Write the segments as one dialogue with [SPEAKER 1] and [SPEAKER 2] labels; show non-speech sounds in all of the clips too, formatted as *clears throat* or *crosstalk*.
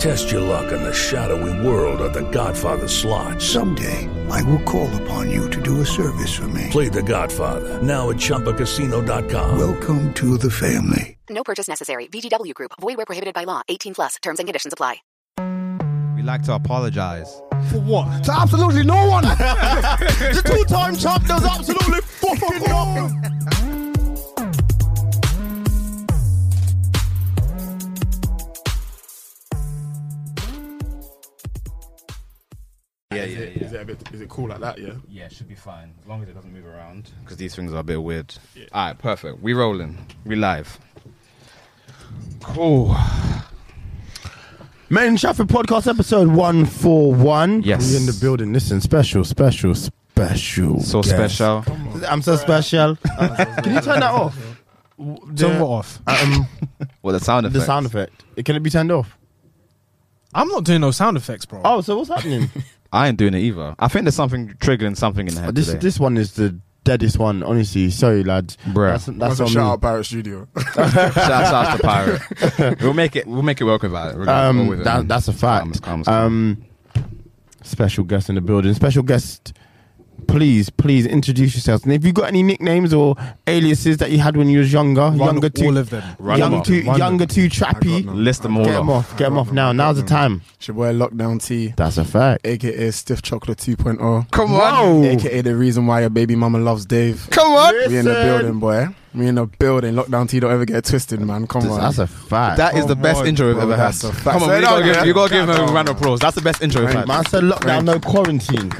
[SPEAKER 1] Test your luck in the shadowy world of The Godfather slot.
[SPEAKER 2] Someday, I will call upon you to do a service for me.
[SPEAKER 1] Play The Godfather now at ChumbaCasino.com.
[SPEAKER 2] Welcome to the family.
[SPEAKER 3] No purchase necessary. VGW Group. Void where prohibited by law. 18 plus. Terms and conditions apply.
[SPEAKER 4] We like to apologize.
[SPEAKER 5] For what?
[SPEAKER 6] To absolutely no one. the two-time champ does absolutely fucking nothing.
[SPEAKER 4] Yeah, yeah,
[SPEAKER 5] Is it, is it a bit? Is it cool like that? Yeah.
[SPEAKER 4] Yeah, it should be fine as long as it doesn't move around. Because these things are a bit weird. All right, perfect. We rolling. We live. Cool.
[SPEAKER 6] Men Sheffield podcast episode one four one.
[SPEAKER 4] Yes.
[SPEAKER 6] we in the building. Listen, special, special, special.
[SPEAKER 4] So
[SPEAKER 6] guest.
[SPEAKER 4] special.
[SPEAKER 6] I'm so special. Can you turn that off?
[SPEAKER 5] Turn what off?
[SPEAKER 6] *laughs* Um,
[SPEAKER 4] Well, the sound
[SPEAKER 6] the
[SPEAKER 4] effect.
[SPEAKER 6] sound effect. Can it be turned off?
[SPEAKER 5] I'm not doing no sound effects, bro.
[SPEAKER 6] Oh, so what's happening?
[SPEAKER 4] *laughs* I ain't doing it either. I think there's something triggering something in the
[SPEAKER 5] Oh,
[SPEAKER 4] head
[SPEAKER 6] this
[SPEAKER 4] today.
[SPEAKER 6] this one is the deadest one. Honestly, sorry, lad.
[SPEAKER 4] Bruh.
[SPEAKER 6] That's,
[SPEAKER 5] That's
[SPEAKER 6] that's
[SPEAKER 5] a
[SPEAKER 6] on
[SPEAKER 5] shout
[SPEAKER 6] me.
[SPEAKER 5] out Barrett Studio.
[SPEAKER 4] shout out to
[SPEAKER 5] *laughs*
[SPEAKER 4] Pirate. we'll make it. We'll make it work without it. We're gonna go
[SPEAKER 6] Um,
[SPEAKER 4] with it.
[SPEAKER 6] that, that's a fact.
[SPEAKER 4] Calms, calms,
[SPEAKER 6] Um, special guest in the building. Special guest, please, please introduce yourselves. And if you got any nicknames or aliases that you had when you was younger, younger two,
[SPEAKER 5] all of them.
[SPEAKER 4] Run
[SPEAKER 6] young
[SPEAKER 4] them off.
[SPEAKER 6] two,
[SPEAKER 5] Run
[SPEAKER 6] younger two trappy,
[SPEAKER 5] none.
[SPEAKER 4] List them all
[SPEAKER 6] get them
[SPEAKER 4] off.
[SPEAKER 6] off, get them off now. Now's the time.
[SPEAKER 5] It's your boy Lockdown T,
[SPEAKER 6] That's a fact.
[SPEAKER 5] aka Stiff Chocolate oh. 2.0,
[SPEAKER 4] Come
[SPEAKER 6] Wow.
[SPEAKER 5] aka the reason why your baby mama loves Dave.
[SPEAKER 4] Come on.
[SPEAKER 5] We in the building, boy. We in the building. Lockdown T, don't ever get it twisted, man. Come on.
[SPEAKER 6] That's a fact.
[SPEAKER 4] That is the
[SPEAKER 5] Come
[SPEAKER 4] best
[SPEAKER 5] on,
[SPEAKER 4] intro we've
[SPEAKER 5] bro,
[SPEAKER 4] ever had.
[SPEAKER 5] that's a fact.
[SPEAKER 4] Come on,
[SPEAKER 5] Say
[SPEAKER 4] you
[SPEAKER 5] that
[SPEAKER 4] gotta, give,
[SPEAKER 5] again.
[SPEAKER 4] you gotta give him a
[SPEAKER 5] Come on.
[SPEAKER 4] round of applause. That's the best intro we've
[SPEAKER 5] Thank
[SPEAKER 4] had.
[SPEAKER 6] Man said lockdown, no quarantine.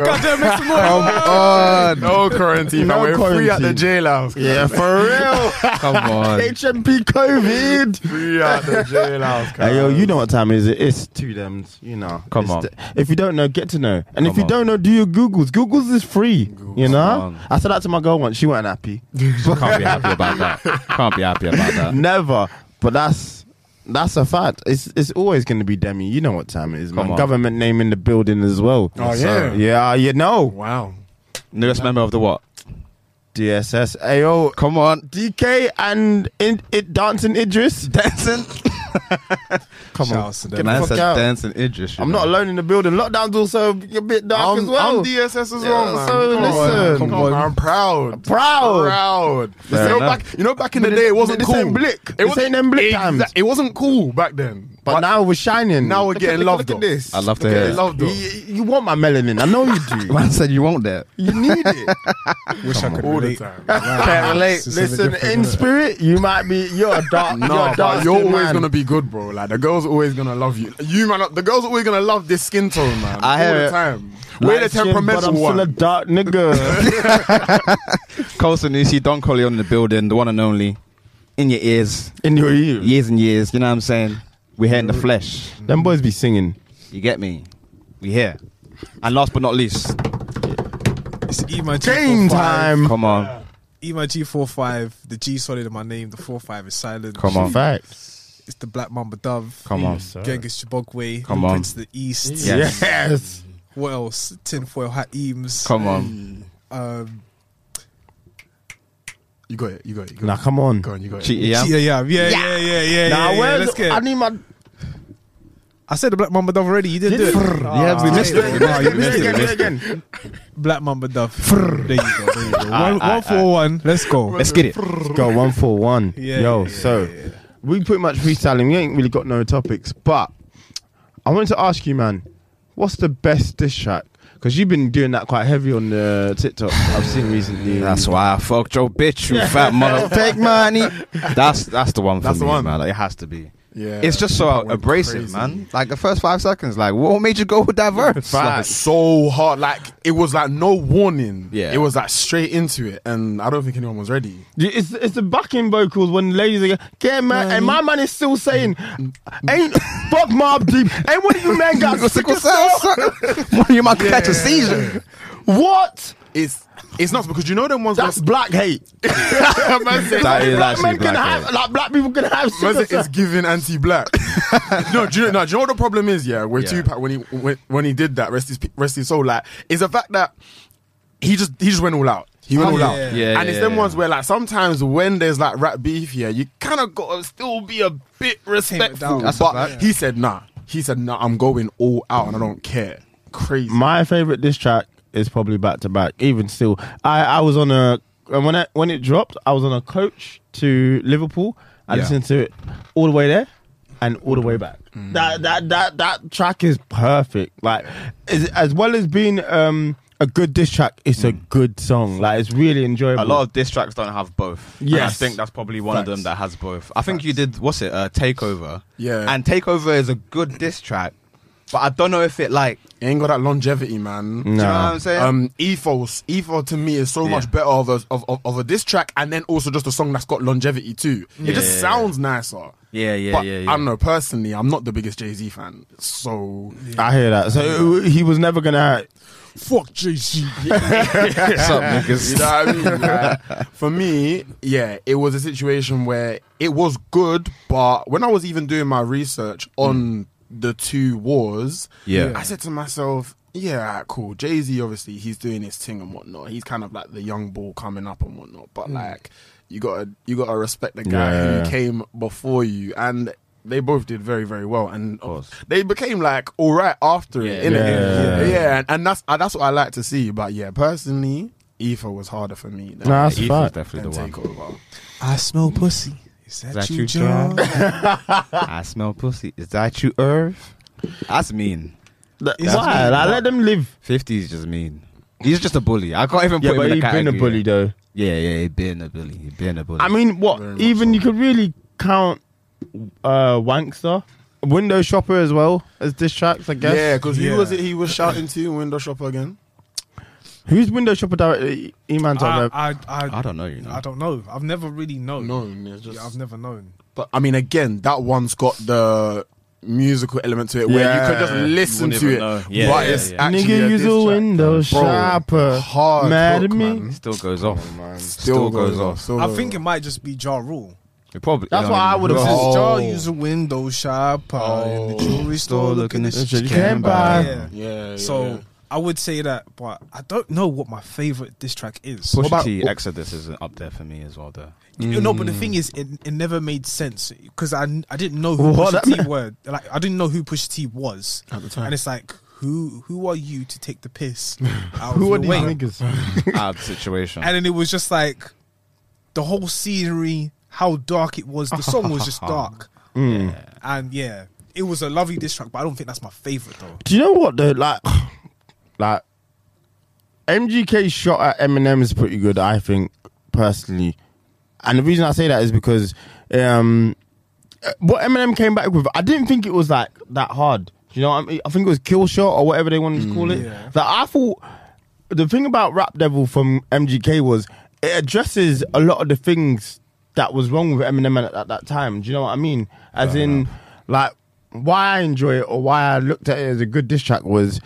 [SPEAKER 4] Come on.
[SPEAKER 5] no quarantine.
[SPEAKER 6] No
[SPEAKER 5] man. We're free at the
[SPEAKER 6] quarantine.
[SPEAKER 5] jailhouse.
[SPEAKER 6] Yeah, for real.
[SPEAKER 5] *laughs*
[SPEAKER 4] Come on.
[SPEAKER 6] HMP COVID.
[SPEAKER 5] Free at the jailhouse.
[SPEAKER 6] Hey, yo, you know what time it is? It's two dems, you know.
[SPEAKER 4] Come
[SPEAKER 6] It's
[SPEAKER 4] on.
[SPEAKER 6] the- if you don't know, get to know. And if
[SPEAKER 4] Come
[SPEAKER 6] you
[SPEAKER 4] on.
[SPEAKER 6] don't know, do your Googles. Googles is free, you know?
[SPEAKER 4] on.
[SPEAKER 6] I said that to my girl once. She wasn't happy.
[SPEAKER 4] Can't be happy about that. Can't be happy about that.
[SPEAKER 6] Never. But that's that's a fact. It's it's always going to be Demi. You know what time it is,
[SPEAKER 4] Come
[SPEAKER 6] man.
[SPEAKER 4] on.
[SPEAKER 6] Government name in the building as well.
[SPEAKER 5] Oh, yeah.
[SPEAKER 6] Yeah, you know.
[SPEAKER 5] Wow.
[SPEAKER 4] Newest member of the what?
[SPEAKER 6] DSS. Ayo.
[SPEAKER 4] Come on.
[SPEAKER 6] DK and in, it dancing Idris.
[SPEAKER 4] Dancing.
[SPEAKER 6] Come
[SPEAKER 5] Shout
[SPEAKER 6] on.
[SPEAKER 5] outs to
[SPEAKER 6] Get
[SPEAKER 5] them.
[SPEAKER 6] the
[SPEAKER 4] Man
[SPEAKER 6] fuck
[SPEAKER 4] said
[SPEAKER 6] out.
[SPEAKER 4] dancing Idris. you
[SPEAKER 6] I'm
[SPEAKER 4] know.
[SPEAKER 6] not alone in the building. Lockdown's also a bit dark
[SPEAKER 5] I'm,
[SPEAKER 6] as well.
[SPEAKER 5] I'm DSS as well,
[SPEAKER 6] Yeah,
[SPEAKER 5] man.
[SPEAKER 6] so
[SPEAKER 5] Come
[SPEAKER 6] listen.
[SPEAKER 5] on, come
[SPEAKER 6] Come
[SPEAKER 5] on.
[SPEAKER 6] on.
[SPEAKER 5] I'm proud.
[SPEAKER 6] Proud.
[SPEAKER 5] Proud. You
[SPEAKER 4] Fair
[SPEAKER 5] know,
[SPEAKER 4] enough.
[SPEAKER 5] back, you know, back in
[SPEAKER 6] But
[SPEAKER 5] the
[SPEAKER 6] it-
[SPEAKER 5] day, it wasn't
[SPEAKER 6] this
[SPEAKER 5] cool.
[SPEAKER 6] ain't blick.
[SPEAKER 5] It
[SPEAKER 6] This
[SPEAKER 5] wasn't-
[SPEAKER 6] ain't them blick
[SPEAKER 5] Exa-
[SPEAKER 6] times.
[SPEAKER 5] It wasn't cool back then.
[SPEAKER 6] But now we're shining.
[SPEAKER 5] now we're
[SPEAKER 6] Hmm. Look
[SPEAKER 5] getting
[SPEAKER 6] at,
[SPEAKER 5] loved.
[SPEAKER 6] Look at
[SPEAKER 5] though.
[SPEAKER 6] this.
[SPEAKER 4] I love to
[SPEAKER 5] We're
[SPEAKER 4] hear
[SPEAKER 5] getting
[SPEAKER 4] it.
[SPEAKER 5] loved
[SPEAKER 6] You,
[SPEAKER 5] though.
[SPEAKER 6] you want my melanin? I know you
[SPEAKER 5] *laughs*
[SPEAKER 6] do.
[SPEAKER 4] Man said you want that.
[SPEAKER 6] you need it.
[SPEAKER 5] Wish I could all the relate. time.
[SPEAKER 6] Can't relate. Listen, in spirit, you might be. You're a dark. you're
[SPEAKER 5] No,
[SPEAKER 6] a dark
[SPEAKER 5] but you're always
[SPEAKER 6] man.
[SPEAKER 5] gonna be good, bro. Like the girls always gonna love you. You man, the girls always gonna love this skin tone, man.
[SPEAKER 4] I hear
[SPEAKER 5] all
[SPEAKER 4] it.
[SPEAKER 5] the time. We're the
[SPEAKER 6] Light skin, but
[SPEAKER 5] temperamental
[SPEAKER 6] I'm still a
[SPEAKER 5] one.
[SPEAKER 6] dark
[SPEAKER 5] *laughs*
[SPEAKER 6] nigga.
[SPEAKER 4] Colson Nusi, Don Collier in the building, the one and only. In your ears.
[SPEAKER 6] in your ear.
[SPEAKER 4] Years and years. You know what I'm saying? We're here in the flesh.
[SPEAKER 6] Them boys be singing.
[SPEAKER 4] You get me? We here. And last but not least,
[SPEAKER 7] It's E my G
[SPEAKER 6] Game time.
[SPEAKER 4] come on.
[SPEAKER 7] E my G four five. The G solid in my name. The four five is silent.
[SPEAKER 4] Come on.
[SPEAKER 6] Fact.
[SPEAKER 7] It's the Black Mamba Dove.
[SPEAKER 4] Come on.
[SPEAKER 7] Genghis Chibogwe.
[SPEAKER 4] Come on.
[SPEAKER 7] Prince of the East.
[SPEAKER 4] Yes.
[SPEAKER 6] Yes.
[SPEAKER 7] What else? Tinfoil Hat Eames.
[SPEAKER 4] Come on.
[SPEAKER 7] Um,
[SPEAKER 5] You got it. You got it. You got
[SPEAKER 6] Now
[SPEAKER 5] it.
[SPEAKER 6] come on.
[SPEAKER 5] Go on. You got it.
[SPEAKER 4] Cheat, yeah?
[SPEAKER 7] yeah, yeah, yeah, yeah, yeah, yeah, yeah.
[SPEAKER 6] Now
[SPEAKER 7] yeah,
[SPEAKER 6] where's
[SPEAKER 7] Let's get.
[SPEAKER 6] I
[SPEAKER 7] I,
[SPEAKER 6] need my.
[SPEAKER 7] said the Black Mamba Dove already. You didn't
[SPEAKER 6] Did
[SPEAKER 7] do
[SPEAKER 6] you?
[SPEAKER 7] it.
[SPEAKER 4] Yeah, we missed it.
[SPEAKER 7] No, you
[SPEAKER 6] Let's
[SPEAKER 7] missed
[SPEAKER 6] do
[SPEAKER 7] it.
[SPEAKER 6] it
[SPEAKER 7] you missed it.
[SPEAKER 6] again.
[SPEAKER 7] Black Mamba Dove. there you go. There you go. One,
[SPEAKER 4] aye,
[SPEAKER 7] one for one. Let's go.
[SPEAKER 4] Let's get it.
[SPEAKER 6] Go one for one.
[SPEAKER 7] *laughs* Yeah,
[SPEAKER 6] Yo,
[SPEAKER 7] yeah,
[SPEAKER 6] so we pretty much freestyling. We ain't really got no topics, but I wanted to ask you, man, what's the best diss track? Because you've been doing that quite heavy on the TikTok. I've seen recently.
[SPEAKER 4] That's why I fucked your bitch,
[SPEAKER 5] *laughs*
[SPEAKER 4] you fat mother. Take money. That's that's the one for
[SPEAKER 5] That's
[SPEAKER 4] me,
[SPEAKER 5] the one.
[SPEAKER 4] man. Like, it has to be.
[SPEAKER 5] Yeah.
[SPEAKER 4] It's just so
[SPEAKER 5] That went
[SPEAKER 4] abrasive,
[SPEAKER 5] crazy.
[SPEAKER 4] man. Like the first five seconds, like what made you go with that verse?
[SPEAKER 5] Like, so hard. Like it was like no warning.
[SPEAKER 4] Yeah.
[SPEAKER 5] It was like straight into it, and I don't think anyone was ready.
[SPEAKER 6] Yeah, It's it's the backing vocals when ladies are get man and my man is still saying ain't fuck mob deep ain't one of you
[SPEAKER 4] *laughs*
[SPEAKER 6] men got sickle cell
[SPEAKER 4] One of you might catch a seizure.
[SPEAKER 6] what
[SPEAKER 5] It's it's not because you know them ones.
[SPEAKER 6] that's
[SPEAKER 5] where-
[SPEAKER 6] black hate
[SPEAKER 5] *laughs* man said-
[SPEAKER 4] That is
[SPEAKER 6] black
[SPEAKER 4] actually
[SPEAKER 6] men can
[SPEAKER 4] black
[SPEAKER 6] have
[SPEAKER 4] hate.
[SPEAKER 6] like black people can have sickle
[SPEAKER 5] Man said
[SPEAKER 6] cell.
[SPEAKER 5] it's giving anti-black. *laughs* no, do you know? No, do you know what the problem is? Yeah, with
[SPEAKER 4] Yeah.
[SPEAKER 5] Tupac when he when, when he did that, rest his pe- rest his soul. Like, is the fact that he just he just went all out. He went
[SPEAKER 7] Oh,
[SPEAKER 5] all
[SPEAKER 7] yeah.
[SPEAKER 5] out.
[SPEAKER 4] Yeah,
[SPEAKER 5] and it's
[SPEAKER 4] yeah,
[SPEAKER 5] them
[SPEAKER 4] yeah.
[SPEAKER 5] ones where like sometimes when there's like rap beef, yeah, you kind of gotta still be a bit respectful.
[SPEAKER 7] down. That's a
[SPEAKER 5] But
[SPEAKER 7] fact.
[SPEAKER 5] he said nah. He said nah. I'm going all out, and I don't care. Crazy.
[SPEAKER 6] my favorite diss track is probably back to back. Even still, I, I was on a and when I, when it dropped, I was on a coach to Liverpool. I
[SPEAKER 4] Yeah.
[SPEAKER 6] listened to it all the way there and all the way back.
[SPEAKER 4] Mm.
[SPEAKER 6] That that that that track is perfect. Like as, as well as being um, a good diss track, it's a good song. Like it's really enjoyable.
[SPEAKER 4] Mm. A lot of diss tracks don't have both. And
[SPEAKER 6] Yes.
[SPEAKER 4] I think that's probably one of them
[SPEAKER 6] Facts.
[SPEAKER 4] that has both. I think you did what's it? Uh, Takeover.
[SPEAKER 5] Yeah.
[SPEAKER 4] And Takeover is a good diss track, but I don't know if it like.
[SPEAKER 5] It ain't got that longevity, man.
[SPEAKER 4] Do you know what I'm saying?
[SPEAKER 5] Um, ethos, ethos to me is so
[SPEAKER 4] Yeah.
[SPEAKER 5] much better of a, of, of, of a diss track, and then also just a song that's got longevity too.
[SPEAKER 4] Yeah,
[SPEAKER 5] it just
[SPEAKER 4] yeah,
[SPEAKER 5] sounds nicer.
[SPEAKER 4] Yeah, yeah,
[SPEAKER 5] but
[SPEAKER 4] yeah, yeah.
[SPEAKER 5] I don't know. Personally, I'm not the biggest Jay Z fan, so
[SPEAKER 6] I hear that. So he was never gonna.
[SPEAKER 7] Fuck
[SPEAKER 4] *laughs*
[SPEAKER 7] JC.
[SPEAKER 4] What's up,
[SPEAKER 5] you
[SPEAKER 4] niggas?
[SPEAKER 5] know what I
[SPEAKER 4] *laughs*
[SPEAKER 5] mean. Like, for me, yeah, it was a situation where it was good, but when I was even doing my research on the two
[SPEAKER 4] Mm.
[SPEAKER 5] wars,
[SPEAKER 4] Yeah.
[SPEAKER 5] I said to myself, yeah, alright, cool. Jay Z, obviously, he's doing his thing and whatnot. He's kind of like the young bull coming up and whatnot.
[SPEAKER 4] Mm.
[SPEAKER 5] But like, you gotta you gotta respect the guy
[SPEAKER 6] Yeah.
[SPEAKER 5] who came before you, and they both did very very well, and they became like all right after it,
[SPEAKER 4] Yeah.
[SPEAKER 5] innit?
[SPEAKER 6] Yeah.
[SPEAKER 5] Yeah, and, and that's uh, that's what I like to see. But yeah, personally, Ether was harder for me. Than,
[SPEAKER 6] Nah, that's a
[SPEAKER 4] Ethan's
[SPEAKER 6] fact.
[SPEAKER 4] definitely
[SPEAKER 5] than
[SPEAKER 4] the one.
[SPEAKER 5] Takeover.
[SPEAKER 7] I smell pussy. Is that, you, John? *laughs*
[SPEAKER 4] I smell pussy. Is that you, Irv? That's mean.
[SPEAKER 7] It's
[SPEAKER 6] Why?
[SPEAKER 7] mean,
[SPEAKER 6] Like, let them live.
[SPEAKER 4] 50 is just mean. He's just a bully. I can't even
[SPEAKER 6] Yeah,
[SPEAKER 4] put him
[SPEAKER 6] but
[SPEAKER 4] in
[SPEAKER 6] he's
[SPEAKER 4] the
[SPEAKER 6] been a
[SPEAKER 4] category.
[SPEAKER 6] bully though.
[SPEAKER 4] Yeah, yeah, he been a bully. He been a bully.
[SPEAKER 6] I mean, what?
[SPEAKER 5] much
[SPEAKER 6] Even
[SPEAKER 5] so.
[SPEAKER 6] you could really count uh, Wankster, Window Shopper as well as diss tracks, I guess.
[SPEAKER 5] Yeah, because
[SPEAKER 7] Yeah.
[SPEAKER 5] who was it? He was shouting to Window Shopper again.
[SPEAKER 6] Who's Window Shopper director? E-Man
[SPEAKER 7] I,
[SPEAKER 6] type.
[SPEAKER 7] I, I,
[SPEAKER 4] I don't know, you know.
[SPEAKER 7] I don't know. I've never really known.
[SPEAKER 5] No, it's just
[SPEAKER 7] Yeah, I've never known.
[SPEAKER 5] But I mean, again, that one's got the musical element to it where you could just
[SPEAKER 6] Yeah.
[SPEAKER 4] You
[SPEAKER 5] listen
[SPEAKER 4] wouldn't
[SPEAKER 5] to
[SPEAKER 4] even
[SPEAKER 5] it.
[SPEAKER 4] know. Yeah,
[SPEAKER 5] but
[SPEAKER 4] yeah,
[SPEAKER 5] it's
[SPEAKER 4] yeah.
[SPEAKER 5] actually
[SPEAKER 6] Nigga,
[SPEAKER 5] a
[SPEAKER 6] use
[SPEAKER 5] diss
[SPEAKER 6] a
[SPEAKER 5] track.
[SPEAKER 6] window
[SPEAKER 5] Bro,
[SPEAKER 6] shopper.
[SPEAKER 5] Hard
[SPEAKER 6] Mad
[SPEAKER 5] hook,
[SPEAKER 6] at me?
[SPEAKER 5] man.
[SPEAKER 4] still goes off.
[SPEAKER 6] oh,
[SPEAKER 4] Still, goes, off.
[SPEAKER 5] Still
[SPEAKER 7] I
[SPEAKER 5] goes
[SPEAKER 7] think it
[SPEAKER 5] off.
[SPEAKER 7] might just be Ja Rule.
[SPEAKER 4] It probably.
[SPEAKER 6] That's what I would've
[SPEAKER 7] Because
[SPEAKER 6] said.
[SPEAKER 5] Oh.
[SPEAKER 7] Ja use a window shopper in the jewelry store looking at
[SPEAKER 6] shit you can't buy.
[SPEAKER 7] Yeah.
[SPEAKER 5] Yeah.
[SPEAKER 7] So
[SPEAKER 5] yeah.
[SPEAKER 7] I would say that, but I don't know what my favorite diss track is.
[SPEAKER 4] Pusha
[SPEAKER 5] about-
[SPEAKER 4] T Exodus is up there for me as well,
[SPEAKER 6] *laughs*
[SPEAKER 4] though.
[SPEAKER 7] You know, but the thing is, it, it never made sense because I, I didn't know who
[SPEAKER 6] What?
[SPEAKER 7] Pusha T were. Like I didn't know who Pusha T was
[SPEAKER 5] At the time.
[SPEAKER 7] and it's like who who are you to take the piss out
[SPEAKER 6] Who are
[SPEAKER 7] of
[SPEAKER 6] these
[SPEAKER 7] your way?
[SPEAKER 6] niggas?
[SPEAKER 5] *laughs*
[SPEAKER 4] Ab situation.
[SPEAKER 7] And then it was just like the whole scenery, how dark it was. The song
[SPEAKER 4] *laughs*
[SPEAKER 7] was just dark,
[SPEAKER 4] Mm.
[SPEAKER 7] and yeah, it was a lovely diss track. But I don't think that's my favorite though.
[SPEAKER 6] Do you know what though? Like, like MGK shot at Eminem is pretty good, I think personally. And the reason I say that is because um, uh, what Eminem came back with, I didn't think it was like that hard. Do You know, what I, mean? I think it was kill shot or whatever they wanted to call it.
[SPEAKER 7] yeah.
[SPEAKER 6] That I thought the thing about Rap Devil from MGK was it addresses a lot of the things that was wrong with Eminem at, at that time. Do you know what I mean? As in, like why I enjoy it or why I looked at it as a good diss track was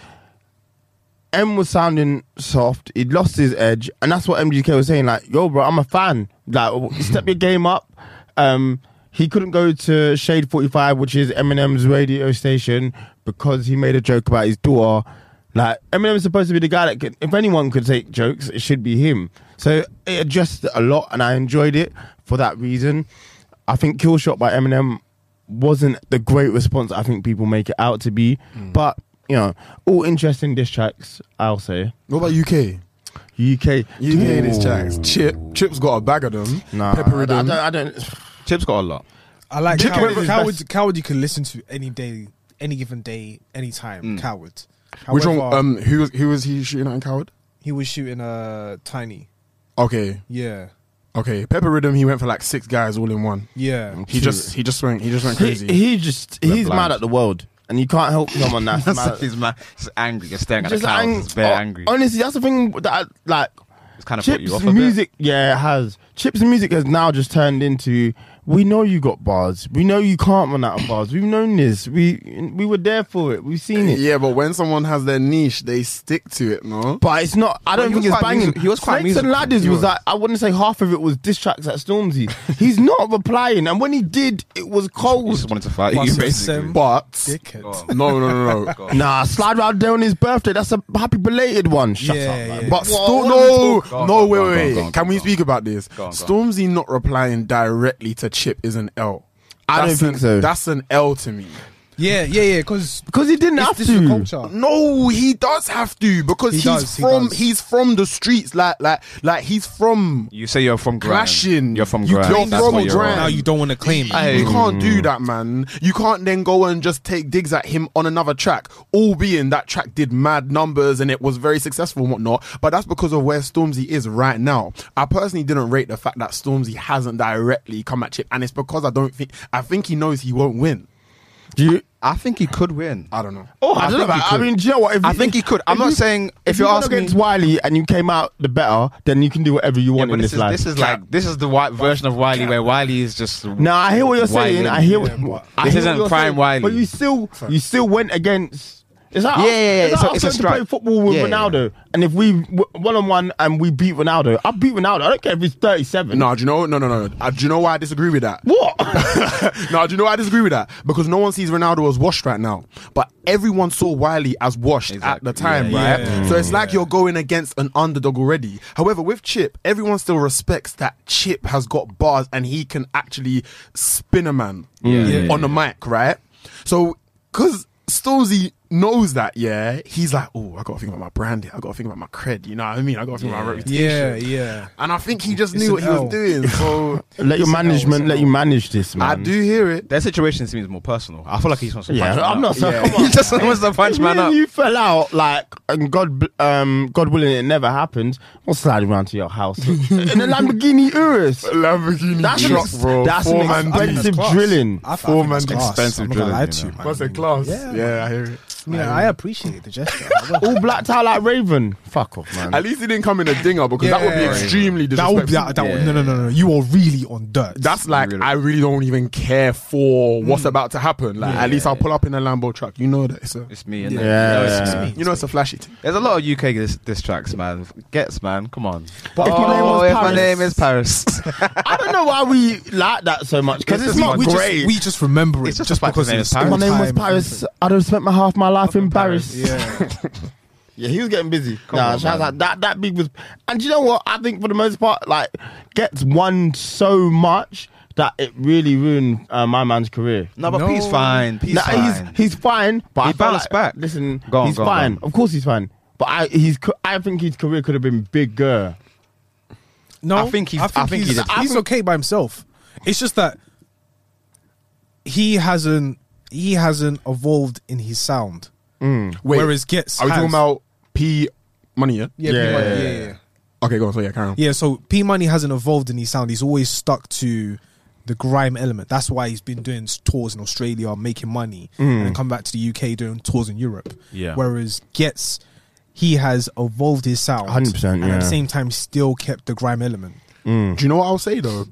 [SPEAKER 6] M was sounding soft. He'd lost his edge, and that's what MGK was saying. Like, yo, bro, I'm a fan. Like, w- step your game up. Um, he couldn't go to Shade 45, which is Eminem's radio station, because he made a joke about his daughter. Like, Eminem's supposed to be the guy that could, if anyone could take jokes, it should be him. So it addressed it a lot, and I enjoyed it for that reason. I think Kill Shot by Eminem wasn't the great response I think people make it out to be,
[SPEAKER 4] Mm.
[SPEAKER 6] but you know, all interesting diss tracks. I'll say
[SPEAKER 5] what about UK?
[SPEAKER 6] UK.
[SPEAKER 5] UK diss tracks. Chip Chip's got a bag of them.
[SPEAKER 6] Nah, I,
[SPEAKER 5] Peppered
[SPEAKER 6] don't,
[SPEAKER 5] them.
[SPEAKER 6] I don't.
[SPEAKER 4] Chip's got a lot.
[SPEAKER 7] I like
[SPEAKER 6] Chicken
[SPEAKER 7] coward.
[SPEAKER 6] River's
[SPEAKER 7] Coward,
[SPEAKER 6] best.
[SPEAKER 4] Mm.
[SPEAKER 7] coward. You can listen to any day, any given day, any time. Coward.
[SPEAKER 5] Which one?
[SPEAKER 7] However,
[SPEAKER 5] Um, who was who was he shooting at in Coward?
[SPEAKER 7] he was shooting uh tiny.
[SPEAKER 5] Okay,
[SPEAKER 7] Yeah,
[SPEAKER 5] okay. Pepper Rhythm, he went for like six guys all in one.
[SPEAKER 7] yeah.
[SPEAKER 5] He just he just went he just went crazy.
[SPEAKER 6] He, he just
[SPEAKER 4] They're
[SPEAKER 6] he's
[SPEAKER 4] blind.
[SPEAKER 6] mad at the world, and you can't help
[SPEAKER 4] *laughs*
[SPEAKER 6] someone that's mad. At,
[SPEAKER 4] he's mad. He's angry. He's staring at the
[SPEAKER 6] just
[SPEAKER 4] clouds.
[SPEAKER 6] ang-
[SPEAKER 4] he's bare
[SPEAKER 6] oh,
[SPEAKER 4] angry.
[SPEAKER 6] Honestly, that's the thing that I, like
[SPEAKER 4] it's kind of put
[SPEAKER 6] Chips
[SPEAKER 4] you off a
[SPEAKER 6] music. Yeah, it has. Chips music has now just turned into. We know you got bars. We know you can't run out of bars. We've known this. We we were there for it. We've seen it.
[SPEAKER 5] yeah, but when someone has their niche, they stick to it, no?
[SPEAKER 6] But it's not. I
[SPEAKER 4] Well, he
[SPEAKER 6] don't think
[SPEAKER 4] was
[SPEAKER 6] it's
[SPEAKER 4] quite
[SPEAKER 6] banging.
[SPEAKER 4] music- he was quite
[SPEAKER 6] Snakes and
[SPEAKER 4] musical.
[SPEAKER 6] ladders
[SPEAKER 4] He
[SPEAKER 6] was,
[SPEAKER 4] was.
[SPEAKER 6] like I wouldn't say half of it was diss tracks at
[SPEAKER 4] *laughs*
[SPEAKER 6] Stormzy. He's not replying, and when he did, it was
[SPEAKER 4] bit. He just
[SPEAKER 6] cold.
[SPEAKER 4] wanted to fight
[SPEAKER 7] Plus
[SPEAKER 4] you,
[SPEAKER 7] it's
[SPEAKER 4] basically.
[SPEAKER 7] Sam.
[SPEAKER 5] But
[SPEAKER 7] Dickhead.
[SPEAKER 4] Oh.
[SPEAKER 5] no,
[SPEAKER 4] *laughs*
[SPEAKER 5] no, no, no.
[SPEAKER 6] Nah, slide round there on his birthday. That's a happy belated one. Shut
[SPEAKER 7] Yeah,
[SPEAKER 6] up, man.
[SPEAKER 7] yeah.
[SPEAKER 5] But
[SPEAKER 7] Whoa,
[SPEAKER 5] still,
[SPEAKER 7] what are we
[SPEAKER 5] no,
[SPEAKER 4] talking- Go on, go
[SPEAKER 5] no,
[SPEAKER 4] on,
[SPEAKER 5] wait,
[SPEAKER 4] go on,
[SPEAKER 5] wait,
[SPEAKER 4] go on,
[SPEAKER 5] wait.
[SPEAKER 4] go on,
[SPEAKER 5] Can we
[SPEAKER 4] go on.
[SPEAKER 5] speak about this?
[SPEAKER 4] Go on, go on.
[SPEAKER 5] Stormzy not replying directly to Chip is an L.
[SPEAKER 6] I don't
[SPEAKER 5] That's
[SPEAKER 6] think
[SPEAKER 5] an-
[SPEAKER 6] so.
[SPEAKER 5] That's an L to me.
[SPEAKER 7] Yeah, yeah, yeah. Because
[SPEAKER 6] Because he didn't have
[SPEAKER 7] it's digital
[SPEAKER 6] to.
[SPEAKER 7] culture.
[SPEAKER 5] No, he does have to because
[SPEAKER 7] He
[SPEAKER 5] he's
[SPEAKER 7] does, he
[SPEAKER 5] from
[SPEAKER 7] does.
[SPEAKER 5] he's from the streets, like like like he's from.
[SPEAKER 4] You say you're from Grand.
[SPEAKER 5] Clashing.
[SPEAKER 4] You're from
[SPEAKER 5] You-
[SPEAKER 4] Grand.
[SPEAKER 5] you're
[SPEAKER 4] That's
[SPEAKER 5] from
[SPEAKER 4] what you're
[SPEAKER 5] Grand.
[SPEAKER 4] on.
[SPEAKER 7] Now you don't want to claim it.
[SPEAKER 4] Hey.
[SPEAKER 5] You can't do that, man. You can't then go and just take digs at him on another track, all being that track did mad numbers and it was very successful and whatnot. But that's because of where Stormzy is right now. I personally didn't rate the fact that Stormzy hasn't directly come at Chip, and it's because I don't think I think he knows he won't win.
[SPEAKER 6] Do you?
[SPEAKER 4] I think he could win.
[SPEAKER 5] I don't know.
[SPEAKER 6] Oh, I, don't
[SPEAKER 4] think
[SPEAKER 6] know.
[SPEAKER 4] he
[SPEAKER 6] About, I
[SPEAKER 4] could.
[SPEAKER 6] mean, do you know what? If
[SPEAKER 4] I
[SPEAKER 6] you-
[SPEAKER 4] think he could. I'm not
[SPEAKER 6] you-
[SPEAKER 4] saying- if
[SPEAKER 6] if
[SPEAKER 4] you're
[SPEAKER 6] you went
[SPEAKER 4] asking-
[SPEAKER 6] against Wiley and you came out the better, then you can do whatever you
[SPEAKER 4] Yeah,
[SPEAKER 6] want
[SPEAKER 4] but
[SPEAKER 6] in
[SPEAKER 4] this
[SPEAKER 6] this,
[SPEAKER 4] is
[SPEAKER 6] life.
[SPEAKER 4] this is like this is the white version of Wiley where Wiley is just.
[SPEAKER 6] No, I hear what you're saying.
[SPEAKER 4] Wiley.
[SPEAKER 6] I hear.
[SPEAKER 7] Yeah,
[SPEAKER 6] What, I
[SPEAKER 4] This
[SPEAKER 6] hear what
[SPEAKER 4] isn't
[SPEAKER 6] you're
[SPEAKER 4] prime
[SPEAKER 6] saying,
[SPEAKER 4] Wiley.
[SPEAKER 6] But you still, you still went against. Is that
[SPEAKER 4] Yeah, yeah, yeah,
[SPEAKER 6] Is
[SPEAKER 4] it's
[SPEAKER 6] that
[SPEAKER 4] a- it's
[SPEAKER 6] us
[SPEAKER 4] a
[SPEAKER 6] going to
[SPEAKER 4] strike.
[SPEAKER 6] play football with
[SPEAKER 4] Yeah, yeah,
[SPEAKER 6] Ronaldo, and if we one on one and we beat Ronaldo, I beat Ronaldo. I don't care if he's thirty-seven.
[SPEAKER 5] No, do you know? No, no, no. Uh, do you know why I disagree with that?
[SPEAKER 4] *laughs*
[SPEAKER 6] What?
[SPEAKER 5] *laughs* no, do you know why I disagree with that? Because no one sees Ronaldo as washed right now, but everyone saw Wiley as washed
[SPEAKER 4] Exactly.
[SPEAKER 5] at the time,
[SPEAKER 4] Yeah,
[SPEAKER 5] right?
[SPEAKER 7] yeah,
[SPEAKER 5] so it's like you're going against an underdog already. However, with Chip, everyone still respects that Chip has got bars and he can actually spin a man
[SPEAKER 4] Yeah.
[SPEAKER 5] on the mic, right? So, because Stormzy knows that, yeah, he's like, oh, I gotta think about my brand, here. I gotta think about my cred, you know what I mean? I gotta think about my reputation.
[SPEAKER 7] Yeah, yeah.
[SPEAKER 5] And I think he just
[SPEAKER 7] It's
[SPEAKER 5] knew what
[SPEAKER 7] an
[SPEAKER 5] he
[SPEAKER 7] L.
[SPEAKER 5] was doing. So
[SPEAKER 6] *laughs* let your management let you manage this, man.
[SPEAKER 5] I do hear it.
[SPEAKER 4] Their situation seems more personal. I feel like he's wants to
[SPEAKER 6] Yeah,
[SPEAKER 4] punch man
[SPEAKER 6] I'm not.
[SPEAKER 4] up. *laughs*
[SPEAKER 6] So, come
[SPEAKER 5] *laughs*
[SPEAKER 6] on.
[SPEAKER 4] He just wants to punch
[SPEAKER 6] If me
[SPEAKER 4] man
[SPEAKER 6] and
[SPEAKER 4] up.
[SPEAKER 6] You fell out like, and God, bl- um, God willing, it never happened. I'll slide around to your
[SPEAKER 4] *laughs*
[SPEAKER 6] house in a Lamborghini Urus.
[SPEAKER 5] Lamborghini
[SPEAKER 6] That's an,
[SPEAKER 5] truck,
[SPEAKER 6] ex-
[SPEAKER 5] bro.
[SPEAKER 6] that's
[SPEAKER 5] Four
[SPEAKER 6] an
[SPEAKER 5] man deep.
[SPEAKER 7] That's
[SPEAKER 6] expensive
[SPEAKER 7] class.
[SPEAKER 6] drilling.
[SPEAKER 7] I, I think
[SPEAKER 5] Four
[SPEAKER 7] that's
[SPEAKER 5] man
[SPEAKER 7] class.
[SPEAKER 4] expensive
[SPEAKER 7] I'm not gonna
[SPEAKER 4] drilling,
[SPEAKER 7] lie
[SPEAKER 4] you
[SPEAKER 7] to you,
[SPEAKER 4] know.
[SPEAKER 7] man.
[SPEAKER 5] That's a class. Yeah, I hear it.
[SPEAKER 7] I mean, I appreciate the gesture. I will.
[SPEAKER 6] All blacked out like Raven. Fuck off, man.
[SPEAKER 5] At least he didn't come in a dinger because that would be
[SPEAKER 7] Yeah.
[SPEAKER 5] extremely
[SPEAKER 7] that
[SPEAKER 5] disrespectful.
[SPEAKER 7] would be that, that would, no, no, no, no. You are really on dirt.
[SPEAKER 5] that's like
[SPEAKER 4] Really.
[SPEAKER 5] I really don't even care for what's about to happen. Like at least I'll pull up in a Lambo truck. You know that it's a
[SPEAKER 4] It's me. innit? You
[SPEAKER 7] Yeah.
[SPEAKER 4] know, it's-
[SPEAKER 6] Yeah.
[SPEAKER 4] it's me.
[SPEAKER 5] you know it's a flashy thing.
[SPEAKER 4] There's a lot of UK diss, diss tracks, man. Gets, man. Come on.
[SPEAKER 6] But oh, if my name was
[SPEAKER 4] if my
[SPEAKER 6] Paris-
[SPEAKER 4] name is Paris.
[SPEAKER 6] I don't know why we like that so much because
[SPEAKER 4] It's
[SPEAKER 6] it's,
[SPEAKER 4] just
[SPEAKER 6] not
[SPEAKER 7] we
[SPEAKER 6] great.
[SPEAKER 7] just we just remember it
[SPEAKER 4] It's
[SPEAKER 7] just,
[SPEAKER 4] just the fact
[SPEAKER 7] because
[SPEAKER 4] his name
[SPEAKER 7] it's
[SPEAKER 4] is
[SPEAKER 6] If my
[SPEAKER 4] Paris.
[SPEAKER 6] name was Paris. I'd have spent my half my life in Paris.
[SPEAKER 7] Yeah,
[SPEAKER 6] *laughs* Yeah, he was getting busy.
[SPEAKER 4] Come
[SPEAKER 6] nah,
[SPEAKER 4] on,
[SPEAKER 6] shout
[SPEAKER 4] man.
[SPEAKER 6] out. that that big was, and do you know what? I think for the most part, like gets won so much that it really ruined uh, my man's career.
[SPEAKER 4] *laughs* no, but
[SPEAKER 7] No.
[SPEAKER 4] P's fine. P's
[SPEAKER 6] Nah,
[SPEAKER 4] fine.
[SPEAKER 6] he's he's fine, but
[SPEAKER 4] He
[SPEAKER 6] I felt
[SPEAKER 4] bounced back.
[SPEAKER 6] like- Listen,
[SPEAKER 4] Go on,
[SPEAKER 6] he's
[SPEAKER 4] go on, go
[SPEAKER 6] fine.
[SPEAKER 4] on.
[SPEAKER 6] Of course, he's fine. But I he's co- I think his career could have been bigger.
[SPEAKER 7] no,
[SPEAKER 4] I think he's- I think he
[SPEAKER 7] he's,
[SPEAKER 4] did.
[SPEAKER 7] he's okay by himself. It's just that he hasn't he hasn't evolved in his sound.
[SPEAKER 5] Wait,
[SPEAKER 7] Whereas Gets
[SPEAKER 5] are we talking
[SPEAKER 7] has.
[SPEAKER 5] about P money? Yeah.
[SPEAKER 7] Yeah,
[SPEAKER 6] Yeah,
[SPEAKER 7] P Money,
[SPEAKER 6] yeah,
[SPEAKER 7] yeah,
[SPEAKER 6] yeah.
[SPEAKER 7] yeah, yeah.
[SPEAKER 5] Okay, go on. So yeah, carry on.
[SPEAKER 7] Yeah, so P Money hasn't evolved in his sound. He's always stuck to the grime element. That's why he's been doing tours in Australia, making money, and
[SPEAKER 5] Mm.
[SPEAKER 7] then come back to the UK doing tours in Europe.
[SPEAKER 4] Yeah.
[SPEAKER 7] Whereas Gets, he has evolved his sound,
[SPEAKER 6] 100%,
[SPEAKER 7] and at the
[SPEAKER 6] yeah.
[SPEAKER 7] same time still kept the grime element.
[SPEAKER 5] Do you know what I'll say though?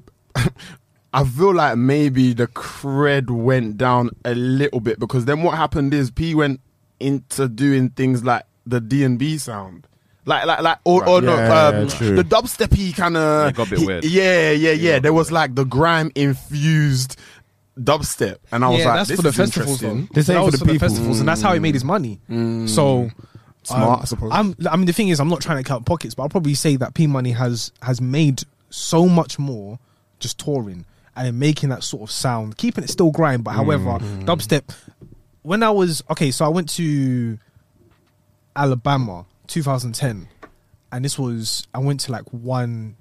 [SPEAKER 5] *laughs* I feel like maybe the cred went down a little bit because then what happened is P went into doing things like the D and B sound. Like, like, like, or, or no,
[SPEAKER 6] Yeah,
[SPEAKER 5] um,
[SPEAKER 6] true.
[SPEAKER 5] the dubsteppy kind of.
[SPEAKER 4] Yeah, it got a bit weird.
[SPEAKER 5] Yeah, yeah, yeah. There was like the grime infused dubstep, and I was like, "This is interesting." Mm.
[SPEAKER 6] This ain't
[SPEAKER 7] That
[SPEAKER 6] for
[SPEAKER 7] was
[SPEAKER 6] the
[SPEAKER 7] for the
[SPEAKER 6] people.
[SPEAKER 7] festivals, and that's how he made his money. So
[SPEAKER 5] Smart,
[SPEAKER 7] um,
[SPEAKER 5] I suppose.
[SPEAKER 7] I'm, I mean, the thing is, I'm not trying to count pockets, but I'll probably say that P Money has has made so much more just touring and making that sort of sound, keeping it still grind. But however,
[SPEAKER 5] Mm.
[SPEAKER 7] dubstep. When I was okay, so I went to Alabama, 2010, and this was I went to like one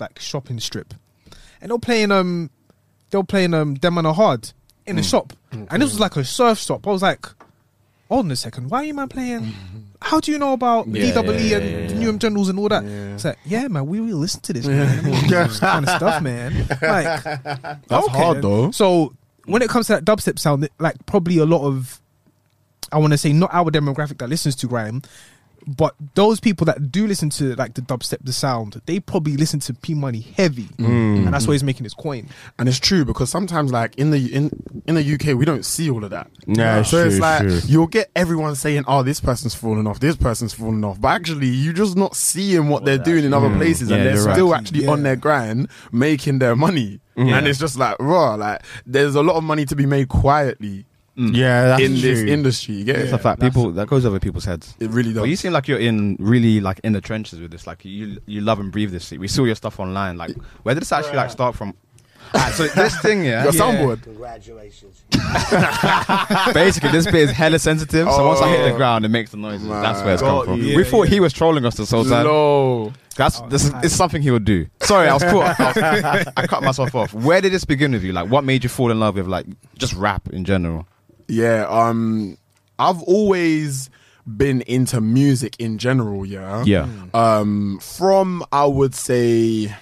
[SPEAKER 7] like shopping strip, and they were playing um
[SPEAKER 5] Mm.
[SPEAKER 7] they were playing um Them and a Hard in the shop, and this was like a surf shop. I was like, Hold on a second. Why are you man playing? How do you know about
[SPEAKER 5] Yeah,
[SPEAKER 7] DWE
[SPEAKER 5] yeah,
[SPEAKER 7] and
[SPEAKER 5] yeah,
[SPEAKER 7] the
[SPEAKER 5] yeah.
[SPEAKER 7] New York Generals and all that?
[SPEAKER 5] Yeah.
[SPEAKER 7] It's like, yeah, man, we will listen to this, man.
[SPEAKER 5] *laughs*
[SPEAKER 7] this kind of stuff, man. Like,
[SPEAKER 5] That's hard,
[SPEAKER 7] then.
[SPEAKER 5] though.
[SPEAKER 7] So when it comes to that dubstep sound, it- like probably a lot of, I want to say not our demographic that listens to grime, but those people that do listen to like the dubstep, the sound, they probably listen to P Money heavy,
[SPEAKER 5] Mm.
[SPEAKER 7] and that's why he's making his coin.
[SPEAKER 5] And it's true because sometimes, like in the in in the UK, we don't see all of that.
[SPEAKER 6] Yeah, it's
[SPEAKER 5] so
[SPEAKER 6] true,
[SPEAKER 5] it's
[SPEAKER 6] it's
[SPEAKER 5] like
[SPEAKER 6] true.
[SPEAKER 5] you'll get everyone saying, "Oh, this person's falling off, this person's falling off," but actually, you're just not seeing what, they're doing in other places,
[SPEAKER 6] Yeah,
[SPEAKER 5] and they're
[SPEAKER 6] you're right.
[SPEAKER 5] still actually
[SPEAKER 7] Yeah.
[SPEAKER 5] on their grind, making their money. And it's just like raw. Like there's a lot of money to be made quietly
[SPEAKER 6] Yeah, that's
[SPEAKER 5] in this
[SPEAKER 6] true.
[SPEAKER 5] industry. You get it?
[SPEAKER 4] Stuff that people that goes over people's heads.
[SPEAKER 5] It really
[SPEAKER 4] But you
[SPEAKER 5] does.
[SPEAKER 4] seem like you're in really like in the trenches with this. Like you you love and breathe this. We saw your stuff online. Like where did this actually like start from? Alright, so this thing,
[SPEAKER 5] *laughs*
[SPEAKER 4] yeah,
[SPEAKER 5] Your soundboard.
[SPEAKER 4] basically this bit is hella sensitive. So once I hit
[SPEAKER 5] Oh.
[SPEAKER 4] the ground, it makes the noises. That's where it's come
[SPEAKER 5] God,
[SPEAKER 4] from.
[SPEAKER 5] yeah,
[SPEAKER 4] we thought he was trolling us the whole time.
[SPEAKER 5] No.
[SPEAKER 4] That's
[SPEAKER 5] Oh,
[SPEAKER 4] this is it's something he would do. Sorry, I was caught. I, was- *laughs* I cut myself off. Where did this begin with you? Like, what made you fall in love with like just rap in general?
[SPEAKER 5] Yeah, um I've always been into music in general, yeah.
[SPEAKER 4] Yeah.
[SPEAKER 5] Um from I would say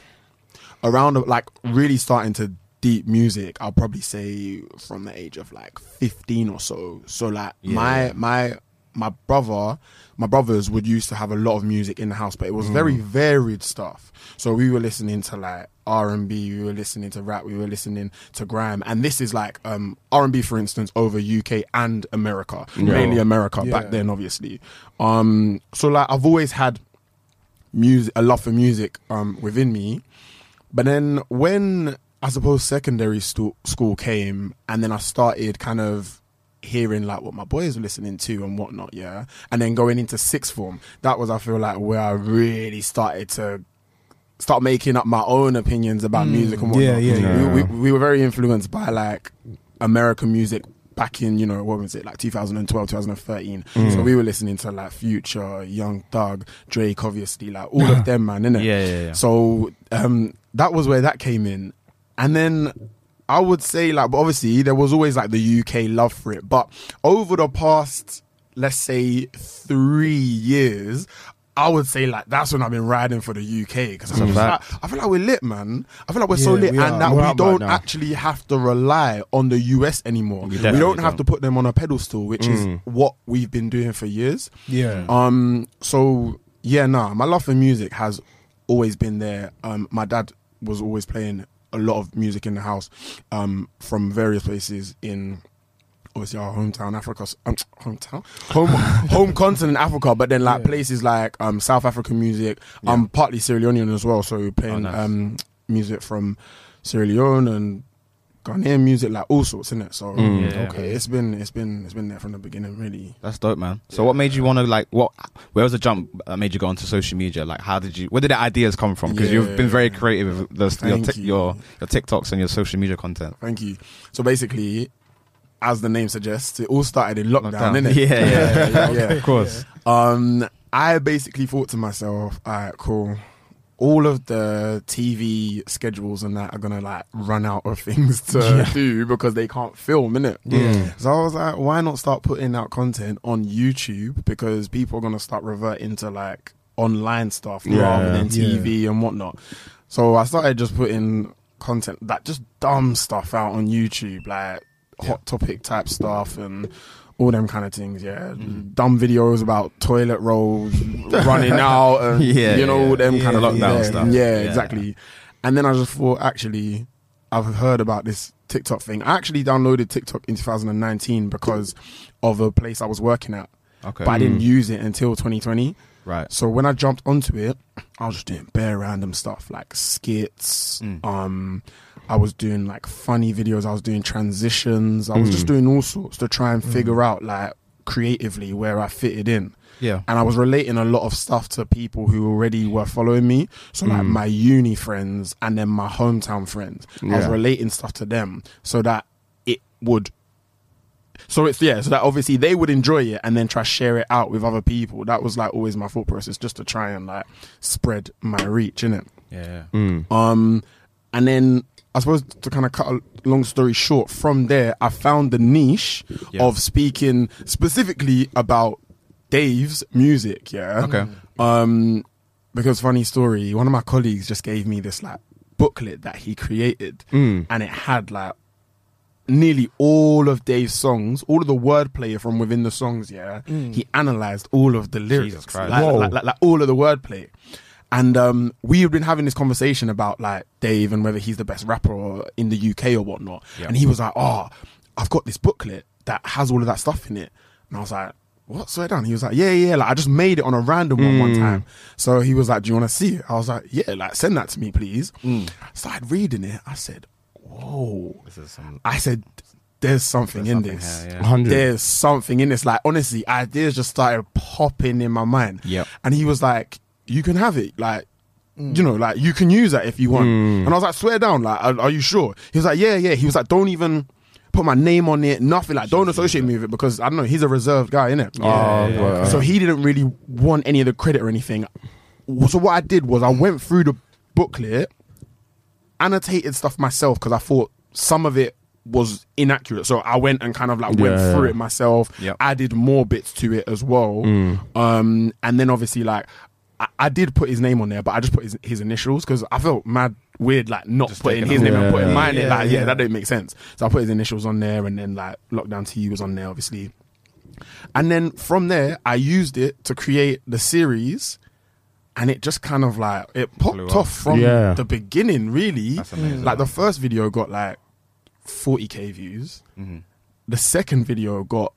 [SPEAKER 5] around like really starting to deep music, I'll probably say from the age of like 15 or so. So like my my my brother, my brothers would used to have a lot of music in the house, but it was very
[SPEAKER 7] Mm.
[SPEAKER 5] varied stuff. So we were listening to like R and B, we were listening to rap, we were listening to grime, and this is like um, R and B, for instance, over UK and America, mainly America
[SPEAKER 7] Yeah.
[SPEAKER 5] back then, obviously. Um, so like I've always had music, a love for music um, within me. But then when I suppose secondary stu- school came, and then I started kind of hearing like what my boys were listening to and whatnot, yeah. And then going into sixth form, that was I feel like where I really started to start making up my own opinions about music and whatnot.
[SPEAKER 7] yeah, yeah, yeah.
[SPEAKER 5] We, we, we were very influenced by like American music back in you know what was it like 2012 2013 so we were listening to like future young thug drake obviously like all of them man innit?
[SPEAKER 4] Yeah, yeah, yeah.
[SPEAKER 5] so um that was where that came in and then i would say like but obviously there was always like the uk love for it but over the past let's say three years I would say like that's when I've been riding for the UK because I, feel like,
[SPEAKER 4] fact.
[SPEAKER 5] I feel like we're lit, man. I feel like we're so
[SPEAKER 7] Yeah,
[SPEAKER 5] lit,
[SPEAKER 7] we are.
[SPEAKER 5] and that
[SPEAKER 6] We're
[SPEAKER 5] we
[SPEAKER 6] out right
[SPEAKER 5] don't
[SPEAKER 6] now.
[SPEAKER 5] actually have to rely on the US anymore. We
[SPEAKER 4] definitely
[SPEAKER 5] don't have
[SPEAKER 4] don't.
[SPEAKER 5] to put them on a pedestal, which is what we've been doing for years.
[SPEAKER 7] Mm. Yeah.
[SPEAKER 5] Um. So yeah, nah. My love for music has always been there. Um. My dad was always playing a lot of music in the house, um, from various places in. Obviously, our Oh, hometown, Africa, um, hometown, home, home continent, Africa. But then, like places like um, South African music, um, partly Sierra Leonean as well. So playing
[SPEAKER 4] Oh, nice.
[SPEAKER 5] um, music from Sierra Leone and Ghanaian music, like all sorts, in it. So
[SPEAKER 4] Mm. yeah.
[SPEAKER 5] okay, it's been it's been it's been there from the beginning, really.
[SPEAKER 4] That's dope, man. So, what made you want to like? What? Where was the jump that made you go onto social media? Like, how did you? Where did the ideas come from? Because you've been very
[SPEAKER 5] Yeah.
[SPEAKER 4] creative with those, your,
[SPEAKER 5] Thank
[SPEAKER 4] tic-
[SPEAKER 5] you.
[SPEAKER 4] your your TikToks and your social media content.
[SPEAKER 5] Thank you. So basically, as the name suggests, it all started in lockdown,
[SPEAKER 4] Lockdown. *laughs*
[SPEAKER 5] innit?
[SPEAKER 4] Yeah, yeah, yeah.
[SPEAKER 5] yeah, *laughs* yeah.
[SPEAKER 4] Of course.
[SPEAKER 5] Um, I basically thought to myself, all right, cool. All of the TV schedules and that are gonna like run out of *laughs* things to do because they can't film, innit? Yeah. So I was like, why not start putting out content on YouTube because people are gonna start reverting to like online stuff rather than
[SPEAKER 7] Yeah.
[SPEAKER 5] TV and whatnot. So I started just putting content that just dumb stuff out on YouTube, like hot topic type stuff and all them kind of things. Yeah, dumb videos about toilet rolls running out, and
[SPEAKER 4] Yeah,
[SPEAKER 5] you know
[SPEAKER 4] yeah.
[SPEAKER 5] all them kind of
[SPEAKER 7] Yeah,
[SPEAKER 5] lockdown
[SPEAKER 7] yeah.
[SPEAKER 5] stuff. Yeah, exactly. And then I just thought, actually, I've heard about this TikTok thing. I actually downloaded TikTok in 2019 because of a place I was working at.
[SPEAKER 4] Okay.
[SPEAKER 5] But I didn't use it until 2020.
[SPEAKER 4] Right.
[SPEAKER 5] So when I jumped onto it, I was just doing bare random stuff like skits. Um, I was doing like funny videos. I was doing transitions. I was just doing all sorts to try and figure out like creatively where I fitted in.
[SPEAKER 4] Yeah.
[SPEAKER 5] And I was relating a lot of stuff to people who already were following me. So like my uni friends and then my hometown friends. I was
[SPEAKER 6] Yeah.
[SPEAKER 5] relating stuff to them so that it would so it's yeah, so that obviously they would enjoy it and then try share it out with other people. That was like always my thought process, just to
[SPEAKER 4] Mm.
[SPEAKER 5] try and like spread my reach, innit?
[SPEAKER 4] Yeah.
[SPEAKER 5] Um, and then I suppose to kind of cut a long story short, from there I found the niche
[SPEAKER 4] Yeah.
[SPEAKER 5] of speaking specifically about Dave's music. Yeah.
[SPEAKER 4] Okay.
[SPEAKER 5] Um, because funny story, one of my colleagues just gave me this like booklet that he created,
[SPEAKER 4] Mm.
[SPEAKER 5] and it had like nearly all of Dave's songs, all of the wordplay from within the songs, yeah, he analyzed all of the lyrics,
[SPEAKER 4] Mm. Christ.
[SPEAKER 5] like,
[SPEAKER 6] Whoa.
[SPEAKER 5] like- like- like all of the wordplay. And um, we had been having this conversation about like Dave and whether he's the best rapper or, in the UK or whatnot.
[SPEAKER 4] Yeah.
[SPEAKER 5] And he was like, "Oh, I've got this booklet that has all of that stuff in it." And I was like, "What? Swear down?" He was like, "Yeah, yeah." Like I just made it on a random one
[SPEAKER 4] Mm.
[SPEAKER 5] one time. So he was like, "Do you want to see it?" I was like, "Yeah." Like send that to me, please.
[SPEAKER 4] Mm.
[SPEAKER 5] Started reading it. I said, "Whoa!" I said, "There's something in this.
[SPEAKER 4] here, yeah.
[SPEAKER 6] 100.
[SPEAKER 5] There's something in this." Like honestly, ideas just started popping in my mind.
[SPEAKER 4] Yep.
[SPEAKER 5] And he was like, "You can have it. Like, you know, like you can use that if you want." And I was like, "Swear down. Like, are, are you sure?" He was like, "Yeah, yeah." He was like, "Don't even." Put my name on it, nothing like don't associate me with it because I don't know he's a reserved guy, innit?
[SPEAKER 6] Oh, yeah, word.
[SPEAKER 5] So he didn't really want any of the credit or anything. So what I did was I went through the booklet, annotated stuff myself because I thought some of it was inaccurate. So I went and kind of like went
[SPEAKER 6] Yeah.
[SPEAKER 5] through it myself,
[SPEAKER 4] Yep.
[SPEAKER 5] added more bits to it as well. Um, and then obviously like I, I did put his name on there, but I just put his, his initials because I felt mad weird like not putting
[SPEAKER 4] taking
[SPEAKER 5] his
[SPEAKER 4] off.
[SPEAKER 5] name and
[SPEAKER 6] Yeah.
[SPEAKER 5] putting mine in.
[SPEAKER 7] Yeah,
[SPEAKER 5] Like yeah,
[SPEAKER 7] yeah.
[SPEAKER 5] that didn't make sense. So I put his initials on there, and then like lockdown T was on there, obviously. And then from there, I used it to create the series, and it just kind of like it
[SPEAKER 4] Blew
[SPEAKER 5] popped
[SPEAKER 4] up.
[SPEAKER 5] off from
[SPEAKER 6] Yeah.
[SPEAKER 5] the beginning. Really,
[SPEAKER 4] That's amazing.
[SPEAKER 5] like the first video got like forty k views.
[SPEAKER 4] Mm-hmm.
[SPEAKER 5] The second video got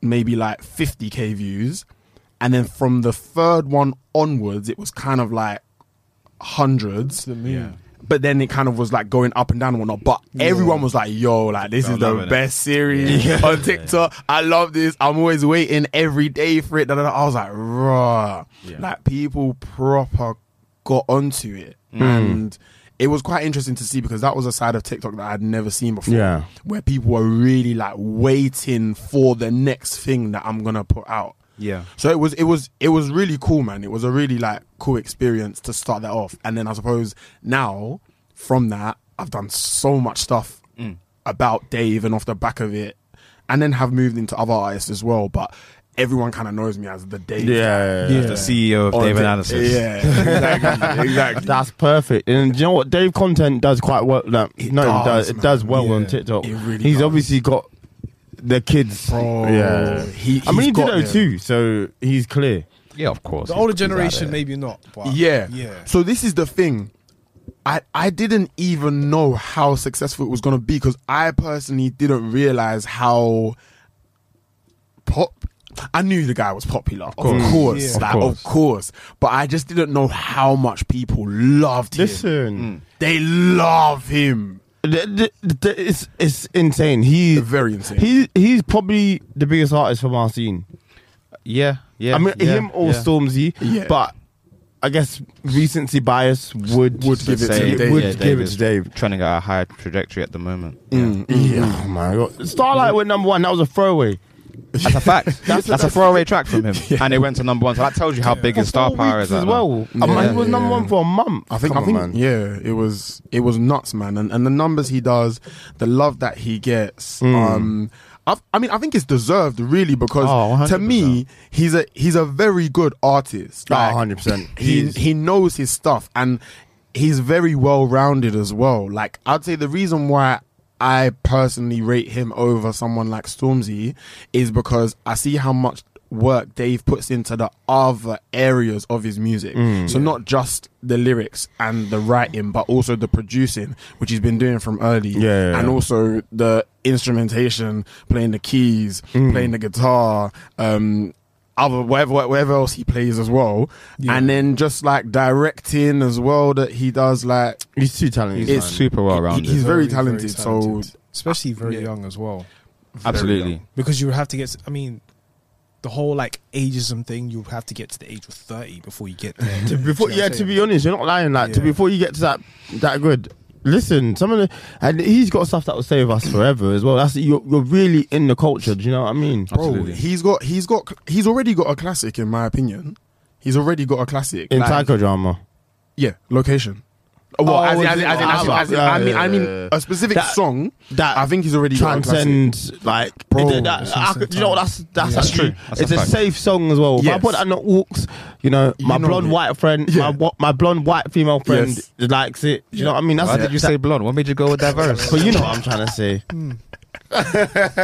[SPEAKER 5] maybe like fifty k views, and then from the third one onwards, it was kind of like hundreds.
[SPEAKER 4] Yeah.
[SPEAKER 5] But then it kind of was like going up and down and whatnot. But everyone was like, yo, like this
[SPEAKER 4] They're
[SPEAKER 5] is the
[SPEAKER 4] loving it.
[SPEAKER 5] best series
[SPEAKER 4] *laughs*
[SPEAKER 5] on TikTok. I love this. I'm always waiting every day for it. Da, da, da. I was like, raw.
[SPEAKER 4] Yeah.
[SPEAKER 5] Like people proper got onto it. And it was quite interesting to see because that was a side of TikTok that I'd never seen before.
[SPEAKER 6] Yeah.
[SPEAKER 5] Where people were really like waiting for the next thing that I'm gonna put out.
[SPEAKER 4] Yeah.
[SPEAKER 5] So it was it was it was really cool, man. It was a really like cool experience to start that off. And then I suppose now from that I've done so much stuff
[SPEAKER 6] Mm.
[SPEAKER 5] about Dave and off the back of it, and then have moved into other artists as well. But everyone kind of knows me as the Dave.
[SPEAKER 6] yeah, E
[SPEAKER 7] Yeah.
[SPEAKER 4] The CEO of
[SPEAKER 5] on
[SPEAKER 4] Dave
[SPEAKER 5] Tik-
[SPEAKER 4] Analysis.
[SPEAKER 5] Yeah, exactly,
[SPEAKER 6] *laughs*
[SPEAKER 5] exactly.
[SPEAKER 6] That's perfect. And do you know what? Dave content does quite well. No, it no, does, it
[SPEAKER 5] does,
[SPEAKER 6] does. It
[SPEAKER 5] man.
[SPEAKER 6] does well on
[SPEAKER 7] Yeah.
[SPEAKER 6] TikTok.
[SPEAKER 5] It really
[SPEAKER 6] He's
[SPEAKER 5] does.
[SPEAKER 6] obviously got the kids.
[SPEAKER 5] Bro,
[SPEAKER 6] yeah.
[SPEAKER 5] he-
[SPEAKER 6] I mean,
[SPEAKER 5] he's
[SPEAKER 6] he did
[SPEAKER 5] got
[SPEAKER 6] know
[SPEAKER 5] them.
[SPEAKER 6] too, so he's clear.
[SPEAKER 4] Yeah, of course.
[SPEAKER 7] The
[SPEAKER 4] He's-
[SPEAKER 7] older
[SPEAKER 4] he's out
[SPEAKER 7] generation,
[SPEAKER 4] there.
[SPEAKER 7] maybe not. But
[SPEAKER 5] yeah.
[SPEAKER 7] yeah.
[SPEAKER 5] So this is the thing. I, I didn't even know how successful it was going to be because I personally didn't realize how pop. I knew the guy was popular, of course,
[SPEAKER 7] Yeah.
[SPEAKER 5] like,
[SPEAKER 4] Of course.
[SPEAKER 5] of, course. but I just didn't know how much people loved him.
[SPEAKER 6] Listen,
[SPEAKER 5] They love him.
[SPEAKER 6] th- th- th- it's it's insane. He
[SPEAKER 5] Mm. Very insane.
[SPEAKER 6] He he's probably the biggest artist from our scene.
[SPEAKER 4] Yeah, yeah.
[SPEAKER 6] I mean,
[SPEAKER 4] yeah,
[SPEAKER 6] him or
[SPEAKER 4] yeah.
[SPEAKER 6] Stormzy,
[SPEAKER 5] Yeah.
[SPEAKER 6] but I guess recency bias would
[SPEAKER 5] Would give it to Mm.
[SPEAKER 6] say-
[SPEAKER 5] Dave.
[SPEAKER 6] Would
[SPEAKER 5] Yeah,
[SPEAKER 6] give it to Dave.
[SPEAKER 4] Trying to get a higher trajectory at the moment.
[SPEAKER 6] Yeah, oh my god. Starlight went number one. That was a throwaway.
[SPEAKER 4] That's a
[SPEAKER 5] *laughs*
[SPEAKER 4] fact. That's, a throwaway track from him, and it went to number one. So that tells you how big his star
[SPEAKER 6] Four
[SPEAKER 4] power
[SPEAKER 6] weeks
[SPEAKER 4] is
[SPEAKER 6] as
[SPEAKER 4] at
[SPEAKER 6] well.
[SPEAKER 5] Yeah.
[SPEAKER 6] I mean, he was number
[SPEAKER 5] Yeah.
[SPEAKER 6] one for a month.
[SPEAKER 5] I think,
[SPEAKER 6] Come
[SPEAKER 5] I think,
[SPEAKER 6] on, man.
[SPEAKER 5] yeah, it was, it was nuts, man, and and the numbers he does, the love that he gets.
[SPEAKER 6] Mm.
[SPEAKER 5] Um, I've, I mean, I think it's deserved, really, because
[SPEAKER 6] Oh,
[SPEAKER 5] to me, he's a he's a very good artist.
[SPEAKER 6] Oh,
[SPEAKER 5] Like,
[SPEAKER 6] 100%.
[SPEAKER 5] He
[SPEAKER 6] He's-
[SPEAKER 5] he knows his stuff, and he's very well rounded as well. Like I'd say, the reason why. I personally rate him over someone like Stormzy is because I see how much work Dave puts into the other areas of his music.
[SPEAKER 6] Mm,
[SPEAKER 5] so not just the lyrics and the writing, but also the producing, which he's been doing from early.
[SPEAKER 6] Yeah, yeah,
[SPEAKER 5] And
[SPEAKER 6] yeah.
[SPEAKER 5] also the instrumentation, playing the keys,
[SPEAKER 6] Mm.
[SPEAKER 5] playing the guitar, um, other whatever whatever else he plays as well. And then just like directing as well that he does like
[SPEAKER 6] He's too talented.
[SPEAKER 4] He's super well rounded.
[SPEAKER 5] he's very talented, so-
[SPEAKER 7] especially very young as well,
[SPEAKER 4] Absolutely.
[SPEAKER 7] because you would have to get. I mean, the whole like ageism thing. You would have to get to the age of thirty before you
[SPEAKER 6] *laughs*
[SPEAKER 7] get there.
[SPEAKER 6] To- before,
[SPEAKER 7] Do you
[SPEAKER 6] yeah,
[SPEAKER 7] know what I'm
[SPEAKER 6] to
[SPEAKER 7] saying?
[SPEAKER 6] be honest, you're not lying. Like, to
[SPEAKER 7] Yeah.
[SPEAKER 6] before you get to that that good, listen, some of the and he's got stuff that will stay with us forever as well. That's you're, you're really in the culture. Do you know what I mean?
[SPEAKER 5] bro, he's got he's got he's already got a classic in my opinion. He's already got a classic.
[SPEAKER 6] in
[SPEAKER 5] Like,
[SPEAKER 6] psychodrama.
[SPEAKER 5] Yeah, location. Well, as in,
[SPEAKER 6] is
[SPEAKER 5] as in,
[SPEAKER 6] it-
[SPEAKER 5] as in, as in,
[SPEAKER 6] oh,
[SPEAKER 5] as in,
[SPEAKER 6] yeah,
[SPEAKER 5] I mean, I mean,
[SPEAKER 6] yeah, yeah, yeah.
[SPEAKER 5] a specific
[SPEAKER 6] That-
[SPEAKER 5] song
[SPEAKER 6] that
[SPEAKER 5] I think he's already got a classic.
[SPEAKER 6] transcends like
[SPEAKER 5] Bro,
[SPEAKER 6] it- that-
[SPEAKER 5] it's
[SPEAKER 6] I could- you know what, that's that's
[SPEAKER 4] That's
[SPEAKER 6] actually-
[SPEAKER 4] true. That's
[SPEAKER 6] it's
[SPEAKER 4] a
[SPEAKER 6] a,
[SPEAKER 4] fact.
[SPEAKER 6] safe song as well. If I
[SPEAKER 5] Yes.
[SPEAKER 6] put that on the walks, you know, my
[SPEAKER 5] know
[SPEAKER 6] blonde
[SPEAKER 5] it.
[SPEAKER 6] white friend, my
[SPEAKER 5] Yeah.
[SPEAKER 6] wa- my blonde white female friend
[SPEAKER 5] Yes.
[SPEAKER 6] likes it. You know what I mean? That's
[SPEAKER 4] Why did you
[SPEAKER 6] that-
[SPEAKER 4] say blonde? What made you go with that
[SPEAKER 6] *laughs*
[SPEAKER 4] verse?
[SPEAKER 6] But you know what I'm trying to say.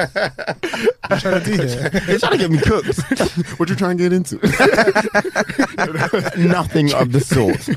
[SPEAKER 7] trying to do here?
[SPEAKER 6] They're trying to get me cooked.
[SPEAKER 5] *laughs* What you trying to get into?
[SPEAKER 6] Nothing of the sort.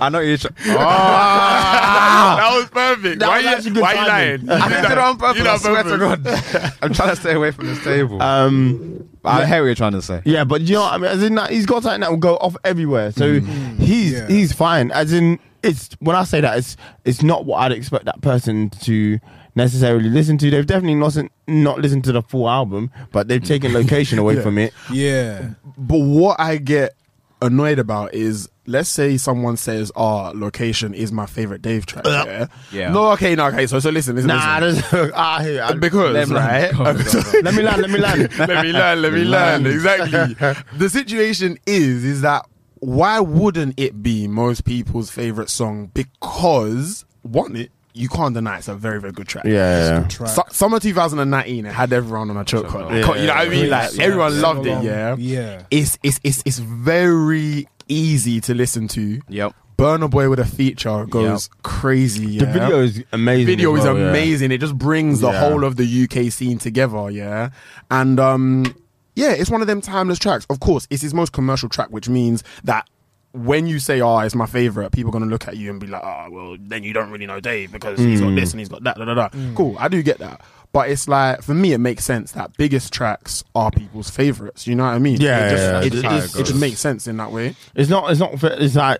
[SPEAKER 4] I know *laughs* you're. Tr- Ah!
[SPEAKER 8] that was perfect.
[SPEAKER 6] That
[SPEAKER 8] why
[SPEAKER 6] was
[SPEAKER 8] you-
[SPEAKER 6] actually good
[SPEAKER 8] why you lying?
[SPEAKER 4] *laughs*
[SPEAKER 6] timing.
[SPEAKER 8] You
[SPEAKER 4] I did it on purpose.
[SPEAKER 8] You know
[SPEAKER 4] I swear to
[SPEAKER 8] purpose.
[SPEAKER 4] God. I'm trying to stay away from this table.
[SPEAKER 6] Um,
[SPEAKER 4] I hear what you're trying to say.
[SPEAKER 6] yeah, but you know what I mean. As in, that he's got something that will go off everywhere. So he's
[SPEAKER 7] Yeah.
[SPEAKER 6] he's fine. As in, it's when I say that it's it's not what I'd expect that person to necessarily listen to. They've definitely not not listened to the full album, but they've taken location away from it.
[SPEAKER 7] Yeah.
[SPEAKER 5] But what I get annoyed about is let's say someone says, Oh, location is my favorite Dave track. Yeah.
[SPEAKER 4] Yeah.
[SPEAKER 5] No, okay, no, okay. So so listen, listen.
[SPEAKER 6] Nah,
[SPEAKER 5] listen.
[SPEAKER 6] there's, *laughs* I hear. I,
[SPEAKER 5] because
[SPEAKER 4] Let me
[SPEAKER 5] right? *laughs*
[SPEAKER 6] let me land. Let me land.
[SPEAKER 5] let me learn, let me learn. Exactly. the situation is, is that why wouldn't it be most people's favorite song? Because one, it you can't deny it's a very, very good track.
[SPEAKER 6] Yeah.
[SPEAKER 7] Track.
[SPEAKER 5] Su- summer 2019, it had everyone on a choke hold.
[SPEAKER 6] Yeah.
[SPEAKER 5] you know what I mean? Like
[SPEAKER 6] Yeah.
[SPEAKER 5] everyone loved it.
[SPEAKER 7] Sing-along.
[SPEAKER 5] Yeah,
[SPEAKER 7] Yeah.
[SPEAKER 5] It's it's it's it's very easy to listen to.
[SPEAKER 4] Yep.
[SPEAKER 5] Burner Boy with a feature goes crazy. Yeah?
[SPEAKER 6] The video is amazing.
[SPEAKER 5] video
[SPEAKER 6] as
[SPEAKER 5] is
[SPEAKER 6] well, yeah.
[SPEAKER 5] amazing. It just brings the
[SPEAKER 6] Yeah.
[SPEAKER 5] whole of the UK scene together, yeah. And um yeah, it's one of them timeless tracks. Of course, it's his most commercial track, which means that when you say, "Oh, it's my favorite," people are gonna look at you and be like, "Oh, well, then you don't really know Dave because he's got this and he's got that." Da, da, da. Cool, I do get that, but it's like for me, it makes sense that biggest tracks are people's favorites. You know what I mean?
[SPEAKER 6] Yeah,
[SPEAKER 5] it just,
[SPEAKER 6] yeah, yeah.
[SPEAKER 5] It,
[SPEAKER 6] That's
[SPEAKER 5] it,
[SPEAKER 6] how it
[SPEAKER 5] just- it just
[SPEAKER 6] goes.
[SPEAKER 5] makes sense in that way.
[SPEAKER 6] It's not. It's not. fair- It's like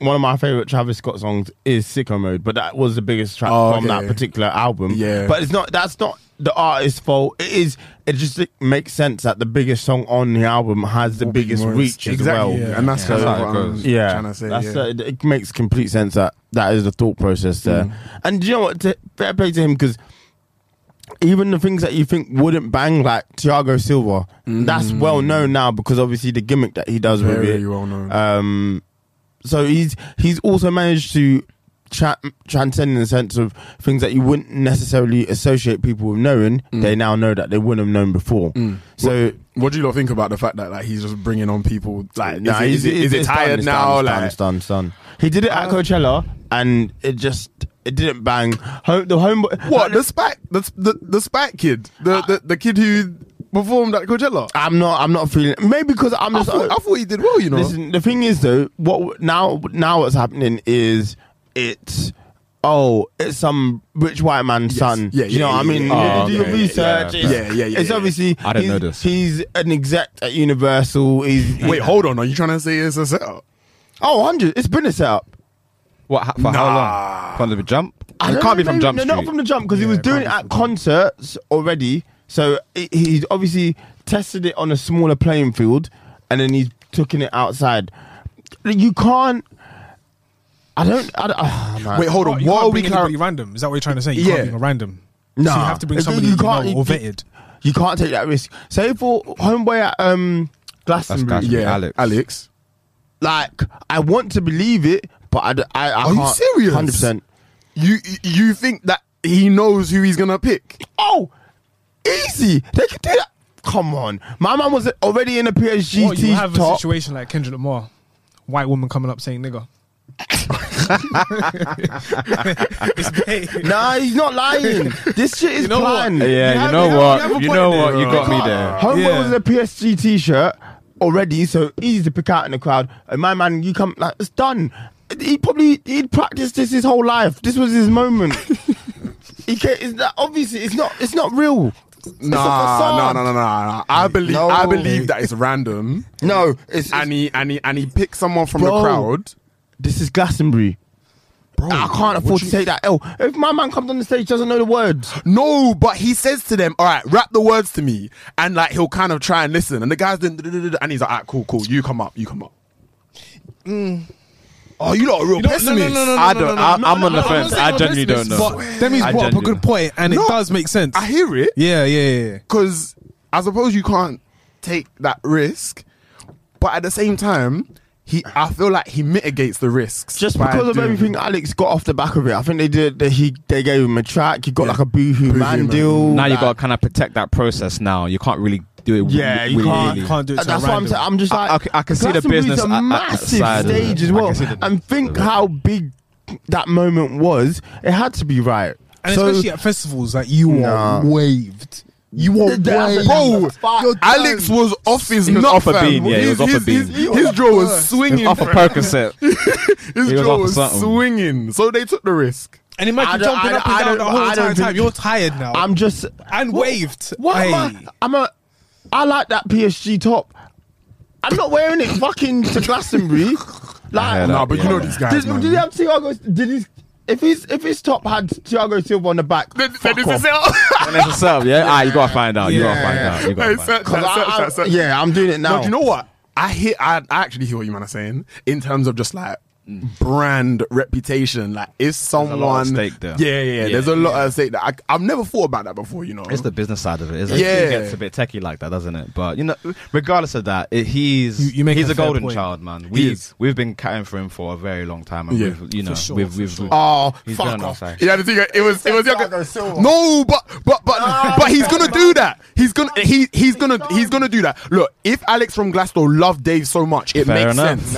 [SPEAKER 6] one of my favorite Travis Scott songs is "Sicko Mode," but that was the biggest track
[SPEAKER 5] Oh,
[SPEAKER 6] from
[SPEAKER 5] okay.
[SPEAKER 6] that particular album.
[SPEAKER 5] Yeah.
[SPEAKER 6] but it's not. That's not the artist's fault. It is. It just it makes sense that the biggest song on the album has the
[SPEAKER 5] Will be
[SPEAKER 6] biggest
[SPEAKER 5] more-
[SPEAKER 6] reach
[SPEAKER 5] exactly,
[SPEAKER 6] as well.
[SPEAKER 5] yeah. and that's
[SPEAKER 4] Yeah.
[SPEAKER 5] kind
[SPEAKER 4] That's
[SPEAKER 5] of
[SPEAKER 4] how it
[SPEAKER 5] what I'm
[SPEAKER 4] goes.
[SPEAKER 6] Yeah,
[SPEAKER 5] trying to say.
[SPEAKER 6] that's
[SPEAKER 5] yeah.
[SPEAKER 6] uh, it- it makes complete sense that that is the thought process there.
[SPEAKER 5] Mm.
[SPEAKER 6] And you know what? To, fair play to him because even the things that you think wouldn't bang, like Thiago Silva, that's well known now because obviously the gimmick that he does with
[SPEAKER 5] Mm. Very
[SPEAKER 6] it.
[SPEAKER 5] well known.
[SPEAKER 6] Um, so he's he's also managed to tra- transcend in the sense of things that you wouldn't necessarily associate people with knowing.
[SPEAKER 5] Mm.
[SPEAKER 6] They now know that they wouldn't have known before. So.
[SPEAKER 5] What do you lot think about the fact that like he's just bringing on people? Like,
[SPEAKER 6] Nah, he's-
[SPEAKER 5] is, it, is, it, is it
[SPEAKER 6] it's done,
[SPEAKER 5] tired
[SPEAKER 6] it's done,
[SPEAKER 5] now?
[SPEAKER 6] it's done,
[SPEAKER 5] like, Uh,
[SPEAKER 6] it's done, it's done. He did it at Coachella, and it just it didn't bang. Home, the homeboy.
[SPEAKER 5] what
[SPEAKER 6] like,
[SPEAKER 5] the spat the the, the spat kid, the, the the kid who performed at Coachella? Uh, I,
[SPEAKER 6] I'm not. I'm not feeling. Maybe because I'm just.
[SPEAKER 5] thought, I thought he did well, you know.
[SPEAKER 6] Listen, the thing is though, what w- now? Now what's happening is it's oh, it's some rich white man's son.
[SPEAKER 5] Yeah,
[SPEAKER 6] you
[SPEAKER 5] yeah,
[SPEAKER 6] know what I
[SPEAKER 5] yeah,
[SPEAKER 6] mean.
[SPEAKER 5] yeah,
[SPEAKER 4] yeah.
[SPEAKER 6] you
[SPEAKER 4] Oh,
[SPEAKER 6] do
[SPEAKER 4] okay,
[SPEAKER 6] your research.
[SPEAKER 4] yeah,
[SPEAKER 6] it's-
[SPEAKER 5] yeah, yeah, yeah,
[SPEAKER 6] It's
[SPEAKER 5] yeah.
[SPEAKER 6] obviously.
[SPEAKER 4] I didn't know
[SPEAKER 6] he's-
[SPEAKER 4] this.
[SPEAKER 6] He's an exec at Universal. He's, he's
[SPEAKER 5] Wait, hold on. Are you trying to say it's a setup?
[SPEAKER 6] oh, 100. It's been a setup.
[SPEAKER 4] What? ho- For how long? From the jump?
[SPEAKER 6] I
[SPEAKER 4] it
[SPEAKER 6] don't
[SPEAKER 4] can't be
[SPEAKER 6] know,
[SPEAKER 4] from
[SPEAKER 6] maybe-
[SPEAKER 4] Jump
[SPEAKER 6] no,
[SPEAKER 4] Street.
[SPEAKER 6] Not from the jump because he was doing it at concerts already. So he- he's obviously tested it on a smaller playing field, and then he's taking it outside. You can't. I don't. I don't ah, man.
[SPEAKER 5] Wait, hold on.
[SPEAKER 7] You
[SPEAKER 5] What are
[SPEAKER 7] can't
[SPEAKER 5] we
[SPEAKER 7] bring
[SPEAKER 5] clar-
[SPEAKER 7] anybody random. Is that what you're trying to say? You
[SPEAKER 5] Yeah.
[SPEAKER 7] can't bring a random.
[SPEAKER 6] Nah.
[SPEAKER 7] So you have to bring
[SPEAKER 6] If
[SPEAKER 7] somebody you, can't, know or vetted.
[SPEAKER 6] You can't take that risk. Say for homeboy at um Glastonbury.
[SPEAKER 4] Glastonbury.
[SPEAKER 5] Yeah,
[SPEAKER 4] Alex.
[SPEAKER 5] Alex.
[SPEAKER 6] Like I want to believe it, but I. d- I, I
[SPEAKER 5] Are you
[SPEAKER 6] can't-
[SPEAKER 5] serious?
[SPEAKER 6] 100%.
[SPEAKER 5] You you think that he knows who he's gonna pick?
[SPEAKER 6] Oh, easy. They can do that. Come on. My man was already in a PSG
[SPEAKER 7] Or you have a
[SPEAKER 6] top.
[SPEAKER 7] situation like Kendrick Lamar, white woman coming up
[SPEAKER 6] *laughs*
[SPEAKER 7] saying nigger. it's bait.
[SPEAKER 6] Nah, he's not lying. this shit is
[SPEAKER 7] know what?
[SPEAKER 6] planned.
[SPEAKER 4] Yeah, you,
[SPEAKER 7] have-
[SPEAKER 4] know
[SPEAKER 7] you have- you have
[SPEAKER 4] what?
[SPEAKER 7] a
[SPEAKER 4] You
[SPEAKER 7] point
[SPEAKER 4] know
[SPEAKER 7] there,
[SPEAKER 4] what? You
[SPEAKER 7] bro.
[SPEAKER 4] got me there.
[SPEAKER 6] Homeboy
[SPEAKER 7] Yeah.
[SPEAKER 6] was in a PSG t-shirt already, so easy to pick out in the crowd. And my man, you come like it's done. He probably he'd practiced this his whole life. This was his moment. he can't, it's not, obviously it's not it's not real.
[SPEAKER 5] Nah, no, no, no, no, no. I believe
[SPEAKER 6] No.
[SPEAKER 5] I believe that it's *laughs* random.
[SPEAKER 6] No, it's, it's
[SPEAKER 5] And he and he and he picks someone from
[SPEAKER 6] Bro.
[SPEAKER 5] the crowd.
[SPEAKER 6] this is Glastonbury.
[SPEAKER 5] Bro,
[SPEAKER 6] I can't
[SPEAKER 5] what
[SPEAKER 6] afford to take that L. If my man comes on the stage, doesn't know the words.
[SPEAKER 5] No, but he says to them, "All right, rap the words to me," and like he'll kind of try and listen. And the guys then, and he's like, "All right, cool, cool. You come up, you come up." Oh, you lot are
[SPEAKER 7] Mm. You know- no, no,
[SPEAKER 5] real
[SPEAKER 7] no,
[SPEAKER 5] pessimists.
[SPEAKER 7] no, no,
[SPEAKER 4] I don't.
[SPEAKER 7] no,
[SPEAKER 4] I'm
[SPEAKER 7] no,
[SPEAKER 4] I'm
[SPEAKER 7] no,
[SPEAKER 4] on the
[SPEAKER 7] no, I'm
[SPEAKER 4] fence.
[SPEAKER 7] not
[SPEAKER 4] I
[SPEAKER 7] saying
[SPEAKER 4] genuinely don't
[SPEAKER 7] pessimists,
[SPEAKER 4] know.
[SPEAKER 7] But Demi's
[SPEAKER 4] I
[SPEAKER 7] brought up a
[SPEAKER 4] genuinely-
[SPEAKER 7] good point, and
[SPEAKER 5] No.
[SPEAKER 7] it does make sense.
[SPEAKER 5] I hear it
[SPEAKER 7] yeah, yeah, yeah, yeah.
[SPEAKER 5] because I suppose you can't take that risk, but at the same time, he I feel like he mitigates the risks
[SPEAKER 6] Just
[SPEAKER 5] by
[SPEAKER 6] because of
[SPEAKER 5] doing-
[SPEAKER 6] everything Alex got off the back of it, I think they did. They, he they gave him a track. He got like a boohoo,
[SPEAKER 5] Boohoo
[SPEAKER 6] man
[SPEAKER 5] Man.
[SPEAKER 6] deal.
[SPEAKER 4] now you
[SPEAKER 6] like-
[SPEAKER 4] got to kind of protect that process. Now you can't really do it.
[SPEAKER 6] Yeah, you
[SPEAKER 4] willy-
[SPEAKER 6] can't-
[SPEAKER 4] willy-nilly.
[SPEAKER 7] can't do it. to a
[SPEAKER 6] That's what I'm
[SPEAKER 7] random.
[SPEAKER 6] saying. I'm just
[SPEAKER 4] I-
[SPEAKER 6] like
[SPEAKER 4] I c- I can see the
[SPEAKER 6] Glastonbury's
[SPEAKER 4] business
[SPEAKER 6] a
[SPEAKER 4] a- a-
[SPEAKER 6] massive
[SPEAKER 4] side of it.
[SPEAKER 6] stage as
[SPEAKER 4] I
[SPEAKER 6] well,
[SPEAKER 4] can see the-
[SPEAKER 6] and think how big that moment was. It had to be right.
[SPEAKER 7] And
[SPEAKER 6] So-
[SPEAKER 7] especially at festivals, like you
[SPEAKER 6] Nah.
[SPEAKER 7] are waved. You are
[SPEAKER 6] Th- that's
[SPEAKER 7] waved.
[SPEAKER 6] a-
[SPEAKER 5] Bro,
[SPEAKER 6] Fuck.
[SPEAKER 5] You're Alex
[SPEAKER 6] done.
[SPEAKER 5] was off his
[SPEAKER 4] He was
[SPEAKER 5] nut,
[SPEAKER 4] off a
[SPEAKER 5] fam.
[SPEAKER 4] bean, yeah, he
[SPEAKER 5] His-
[SPEAKER 4] was off a
[SPEAKER 5] his- his-
[SPEAKER 4] bean.
[SPEAKER 5] His jaw was
[SPEAKER 4] It was
[SPEAKER 5] swinging.
[SPEAKER 4] off a
[SPEAKER 5] *laughs* fam.
[SPEAKER 4] poker set.
[SPEAKER 5] His
[SPEAKER 4] He was
[SPEAKER 5] jaw
[SPEAKER 4] off
[SPEAKER 5] was
[SPEAKER 4] something.
[SPEAKER 5] swinging. So they took the risk.
[SPEAKER 7] And
[SPEAKER 6] I
[SPEAKER 7] imagine
[SPEAKER 6] don't-
[SPEAKER 7] jumping
[SPEAKER 6] I
[SPEAKER 7] up and
[SPEAKER 6] don't-
[SPEAKER 7] down the
[SPEAKER 6] I
[SPEAKER 7] whole
[SPEAKER 6] don't
[SPEAKER 7] entire
[SPEAKER 6] think-
[SPEAKER 7] time. You're tired now.
[SPEAKER 6] I'm just
[SPEAKER 7] and
[SPEAKER 6] What-
[SPEAKER 7] waved.
[SPEAKER 6] What am I?
[SPEAKER 7] Aye.
[SPEAKER 6] I'm a. I like that PSG top. I'm not wearing it fucking to Glastonbury. Like,
[SPEAKER 4] heard
[SPEAKER 5] Nah,
[SPEAKER 4] that,
[SPEAKER 5] but you
[SPEAKER 4] yeah,
[SPEAKER 5] know
[SPEAKER 4] man.
[SPEAKER 5] these guys.
[SPEAKER 6] did,
[SPEAKER 5] man.
[SPEAKER 6] did he have Thiago? Did he? If his if his top had Thiago Silva on the back,
[SPEAKER 5] Then- then
[SPEAKER 6] fuck
[SPEAKER 5] it's a
[SPEAKER 6] off.
[SPEAKER 5] sell.
[SPEAKER 4] And it's yourself, yeah. Ah, you gotta find out. You gotta
[SPEAKER 6] Yeah.
[SPEAKER 4] find out. You gotta
[SPEAKER 5] Hey,
[SPEAKER 4] find
[SPEAKER 5] sir,
[SPEAKER 4] out.
[SPEAKER 6] 'Cause I- I-
[SPEAKER 5] sir, sir, sir.
[SPEAKER 6] yeah, I'm doing it now.
[SPEAKER 5] No, do you know what? I hear. I, I actually hear what you man are saying in terms of just like brand reputation. Like, if
[SPEAKER 4] lot
[SPEAKER 5] someone
[SPEAKER 4] at stake there.
[SPEAKER 5] Yeah, yeah, yeah,
[SPEAKER 4] Yeah,
[SPEAKER 5] There's a lot at stake. That I, I've never thought about that before. You know,
[SPEAKER 4] It's the business side of it, isn't
[SPEAKER 5] Yeah.
[SPEAKER 4] it? It gets a bit techie like that, doesn't it? But you know, regardless of that, it, he's
[SPEAKER 7] You- you make
[SPEAKER 4] he's
[SPEAKER 7] a
[SPEAKER 4] a,
[SPEAKER 7] fair
[SPEAKER 4] golden
[SPEAKER 7] point.
[SPEAKER 4] child, man.
[SPEAKER 5] He
[SPEAKER 4] We
[SPEAKER 5] is.
[SPEAKER 4] we've been cutting for him for a very long time, and
[SPEAKER 5] Yeah.
[SPEAKER 4] we've you know
[SPEAKER 7] sure,
[SPEAKER 4] we've
[SPEAKER 7] for
[SPEAKER 4] we've.
[SPEAKER 7] sure.
[SPEAKER 4] we've-
[SPEAKER 5] Oh,
[SPEAKER 4] he's
[SPEAKER 5] fuck
[SPEAKER 4] going
[SPEAKER 5] off!
[SPEAKER 4] outside.
[SPEAKER 5] Yeah, the thing it was it was younger.
[SPEAKER 6] Thiago Silva.
[SPEAKER 5] No, but but but but he's gonna do that. He's gonna he he's gonna he's gonna do that. Look, if Alex from Glasgow loved Dave so much, it
[SPEAKER 4] Fair
[SPEAKER 5] makes
[SPEAKER 4] enough.
[SPEAKER 5] sense.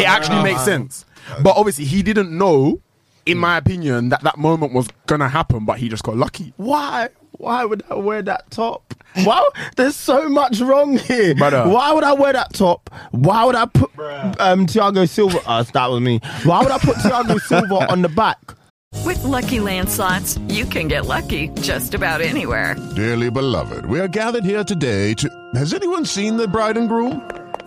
[SPEAKER 5] it actually makes sense. But obviously, he didn't know, in my opinion, that that moment was gonna happen. But he just got lucky.
[SPEAKER 6] Why? Why would I wear that top? Wow, there's so much wrong here.
[SPEAKER 5] Brother.
[SPEAKER 6] Why would I wear that top? Why would I put um, Thiago Silva? Uh, that was me. Why would I put Thiago Silva on the back?
[SPEAKER 8] With Lucky Land slots, you can get lucky just about anywhere.
[SPEAKER 9] Dearly beloved, we are gathered here today to. Has anyone seen the bride and groom?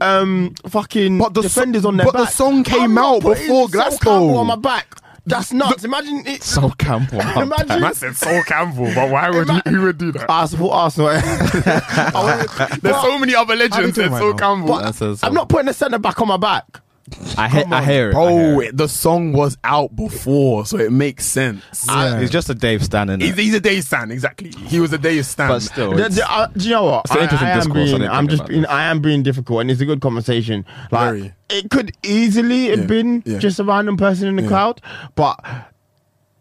[SPEAKER 6] um fucking
[SPEAKER 5] But the
[SPEAKER 6] defenders
[SPEAKER 5] so-
[SPEAKER 6] on their
[SPEAKER 5] but
[SPEAKER 6] back.
[SPEAKER 5] the song came
[SPEAKER 6] I'm not
[SPEAKER 5] out
[SPEAKER 6] putting Sol
[SPEAKER 5] before Glasgow.
[SPEAKER 6] Campbell on my back. That's nuts. Imagine it.
[SPEAKER 4] So Campbell, man.
[SPEAKER 6] Imagine
[SPEAKER 5] Man said Sol Campbell, but why would he, he would do that?
[SPEAKER 6] I support Arsenal. *laughs* I would-
[SPEAKER 5] There's
[SPEAKER 6] but-
[SPEAKER 5] so many other legends
[SPEAKER 7] doing
[SPEAKER 5] than
[SPEAKER 7] right
[SPEAKER 5] Sol
[SPEAKER 7] now?
[SPEAKER 5] Campbell.
[SPEAKER 4] That says
[SPEAKER 6] I'm not putting a centre back on my back.
[SPEAKER 4] I, he- I hear it. I hear
[SPEAKER 5] Bro,
[SPEAKER 4] it.
[SPEAKER 5] it- the song was out before, so it makes sense.
[SPEAKER 4] I- he's just a Dave standing.
[SPEAKER 5] He's, he's a day stand, exactly. He was a day stand.
[SPEAKER 4] But still,
[SPEAKER 6] The- the- uh, do you know what?
[SPEAKER 4] It's an interesting
[SPEAKER 6] am
[SPEAKER 4] discourse, I
[SPEAKER 6] being,
[SPEAKER 4] didn't
[SPEAKER 6] I'm
[SPEAKER 4] think
[SPEAKER 6] just
[SPEAKER 4] about
[SPEAKER 6] being,
[SPEAKER 4] this.
[SPEAKER 6] I am being difficult, and it's a good conversation. Like
[SPEAKER 5] Very.
[SPEAKER 6] it could easily have
[SPEAKER 5] Yeah,
[SPEAKER 6] been
[SPEAKER 5] yeah.
[SPEAKER 6] just a random person in the crowd, but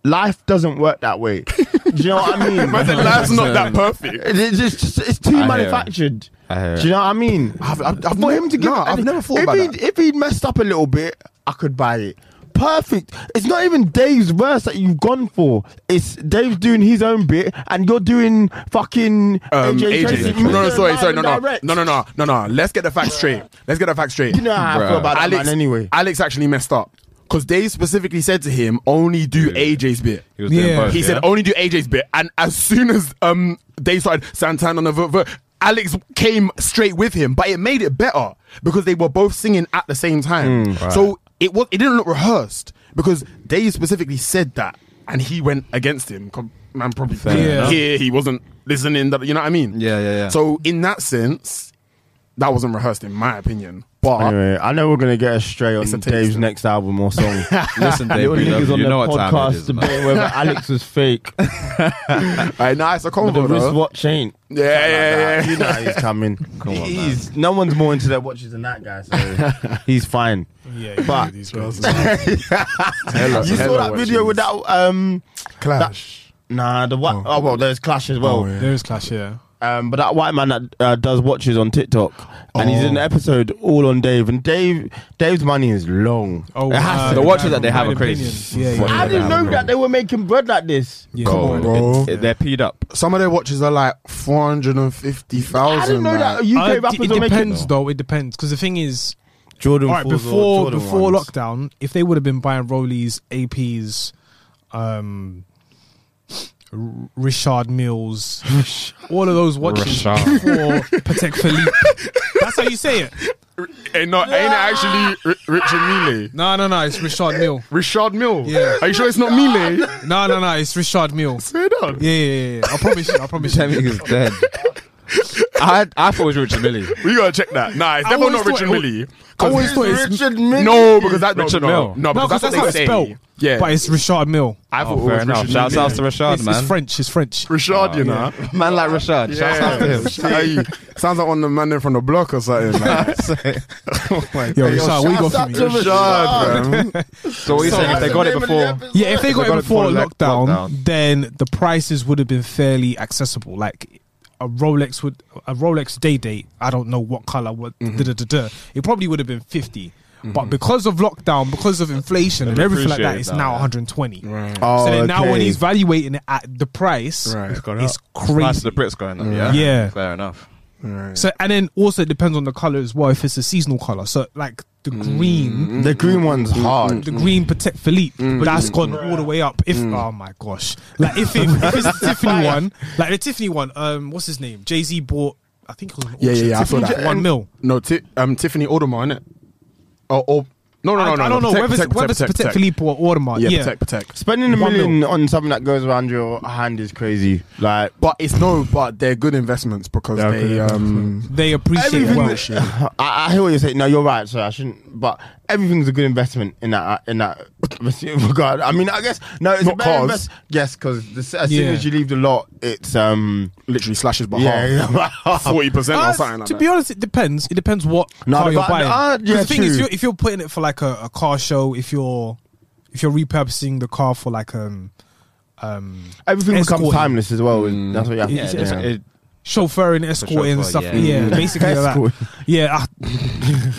[SPEAKER 6] life doesn't work that way. *laughs* do you know what I mean?
[SPEAKER 5] Man said life's not that perfect.
[SPEAKER 6] It- It's just, it's too
[SPEAKER 4] I hear it.
[SPEAKER 6] manufactured.
[SPEAKER 4] I hear
[SPEAKER 6] Do you know what I mean?
[SPEAKER 5] I've- I've- I've
[SPEAKER 6] For
[SPEAKER 5] ne-
[SPEAKER 6] him to give,
[SPEAKER 5] no,
[SPEAKER 6] it-
[SPEAKER 5] I've never thought
[SPEAKER 6] if
[SPEAKER 5] about
[SPEAKER 6] he'd,
[SPEAKER 5] that.
[SPEAKER 6] If he'd messed up a little bit, I could buy it. Perfect. It's not even Dave's verse that you've gone for. It's Dave's doing his own bit, and you're doing fucking
[SPEAKER 5] Um,
[SPEAKER 6] AJ. Tracy.
[SPEAKER 5] AJ, no, no,
[SPEAKER 6] You're
[SPEAKER 5] sorry,
[SPEAKER 6] live
[SPEAKER 5] sorry, no,
[SPEAKER 6] and
[SPEAKER 5] no,
[SPEAKER 6] direct.
[SPEAKER 5] no, no, no, no, no. Let's get the facts straight. Let's get the facts straight.
[SPEAKER 6] You know how I feel
[SPEAKER 4] Bruh.
[SPEAKER 6] about that
[SPEAKER 5] Alex,
[SPEAKER 6] man anyway.
[SPEAKER 5] Alex actually messed up because Dave specifically said to him, "Only do AJ's bit."
[SPEAKER 4] He was doing
[SPEAKER 7] Yeah.
[SPEAKER 4] both.
[SPEAKER 5] He
[SPEAKER 4] yeah?
[SPEAKER 5] said, "Only do AJ's bit." And as soon as um they started Santana on the ver- ver- Alex came straight with him, but it made it better because they were both singing at the same time.
[SPEAKER 4] Hmm.
[SPEAKER 5] So it was it didn't look rehearsed because they specifically said that, and he went against him. Com- Man, probably couldn't
[SPEAKER 7] enough.
[SPEAKER 5] hear he wasn't listening. That you know what I mean?
[SPEAKER 4] Yeah, yeah, yeah.
[SPEAKER 5] So in that sense, that wasn't rehearsed, in my opinion. But
[SPEAKER 6] Anyway, I know we're gonna get astray on
[SPEAKER 5] It's a taste.
[SPEAKER 6] Dave's next album or
[SPEAKER 5] *laughs*
[SPEAKER 6] song.
[SPEAKER 4] "Listen, Dave,
[SPEAKER 6] Little
[SPEAKER 4] we love
[SPEAKER 6] niggas
[SPEAKER 4] you.
[SPEAKER 6] on
[SPEAKER 4] You
[SPEAKER 6] the
[SPEAKER 4] know what time it
[SPEAKER 6] podcast
[SPEAKER 4] is." man.
[SPEAKER 6] debating whether Alex was *laughs* fake.
[SPEAKER 5] Alright, nah, it's a
[SPEAKER 6] But
[SPEAKER 5] combo.
[SPEAKER 6] the
[SPEAKER 5] though.
[SPEAKER 6] wristwatch ain't.
[SPEAKER 5] Yeah, yeah, yeah.
[SPEAKER 6] You know he's coming. *laughs* Come
[SPEAKER 4] on,
[SPEAKER 6] No one's more into their watches than that guy, *laughs* so he's fine.
[SPEAKER 7] Yeah,
[SPEAKER 6] But-
[SPEAKER 7] these girls.
[SPEAKER 5] *laughs* Hella-
[SPEAKER 6] You saw
[SPEAKER 5] hella
[SPEAKER 6] that video
[SPEAKER 5] watches.
[SPEAKER 6] with that um
[SPEAKER 5] clash.
[SPEAKER 6] nah the white oh, well there's clash as well.
[SPEAKER 7] There is clash, Oh, yeah.
[SPEAKER 6] Um but that white man that uh, does watches on TikTok and he's in an episode all on Dave and Dave Dave's money is long.
[SPEAKER 7] Oh,
[SPEAKER 6] it has
[SPEAKER 7] uh,
[SPEAKER 6] to
[SPEAKER 4] The
[SPEAKER 6] be.
[SPEAKER 4] watches that they
[SPEAKER 7] Right
[SPEAKER 4] have are
[SPEAKER 7] opinions.
[SPEAKER 4] crazy.
[SPEAKER 7] Yeah, yeah,
[SPEAKER 4] Watches
[SPEAKER 6] I
[SPEAKER 4] that they
[SPEAKER 6] didn't
[SPEAKER 4] have are
[SPEAKER 6] know that they were making bread like this.
[SPEAKER 7] yeah.
[SPEAKER 5] Come on, bro.
[SPEAKER 4] crazy. Oh, They're peed up.
[SPEAKER 5] Some of their watches are like four hundred and fifty thousand.
[SPEAKER 6] I didn't know that
[SPEAKER 7] Uh,
[SPEAKER 6] UK
[SPEAKER 7] d-
[SPEAKER 6] rappers
[SPEAKER 7] it
[SPEAKER 6] were
[SPEAKER 7] depends,
[SPEAKER 6] making
[SPEAKER 7] though. It depends because the thing is,
[SPEAKER 6] Jordan.
[SPEAKER 7] all right, before before lockdown, if they would have been buying Rollies, APs, um, R-
[SPEAKER 6] *laughs*
[SPEAKER 7] Richard Mills, all of those watches
[SPEAKER 4] Richard.
[SPEAKER 7] for Patek Philippe. That's how you say it.
[SPEAKER 5] ain't, not, ain't it actually R- Richard Mille?
[SPEAKER 7] No, no, no. It's Richard Mille.
[SPEAKER 5] Richard Mille.
[SPEAKER 7] Yeah.
[SPEAKER 5] Are you sure it's not *laughs* Mille?
[SPEAKER 7] No, no, no. It's Richard Mille.
[SPEAKER 5] Swear down.
[SPEAKER 7] Yeah, yeah, yeah. yeah. I promise you. I promise you.
[SPEAKER 4] *laughs* That nigga's dead. I I thought it was Richard Mille.
[SPEAKER 5] We gotta check that. Nah, it's
[SPEAKER 7] I
[SPEAKER 5] definitely not
[SPEAKER 7] always
[SPEAKER 5] Richard
[SPEAKER 7] thought it-
[SPEAKER 5] Mille.
[SPEAKER 7] I always
[SPEAKER 5] Cause-
[SPEAKER 7] thought it's
[SPEAKER 6] Richard Mille.
[SPEAKER 5] No, because that no,
[SPEAKER 4] Richard
[SPEAKER 5] no,
[SPEAKER 4] Mille.
[SPEAKER 5] No,
[SPEAKER 7] no,
[SPEAKER 5] because
[SPEAKER 7] because that's,
[SPEAKER 5] Oh, that's, what
[SPEAKER 7] how
[SPEAKER 5] they
[SPEAKER 7] it's
[SPEAKER 5] say.
[SPEAKER 7] spelled.
[SPEAKER 5] Yeah,
[SPEAKER 7] but it's Richard Mille.
[SPEAKER 5] I
[SPEAKER 4] Oh,
[SPEAKER 5] thought it
[SPEAKER 4] fair
[SPEAKER 5] was
[SPEAKER 4] enough.
[SPEAKER 5] Richard
[SPEAKER 4] Shouts
[SPEAKER 5] Mille.
[SPEAKER 4] out to Rashad,
[SPEAKER 7] It's,
[SPEAKER 4] man.
[SPEAKER 7] it's French. It's French.
[SPEAKER 4] Oh,
[SPEAKER 5] Richard, you know.
[SPEAKER 4] Man like Rashad.
[SPEAKER 7] *laughs*
[SPEAKER 4] Shouts out to him.
[SPEAKER 5] *laughs* Hey, sounds like one of the man there from the block or something. Man. oh my
[SPEAKER 7] Yo,
[SPEAKER 5] God.
[SPEAKER 7] Richard, what you got for me?
[SPEAKER 5] Rashad, man.
[SPEAKER 4] *laughs* So what are you saying? If they got it before,
[SPEAKER 7] Yeah, if they got it before
[SPEAKER 4] lock-
[SPEAKER 7] lockdown,
[SPEAKER 4] lockdown.
[SPEAKER 7] then the prices would have been fairly accessible. Like a Rolex would a Rolex day date. I don't know what color. What
[SPEAKER 5] Mm-hmm.
[SPEAKER 7] da, da, da, da, it probably would have been 50 But because of lockdown, because of inflation and everything like that,
[SPEAKER 4] appreciated
[SPEAKER 7] it's
[SPEAKER 4] that,
[SPEAKER 7] now
[SPEAKER 4] yeah.
[SPEAKER 7] 120.
[SPEAKER 5] Oh,
[SPEAKER 7] so then now when
[SPEAKER 5] okay.
[SPEAKER 7] he's valuating it at the price,
[SPEAKER 5] Right. It's gone
[SPEAKER 7] it's
[SPEAKER 4] price of
[SPEAKER 7] crazy.
[SPEAKER 4] the Brits going up. Yeah.
[SPEAKER 7] Yeah.
[SPEAKER 4] Fair enough.
[SPEAKER 7] So and then also it depends on the color as well. If it's a seasonal color, so like the
[SPEAKER 5] Mm.
[SPEAKER 7] green,
[SPEAKER 6] The green Mm, one's hard.
[SPEAKER 7] the green Patek Philippe,
[SPEAKER 5] Mm.
[SPEAKER 7] that's gone all the way up. If oh my gosh, like if, it, if
[SPEAKER 5] *laughs*
[SPEAKER 7] it's the Tiffany one, like the Tiffany one, um, what's his name? Jay Z bought, I think it was an auction,
[SPEAKER 5] Yeah, yeah, yeah, I saw
[SPEAKER 7] Tiffany
[SPEAKER 5] that.
[SPEAKER 7] for one mil.
[SPEAKER 5] No, ti- um, Tiffany Audemars, innit? Oh, oh, no, no, no,
[SPEAKER 7] I,
[SPEAKER 5] no.
[SPEAKER 7] I
[SPEAKER 5] no,
[SPEAKER 7] don't know
[SPEAKER 5] protect,
[SPEAKER 7] whether it's,
[SPEAKER 5] protect,
[SPEAKER 7] whether it's
[SPEAKER 5] protect,
[SPEAKER 7] Patek
[SPEAKER 5] protect.
[SPEAKER 7] Philippe or Audemars.
[SPEAKER 5] Yeah,
[SPEAKER 7] Yeah,
[SPEAKER 5] protect, protect.
[SPEAKER 6] Spending a
[SPEAKER 7] One
[SPEAKER 6] million on something that goes around your hand is crazy. Like
[SPEAKER 5] But it's no, but they're good investments because
[SPEAKER 6] They're
[SPEAKER 5] they,
[SPEAKER 6] good
[SPEAKER 5] um,
[SPEAKER 7] they appreciate it
[SPEAKER 6] *laughs* everything.
[SPEAKER 7] well.
[SPEAKER 6] that- *laughs* I, I hear what you're saying. No, you're right. So I shouldn't. But everything's a good investment in that uh, in that *laughs* regard. I mean, I guess no, it's
[SPEAKER 5] Not
[SPEAKER 6] a better
[SPEAKER 5] cars.
[SPEAKER 6] invest- Yes, because as soon
[SPEAKER 7] Yeah.
[SPEAKER 6] as you leave the lot, it's um
[SPEAKER 5] literally slashes by
[SPEAKER 6] yeah.
[SPEAKER 5] half. *laughs* Forty percent
[SPEAKER 7] Uh,
[SPEAKER 5] or something like
[SPEAKER 7] to
[SPEAKER 5] that.
[SPEAKER 7] be honest, it depends. It depends what
[SPEAKER 6] No,
[SPEAKER 7] car you're
[SPEAKER 6] but-
[SPEAKER 7] buying.
[SPEAKER 6] uh,
[SPEAKER 7] 'Cause
[SPEAKER 6] yeah,
[SPEAKER 7] the thing
[SPEAKER 6] true.
[SPEAKER 7] is, if you're, if you're putting it for like a, a car show, if you're if you're repurposing the car for like um um
[SPEAKER 6] everything becomes
[SPEAKER 7] Escorting.
[SPEAKER 6] timeless as well. and That's what you have to
[SPEAKER 7] Yeah,
[SPEAKER 6] do.
[SPEAKER 7] it's-
[SPEAKER 6] yeah.
[SPEAKER 4] It-
[SPEAKER 7] chauffeuring, escorting, and
[SPEAKER 4] chauffeur,
[SPEAKER 7] stuff.
[SPEAKER 4] yeah.
[SPEAKER 7] Yeah,
[SPEAKER 6] Mm.
[SPEAKER 7] basically like that. Yeah, ah,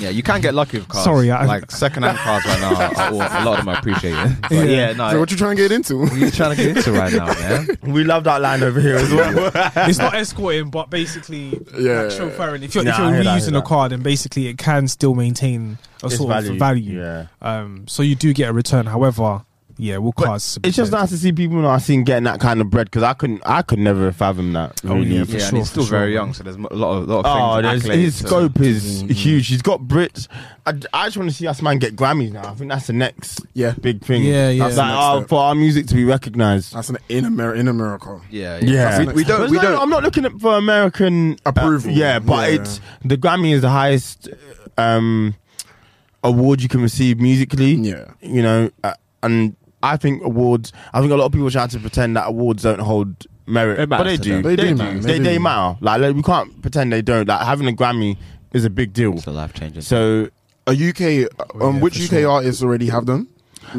[SPEAKER 4] yeah, you can get lucky with cars.
[SPEAKER 7] Sorry, I-
[SPEAKER 4] like second-hand cars right now. Are, all- a lot of them are *laughs* appreciated. But yeah. no.
[SPEAKER 5] So what you trying to get into? *laughs*
[SPEAKER 4] what are you trying to get into right now, *laughs* man?
[SPEAKER 6] we love that line over here as *laughs* well.
[SPEAKER 7] ah, it's not escorting, but basically
[SPEAKER 5] Yeah.
[SPEAKER 7] like chauffeuring. If you're,
[SPEAKER 6] Nah,
[SPEAKER 7] if
[SPEAKER 6] I hear
[SPEAKER 7] you're
[SPEAKER 6] that, I hear
[SPEAKER 7] reusing a
[SPEAKER 6] that.
[SPEAKER 7] car, then basically it can still maintain a
[SPEAKER 6] Its
[SPEAKER 7] sort
[SPEAKER 6] value,
[SPEAKER 7] of value.
[SPEAKER 6] yeah.
[SPEAKER 7] Um, so you do get a return. However, yeah, with
[SPEAKER 6] But
[SPEAKER 7] cars,
[SPEAKER 6] it's just nice to see people that I've seen getting that kind of bread because I couldn't, I could never fathom that.
[SPEAKER 7] Oh,
[SPEAKER 6] really.
[SPEAKER 7] yeah,
[SPEAKER 4] yeah,
[SPEAKER 7] for
[SPEAKER 4] and
[SPEAKER 7] sure,
[SPEAKER 4] he's still
[SPEAKER 7] for sure.
[SPEAKER 4] very young, so there's a lot of lot
[SPEAKER 6] Oh,
[SPEAKER 4] of
[SPEAKER 6] there's,
[SPEAKER 4] things.
[SPEAKER 6] his
[SPEAKER 4] accolades to-
[SPEAKER 6] scope is huge. He's got Brits. I, I just want to see us man get Grammys now. I think that's the next
[SPEAKER 5] Yeah.
[SPEAKER 6] big thing.
[SPEAKER 7] Yeah, yeah.
[SPEAKER 6] That's
[SPEAKER 7] That's the
[SPEAKER 6] like,
[SPEAKER 5] next
[SPEAKER 6] oh,
[SPEAKER 5] step.
[SPEAKER 6] for our music to be recognized.
[SPEAKER 5] That's an in America, in America.
[SPEAKER 4] Yeah,
[SPEAKER 6] Yeah,
[SPEAKER 4] We, we don't.
[SPEAKER 6] But
[SPEAKER 4] We
[SPEAKER 6] no, I'm
[SPEAKER 4] don't.
[SPEAKER 6] not looking at for American uh,
[SPEAKER 5] Approval.
[SPEAKER 6] yeah, but
[SPEAKER 5] Yeah.
[SPEAKER 6] it's the Grammy is the highest um, award you can receive musically.
[SPEAKER 5] Yeah.
[SPEAKER 6] you know, uh, and I think awards. I think a lot of people try to pretend that awards don't hold merit,
[SPEAKER 4] It
[SPEAKER 6] but
[SPEAKER 4] matters to
[SPEAKER 6] they do.
[SPEAKER 4] them.
[SPEAKER 5] They do,
[SPEAKER 6] They,
[SPEAKER 5] man. They
[SPEAKER 6] they
[SPEAKER 5] do.
[SPEAKER 6] matter. Like, like, we can't pretend they don't. Like having a Grammy is a big deal.
[SPEAKER 4] It's a life changing.
[SPEAKER 6] So.
[SPEAKER 5] A UK, um, which UK artists already have them?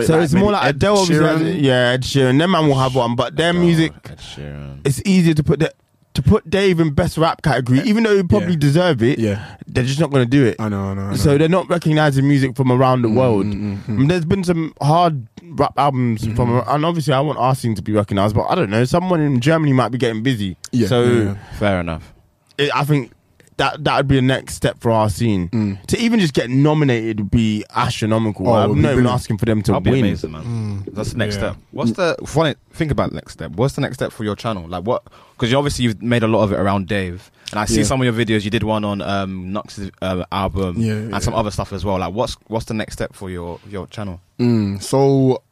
[SPEAKER 6] So it's more like
[SPEAKER 5] Ed
[SPEAKER 6] Adele, obviously has-
[SPEAKER 5] Sheeran.
[SPEAKER 6] yeah, Ed Sheeran. Them man will have one, but their music
[SPEAKER 4] Oh, Ed Sheeran.
[SPEAKER 6] it's easier to put that to put Dave in best rap category, even though he probably
[SPEAKER 5] Yeah.
[SPEAKER 6] deserve it.
[SPEAKER 5] Yeah.
[SPEAKER 6] they're just not going to do it.
[SPEAKER 5] I know, I know, I know. Mm,
[SPEAKER 6] So they're not recognizing music from around the world. I mean, there's been some hard rap albums
[SPEAKER 5] Mm,
[SPEAKER 6] from, ar- and obviously I want our scene to be recognized, but I don't know. Someone in Germany might be getting busy.
[SPEAKER 5] Yeah,
[SPEAKER 6] So
[SPEAKER 5] yeah, yeah.
[SPEAKER 4] Fair enough.
[SPEAKER 6] It, I think. That that would be the next step for our scene. To even just get nominated would be astronomical.
[SPEAKER 5] Mm. Oh,
[SPEAKER 6] I'm
[SPEAKER 5] it would be
[SPEAKER 6] not even
[SPEAKER 5] brilliant.
[SPEAKER 6] asking for them to
[SPEAKER 4] I'll be
[SPEAKER 6] win.
[SPEAKER 4] amazing, man. That's the next
[SPEAKER 7] Yeah.
[SPEAKER 4] step. What's the Mm. funny, think about the next step? What's the next step for your channel? Like what? Because you obviously you've made a lot of it around Dave, and I see
[SPEAKER 5] Yeah.
[SPEAKER 4] some of your videos. You did one on um, Nux's uh, album
[SPEAKER 5] Yeah,
[SPEAKER 4] and
[SPEAKER 5] yeah,
[SPEAKER 4] some
[SPEAKER 5] yeah.
[SPEAKER 4] other stuff as well. Like what's what's the next step for your your channel?
[SPEAKER 5] Mm, So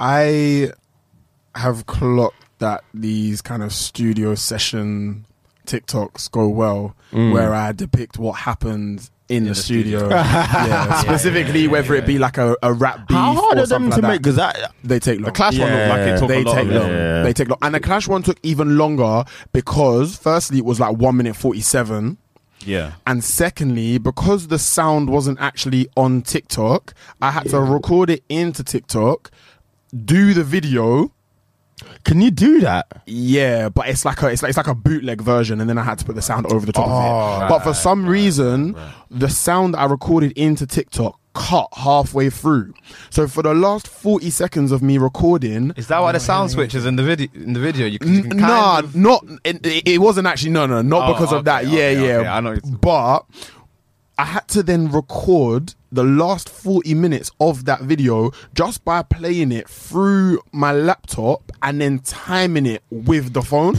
[SPEAKER 5] I have clocked that these kind of studio session TikToks go well, where I depict what happened in, the,
[SPEAKER 4] Mm. the
[SPEAKER 5] studio,
[SPEAKER 4] studio. *laughs*
[SPEAKER 5] Yeah, specifically whether it be like a, a rap beef
[SPEAKER 6] How hard
[SPEAKER 5] or
[SPEAKER 6] are them
[SPEAKER 5] something
[SPEAKER 6] to
[SPEAKER 5] like
[SPEAKER 6] make?
[SPEAKER 5] that.
[SPEAKER 6] Because that
[SPEAKER 5] They take long.
[SPEAKER 4] The Clash one looked like it
[SPEAKER 6] Yeah.
[SPEAKER 4] took a
[SPEAKER 5] they
[SPEAKER 4] lot
[SPEAKER 5] take
[SPEAKER 4] of
[SPEAKER 5] long.
[SPEAKER 6] Yeah.
[SPEAKER 5] They take long. And the Clash one took even longer because firstly it was like one minute forty seven.
[SPEAKER 4] Yeah.
[SPEAKER 5] And secondly, because the sound wasn't actually on TikTok, I had to record it into TikTok, do the video.
[SPEAKER 6] can you do that?
[SPEAKER 5] Yeah, but it's like a it's like it's like a bootleg version, and then I had to put the sound over the top of it. But for some reason, the sound I recorded into TikTok cut halfway through. So for the last forty seconds of me recording,
[SPEAKER 4] Is that why the sound switches in the video? In the video, you, can- you can kind
[SPEAKER 5] nah,
[SPEAKER 4] of-
[SPEAKER 5] not it, it- it wasn't actually no no not
[SPEAKER 4] Oh,
[SPEAKER 5] because of
[SPEAKER 4] okay,
[SPEAKER 5] that.
[SPEAKER 4] okay,
[SPEAKER 5] yeah, yeah.
[SPEAKER 4] okay, I know what you're-
[SPEAKER 5] but I had to then record the last 40 minutes of that video just by playing it through my laptop and then timing it with the phone.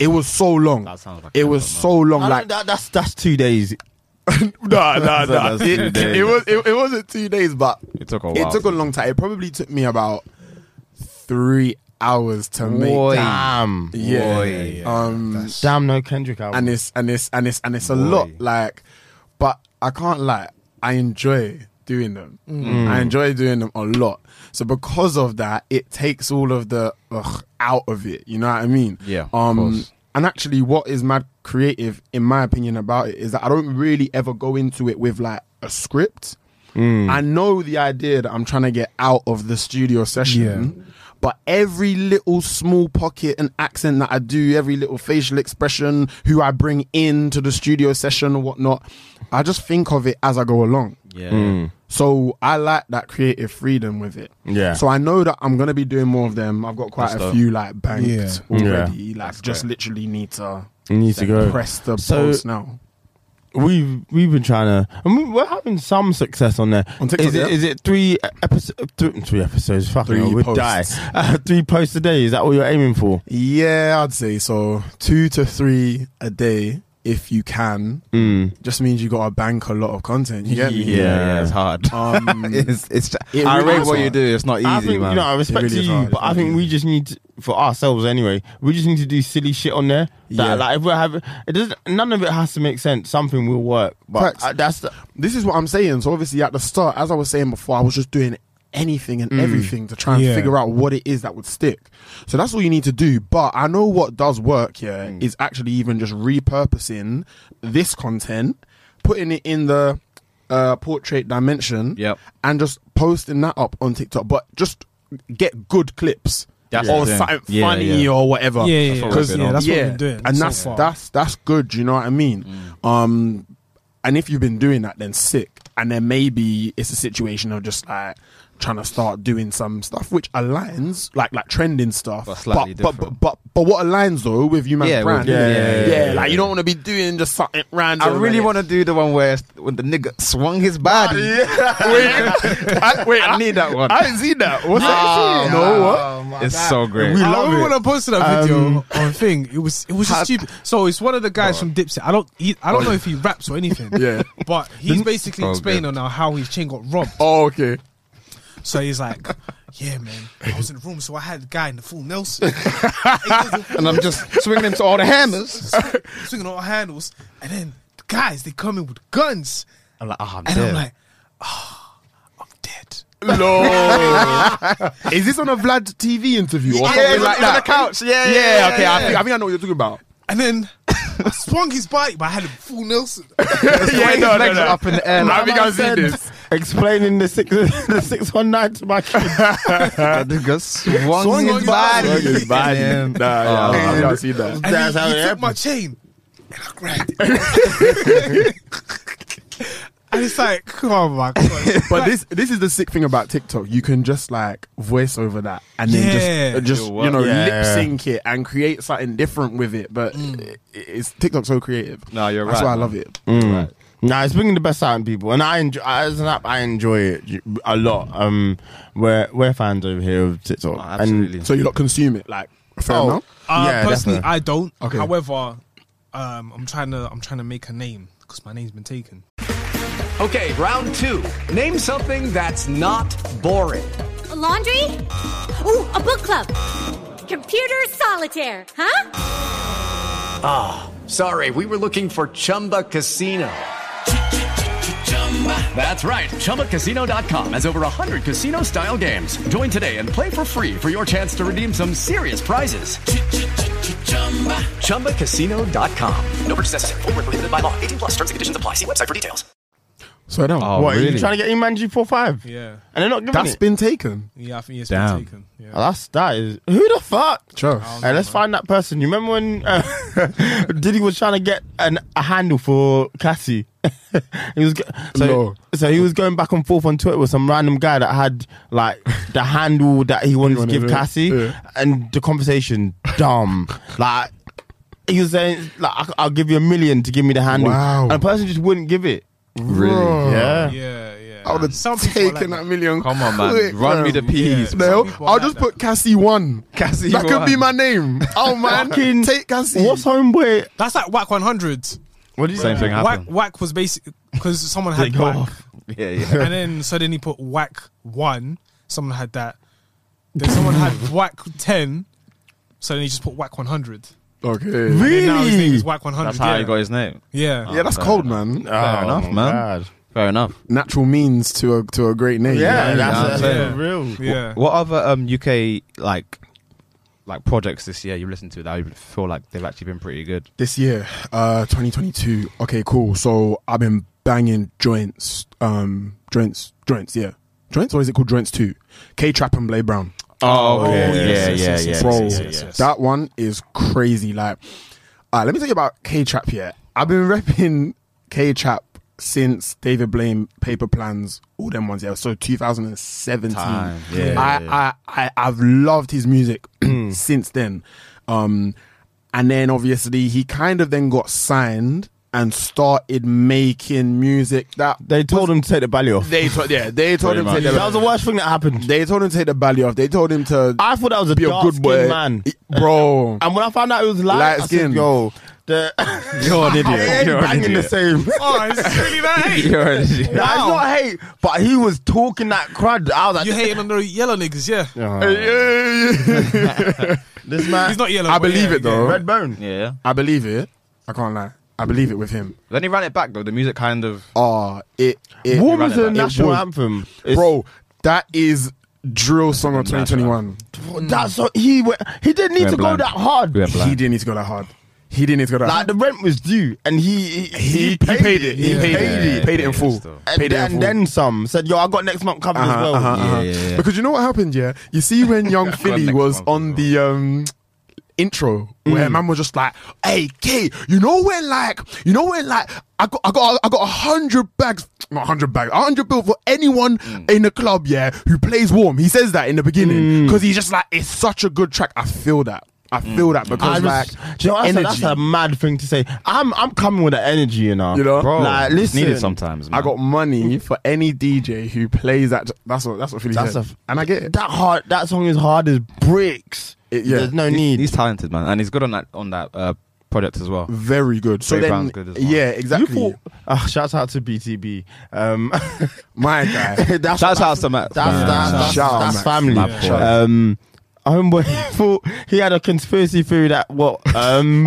[SPEAKER 5] It was so long.
[SPEAKER 4] sounds like
[SPEAKER 5] it
[SPEAKER 4] a
[SPEAKER 5] was
[SPEAKER 4] lot,
[SPEAKER 5] so long.
[SPEAKER 6] I
[SPEAKER 5] Like
[SPEAKER 6] don't- that, that's that's two days
[SPEAKER 5] nah,
[SPEAKER 4] So
[SPEAKER 5] nah, nah.
[SPEAKER 4] that's two
[SPEAKER 5] *laughs* It,
[SPEAKER 4] days.
[SPEAKER 5] it was it, it wasn't two days, but
[SPEAKER 4] It took a while.
[SPEAKER 5] it took a long time. It probably took me about three hours to
[SPEAKER 4] Oi.
[SPEAKER 5] make.
[SPEAKER 6] Damn.
[SPEAKER 5] Yeah.
[SPEAKER 6] Oi.
[SPEAKER 5] Um,
[SPEAKER 6] Damn, no Kendrick album.
[SPEAKER 5] and it's and it's and it's and it's a lot like, but I can't lie. I enjoy doing them.
[SPEAKER 6] Mm.
[SPEAKER 5] I enjoy doing them a lot. So because of that, it takes all of the ugh, out of it. You know what I mean?
[SPEAKER 4] Yeah, of
[SPEAKER 5] Um.
[SPEAKER 4] course.
[SPEAKER 5] And actually, what is mad creative, in my opinion, about it is that I don't really ever go into it with like a script.
[SPEAKER 4] Mm.
[SPEAKER 5] I know the idea that I'm trying to get out of the studio session, but every little small pocket and accent that I do, every little facial expression, who I bring into the studio session or whatnot, I just think of it as I go along.
[SPEAKER 4] Yeah.
[SPEAKER 6] Mm.
[SPEAKER 5] So I like that creative freedom with it.
[SPEAKER 6] Yeah.
[SPEAKER 5] So I know that I'm gonna be doing more of them. I've got quite
[SPEAKER 4] That's
[SPEAKER 5] a
[SPEAKER 4] dope.
[SPEAKER 5] few like banked
[SPEAKER 7] Yeah.
[SPEAKER 5] already. Like
[SPEAKER 4] That's
[SPEAKER 5] just
[SPEAKER 4] great.
[SPEAKER 5] literally need to
[SPEAKER 6] You need to go.
[SPEAKER 5] press the
[SPEAKER 6] So-
[SPEAKER 5] post now.
[SPEAKER 6] We've we've been trying to, and we, we're having some success on there.
[SPEAKER 5] On TikTok,
[SPEAKER 6] is it,
[SPEAKER 5] yeah.
[SPEAKER 6] is it three episodes? Three, three episodes? Fucking
[SPEAKER 5] Three
[SPEAKER 6] hell, we'd
[SPEAKER 5] posts.
[SPEAKER 6] die. Uh, three posts a day. Is that what you're aiming for?
[SPEAKER 5] Yeah, I'd say so. Two to three a day if you can.
[SPEAKER 6] Mm.
[SPEAKER 5] Just means you gotta bank a lot of content. You get me?
[SPEAKER 4] Yeah, yeah, it's hard. *laughs*
[SPEAKER 5] Um,
[SPEAKER 4] it's, it's,
[SPEAKER 5] it
[SPEAKER 4] I
[SPEAKER 5] really
[SPEAKER 4] rate
[SPEAKER 5] is
[SPEAKER 4] what you
[SPEAKER 5] hard.
[SPEAKER 4] do. It's not easy,
[SPEAKER 6] I think
[SPEAKER 4] man.
[SPEAKER 6] you know. I respect
[SPEAKER 5] really is
[SPEAKER 6] you,
[SPEAKER 5] hard.
[SPEAKER 6] but I
[SPEAKER 5] It's
[SPEAKER 6] think
[SPEAKER 5] not
[SPEAKER 6] we
[SPEAKER 5] easy.
[SPEAKER 6] just need to, for ourselves anyway. We just need to do silly shit on there. That,
[SPEAKER 5] Yeah.
[SPEAKER 6] Like if we're having, it doesn't. None of it has to make sense. Something will work. But
[SPEAKER 5] Facts.
[SPEAKER 6] uh, that's the,
[SPEAKER 5] This is what I'm saying. So obviously at the start, as I was saying before, I was just doing anything
[SPEAKER 4] Mm.
[SPEAKER 5] and everything to try and
[SPEAKER 7] Yeah.
[SPEAKER 5] figure out what it is that would stick. So that's all you need to do. But I know what does work here
[SPEAKER 4] Mm.
[SPEAKER 5] is actually even just repurposing this content, putting it in the uh, portrait dimension,
[SPEAKER 4] Yep.
[SPEAKER 5] and just posting that up on TikTok. But just get good clips.
[SPEAKER 4] That's
[SPEAKER 5] or
[SPEAKER 4] what I'm
[SPEAKER 5] something
[SPEAKER 4] saying. Yeah,
[SPEAKER 5] funny
[SPEAKER 4] yeah.
[SPEAKER 5] or whatever.
[SPEAKER 7] Yeah, yeah, That's
[SPEAKER 4] what we're
[SPEAKER 5] Because-
[SPEAKER 4] good on.
[SPEAKER 7] Yeah, that's what we've been doing
[SPEAKER 5] And
[SPEAKER 7] so
[SPEAKER 5] that's
[SPEAKER 7] far.
[SPEAKER 5] that's that's good. You know what I mean?
[SPEAKER 4] Mm.
[SPEAKER 5] Um, and if you've been doing that, then sick. And then maybe it's a situation of just like trying to start doing some stuff which aligns, like like trending stuff.
[SPEAKER 4] But slightly
[SPEAKER 5] but, but
[SPEAKER 4] different.
[SPEAKER 5] but but what aligns though with you, man?
[SPEAKER 4] Yeah,
[SPEAKER 5] brand,
[SPEAKER 4] with- yeah,
[SPEAKER 5] innit?
[SPEAKER 4] yeah, yeah, yeah,
[SPEAKER 5] Like
[SPEAKER 4] yeah.
[SPEAKER 5] you don't want to be doing just something random.
[SPEAKER 4] I really
[SPEAKER 5] innit? *laughs*
[SPEAKER 4] want to do the one where when the nigga swung his body.
[SPEAKER 5] wait, I, wait,
[SPEAKER 4] *laughs* I need that one.
[SPEAKER 5] I didn't see that. What's
[SPEAKER 4] Ah,
[SPEAKER 6] uh,
[SPEAKER 5] that? No, what?
[SPEAKER 4] It's so great.
[SPEAKER 7] I remember when I posted that video on thing. It was it was just
[SPEAKER 4] Had-
[SPEAKER 7] stupid. So it's one of the guys from Dipset. I don't he, I don't know if he raps or anything.
[SPEAKER 5] Yeah.
[SPEAKER 7] but he's basically
[SPEAKER 4] Oh,
[SPEAKER 7] explaining
[SPEAKER 4] good.
[SPEAKER 7] on now how his chain got robbed.
[SPEAKER 5] Oh, *laughs* okay.
[SPEAKER 7] So he's like, "Yeah, man, I was in the room, so I had the guy in the full Nelson,
[SPEAKER 4] and I'm just swinging him to all the hammers.
[SPEAKER 7] swinging all handles, and then the guys they come in with guns,
[SPEAKER 4] I'm like, oh, I'm
[SPEAKER 7] and
[SPEAKER 4] dead.
[SPEAKER 7] I'm like, oh, I'm
[SPEAKER 4] *laughs*
[SPEAKER 7] dead."
[SPEAKER 5] No. Is this on a Vlad TV interview or
[SPEAKER 4] Yeah,
[SPEAKER 5] something
[SPEAKER 4] it's
[SPEAKER 5] like
[SPEAKER 4] on
[SPEAKER 5] that?
[SPEAKER 4] the couch. Yeah, yeah,
[SPEAKER 5] Yeah,
[SPEAKER 4] yeah,
[SPEAKER 5] okay. I,
[SPEAKER 4] yeah.
[SPEAKER 5] think, I think I know what you're
[SPEAKER 4] *laughs*
[SPEAKER 5] talking about.
[SPEAKER 7] And then I swung his body, but I had him full Nelson.
[SPEAKER 4] yeah, his legs are up in the air.
[SPEAKER 5] I
[SPEAKER 4] Like,
[SPEAKER 5] think I've seen this.
[SPEAKER 6] explaining
[SPEAKER 4] *laughs*
[SPEAKER 6] the six the six one nine to my kids.
[SPEAKER 4] that nigga swung,
[SPEAKER 7] Swung
[SPEAKER 4] his
[SPEAKER 7] his
[SPEAKER 4] body.
[SPEAKER 7] body. Swung
[SPEAKER 6] *laughs*
[SPEAKER 7] his
[SPEAKER 5] body.
[SPEAKER 4] Damn.
[SPEAKER 5] Nah, yeah,
[SPEAKER 4] Oh,
[SPEAKER 5] I think
[SPEAKER 4] man.
[SPEAKER 5] I've seen that.
[SPEAKER 7] And
[SPEAKER 6] That's
[SPEAKER 7] he,
[SPEAKER 6] how
[SPEAKER 7] he
[SPEAKER 6] it
[SPEAKER 7] took my
[SPEAKER 6] happens.
[SPEAKER 7] chain and I grabbed it. *laughs* and it's like, oh my god.
[SPEAKER 5] *laughs* But this this is the sick thing about TikTok. You can just like voice over that and then
[SPEAKER 7] Yeah.
[SPEAKER 5] just just
[SPEAKER 4] It'll
[SPEAKER 5] you know
[SPEAKER 6] work. Yeah.
[SPEAKER 5] lip sync it and create something different with it. But
[SPEAKER 7] Mm.
[SPEAKER 5] it, it's TikTok's so creative.
[SPEAKER 4] No, you're
[SPEAKER 5] That's
[SPEAKER 4] right,
[SPEAKER 5] why I
[SPEAKER 4] man.
[SPEAKER 5] love it.
[SPEAKER 6] Mm. Nah, it's bringing the best out in people, and I enjoy as an app. I enjoy it a lot. Um, we're we're fans over here of TikTok.
[SPEAKER 4] Oh,
[SPEAKER 6] and-
[SPEAKER 4] absolutely.
[SPEAKER 5] So you lot consume it like a fair
[SPEAKER 6] Oh,
[SPEAKER 5] amount.
[SPEAKER 7] Uh,
[SPEAKER 6] yeah,
[SPEAKER 7] personally,
[SPEAKER 6] definitely.
[SPEAKER 7] I don't.
[SPEAKER 5] Okay.
[SPEAKER 7] However, um, I'm trying to I'm trying to make a name because my name's been taken.
[SPEAKER 10] Okay, round two. Name something that's not boring.
[SPEAKER 11] A laundry? Ooh, a book club. Computer solitaire, huh?
[SPEAKER 10] Sorry, we were looking for Chumba Casino. That's right. ChumbaCasino.com has over 100 casino style games. Join today and play for free for your chance to redeem some serious prizes. ChumbaCasino.com. No purchase necessary. Void where prohibited by law. 18 plus terms and conditions apply. See website for details.
[SPEAKER 5] So now
[SPEAKER 4] Oh,
[SPEAKER 6] what are you
[SPEAKER 4] really?
[SPEAKER 6] trying to get Iman G four five?
[SPEAKER 7] Yeah.
[SPEAKER 6] and they're not giving
[SPEAKER 5] that's
[SPEAKER 6] it.
[SPEAKER 5] been taken.
[SPEAKER 7] Yeah, I think it's
[SPEAKER 4] Damn.
[SPEAKER 7] been taken. Yeah.
[SPEAKER 6] Oh, that's that is who the fuck.
[SPEAKER 5] Trust.
[SPEAKER 6] Hey, let's find that person. You remember when uh, *laughs* Diddy was trying to get an, a handle for Cassie? *laughs* he was go- so,
[SPEAKER 5] No.
[SPEAKER 6] so he was going back and forth on Twitter with some random guy that had like the handle that he wanted to
[SPEAKER 5] wanted
[SPEAKER 6] give
[SPEAKER 5] it,
[SPEAKER 6] Cassie,
[SPEAKER 5] yeah.
[SPEAKER 6] and the conversation dumb. like he was saying, like I- I'll give you a million to give me the handle,
[SPEAKER 5] Wow.
[SPEAKER 6] and the person just wouldn't give it.
[SPEAKER 4] Really?
[SPEAKER 6] Yeah.
[SPEAKER 7] yeah, yeah.
[SPEAKER 5] I would have
[SPEAKER 7] Some people are like
[SPEAKER 5] taken
[SPEAKER 7] that.
[SPEAKER 5] that million.
[SPEAKER 4] Come on, man.
[SPEAKER 5] quick,
[SPEAKER 4] Run
[SPEAKER 5] bro.
[SPEAKER 4] me the
[SPEAKER 7] Yeah.
[SPEAKER 4] peas.
[SPEAKER 7] Some
[SPEAKER 5] No,
[SPEAKER 7] people are
[SPEAKER 5] I'll
[SPEAKER 7] like
[SPEAKER 5] just
[SPEAKER 7] that.
[SPEAKER 5] put Cassie one.
[SPEAKER 4] Cassie
[SPEAKER 5] that could be
[SPEAKER 4] one.
[SPEAKER 5] my name. Oh man,
[SPEAKER 6] Fucking-
[SPEAKER 5] take Cassie.
[SPEAKER 6] What's homeboy?
[SPEAKER 7] That's like Whack 100.
[SPEAKER 4] What do you Same thing
[SPEAKER 7] Whack,
[SPEAKER 4] happened.
[SPEAKER 7] whack was basically because someone had
[SPEAKER 4] They go
[SPEAKER 7] whack,
[SPEAKER 4] off. Yeah, yeah.
[SPEAKER 7] and then so then he put whack one. Someone had that. Then
[SPEAKER 6] *laughs*
[SPEAKER 7] someone had whack ten. So then he just put whack one hundred.
[SPEAKER 5] Okay.
[SPEAKER 7] And then now his name is whack one hundred.
[SPEAKER 4] That's how
[SPEAKER 7] yeah.
[SPEAKER 4] he got his name.
[SPEAKER 7] Yeah.
[SPEAKER 5] yeah, that's
[SPEAKER 4] fair
[SPEAKER 5] cold,
[SPEAKER 4] enough.
[SPEAKER 5] man.
[SPEAKER 4] Fair enough, man. Oh.
[SPEAKER 6] Oh,
[SPEAKER 4] Fair enough.
[SPEAKER 5] Natural means to a to a great name.
[SPEAKER 6] Yeah,
[SPEAKER 5] You know what I
[SPEAKER 6] that's
[SPEAKER 5] mean?
[SPEAKER 6] it.
[SPEAKER 4] I'm saying.
[SPEAKER 6] real.
[SPEAKER 4] Wh-
[SPEAKER 6] Yeah.
[SPEAKER 4] What, other um, UK like like projects this year you listened to that you feel like they've actually been pretty good?
[SPEAKER 5] This year, uh, 2022. Okay, cool. So I've been banging joints, um, joints, joints. Yeah, joints. Or is it called joints too? K Trap and Blade Brown.
[SPEAKER 4] Oh, okay. Yeah, yeah, yeah,
[SPEAKER 5] bro.
[SPEAKER 4] yes, yes, yes, yes.
[SPEAKER 5] That one is crazy. Like, uh, let me tell you about K Trap here. I've been *laughs* repping K Trap since David Blaine, Paper Plans, all them ones. Yeah, so 2017.
[SPEAKER 4] Time,
[SPEAKER 6] Mm.
[SPEAKER 4] yeah,
[SPEAKER 5] I,
[SPEAKER 4] yeah.
[SPEAKER 5] I, I, I've loved his music *clears throat*
[SPEAKER 7] Hmm.
[SPEAKER 5] since then. Um, and then obviously he kind of then got signed and started making music that
[SPEAKER 6] They told him to take the belly off.
[SPEAKER 5] they told
[SPEAKER 7] *laughs*
[SPEAKER 5] yeah they told him to take the,
[SPEAKER 6] that was the worst thing that happened.
[SPEAKER 5] they told him to take the belly off. They told him to
[SPEAKER 6] I thought that was a
[SPEAKER 5] be a
[SPEAKER 6] dark
[SPEAKER 5] good boy,
[SPEAKER 6] skinned man.
[SPEAKER 5] bro.
[SPEAKER 6] And when I found out it was light,
[SPEAKER 5] Light
[SPEAKER 6] I said,
[SPEAKER 5] skin.
[SPEAKER 6] yo, the *laughs*
[SPEAKER 4] You're an
[SPEAKER 6] They ain't banging the same.
[SPEAKER 7] Oh, is
[SPEAKER 6] *laughs*
[SPEAKER 7] this really that
[SPEAKER 4] *laughs*
[SPEAKER 7] hate?
[SPEAKER 4] You're an idiot.
[SPEAKER 6] Nah, it's not hate, but he was talking that crud. I was like, *laughs*
[SPEAKER 7] You hating on the yellow niggas, yeah.
[SPEAKER 6] this man.
[SPEAKER 7] *laughs* He's not yellow.
[SPEAKER 5] I
[SPEAKER 7] but
[SPEAKER 5] believe
[SPEAKER 7] yeah,
[SPEAKER 5] it though.
[SPEAKER 6] Red bone.
[SPEAKER 4] Uh-huh. Yeah.
[SPEAKER 5] I believe it. I can't lie. I believe it with him.
[SPEAKER 4] Then he ran it back though. The music kind of
[SPEAKER 5] Ah, it. it
[SPEAKER 6] What
[SPEAKER 4] ran
[SPEAKER 6] was
[SPEAKER 4] it
[SPEAKER 6] the
[SPEAKER 4] back.
[SPEAKER 6] national
[SPEAKER 5] was-
[SPEAKER 6] anthem? It's-
[SPEAKER 5] bro? That is drill song of 2021.
[SPEAKER 6] That's so he went, he didn't need
[SPEAKER 4] Went
[SPEAKER 6] to
[SPEAKER 4] blind.
[SPEAKER 6] go that hard.
[SPEAKER 4] We went
[SPEAKER 5] He didn't need to go that hard. He didn't need to go that.
[SPEAKER 6] Like
[SPEAKER 5] hard.
[SPEAKER 6] the rent was due, and he he,
[SPEAKER 5] he, he paid, it. He
[SPEAKER 6] He
[SPEAKER 5] paid, it. He paid it in
[SPEAKER 4] yeah,
[SPEAKER 5] full.
[SPEAKER 4] still.
[SPEAKER 6] And,
[SPEAKER 5] Paid it
[SPEAKER 6] then,
[SPEAKER 5] in full. Uh-huh,
[SPEAKER 6] then some said, "Yo, I got next month covered as well."
[SPEAKER 4] yeah, yeah.
[SPEAKER 5] Because you know what happened, yeah? You see when young Philly
[SPEAKER 4] next
[SPEAKER 5] was
[SPEAKER 4] month
[SPEAKER 5] on
[SPEAKER 4] as
[SPEAKER 5] the um intro where man was just like, Hey K, you know when like you know when like I got I got I got a hundred bags not a hundred bags, a hundred bill for anyone in the club, yeah, who plays warm. He says that in the beginning. Because he's just like, it's such a good track. I feel that. I feel that
[SPEAKER 6] I like,
[SPEAKER 5] because like
[SPEAKER 6] do you know what I said?
[SPEAKER 5] energy.
[SPEAKER 6] That's a mad thing to say. I'm I'm coming with the energy, you know.
[SPEAKER 5] You know?
[SPEAKER 4] bro.
[SPEAKER 6] like,
[SPEAKER 4] it's
[SPEAKER 6] listen,
[SPEAKER 4] needed sometimes. Man.
[SPEAKER 5] I got money for any DJ who plays that. That's what that's what Philly
[SPEAKER 6] That's
[SPEAKER 5] said,
[SPEAKER 6] a-
[SPEAKER 5] and I get it.
[SPEAKER 6] That hard, that song is hard as bricks.
[SPEAKER 5] It- yeah.
[SPEAKER 6] There's no
[SPEAKER 4] He's-
[SPEAKER 6] need.
[SPEAKER 4] He's talented, man, and he's good on that on that uh, project as well.
[SPEAKER 5] Very good. So
[SPEAKER 4] Ray
[SPEAKER 5] then,
[SPEAKER 4] Brown's good as well.
[SPEAKER 5] yeah,
[SPEAKER 6] you
[SPEAKER 5] exactly.
[SPEAKER 6] thought, Ah, shout out to BTB. Um, *laughs*
[SPEAKER 4] *laughs*
[SPEAKER 5] My guy.
[SPEAKER 6] that's
[SPEAKER 4] Shout out to Matt.
[SPEAKER 6] That's,
[SPEAKER 4] Yeah.
[SPEAKER 6] that's, that's,
[SPEAKER 5] Shout out,
[SPEAKER 6] that's
[SPEAKER 5] Max.
[SPEAKER 6] family.
[SPEAKER 4] My boy.
[SPEAKER 6] Um, homeboy *laughs* he thought he had a conspiracy theory that what um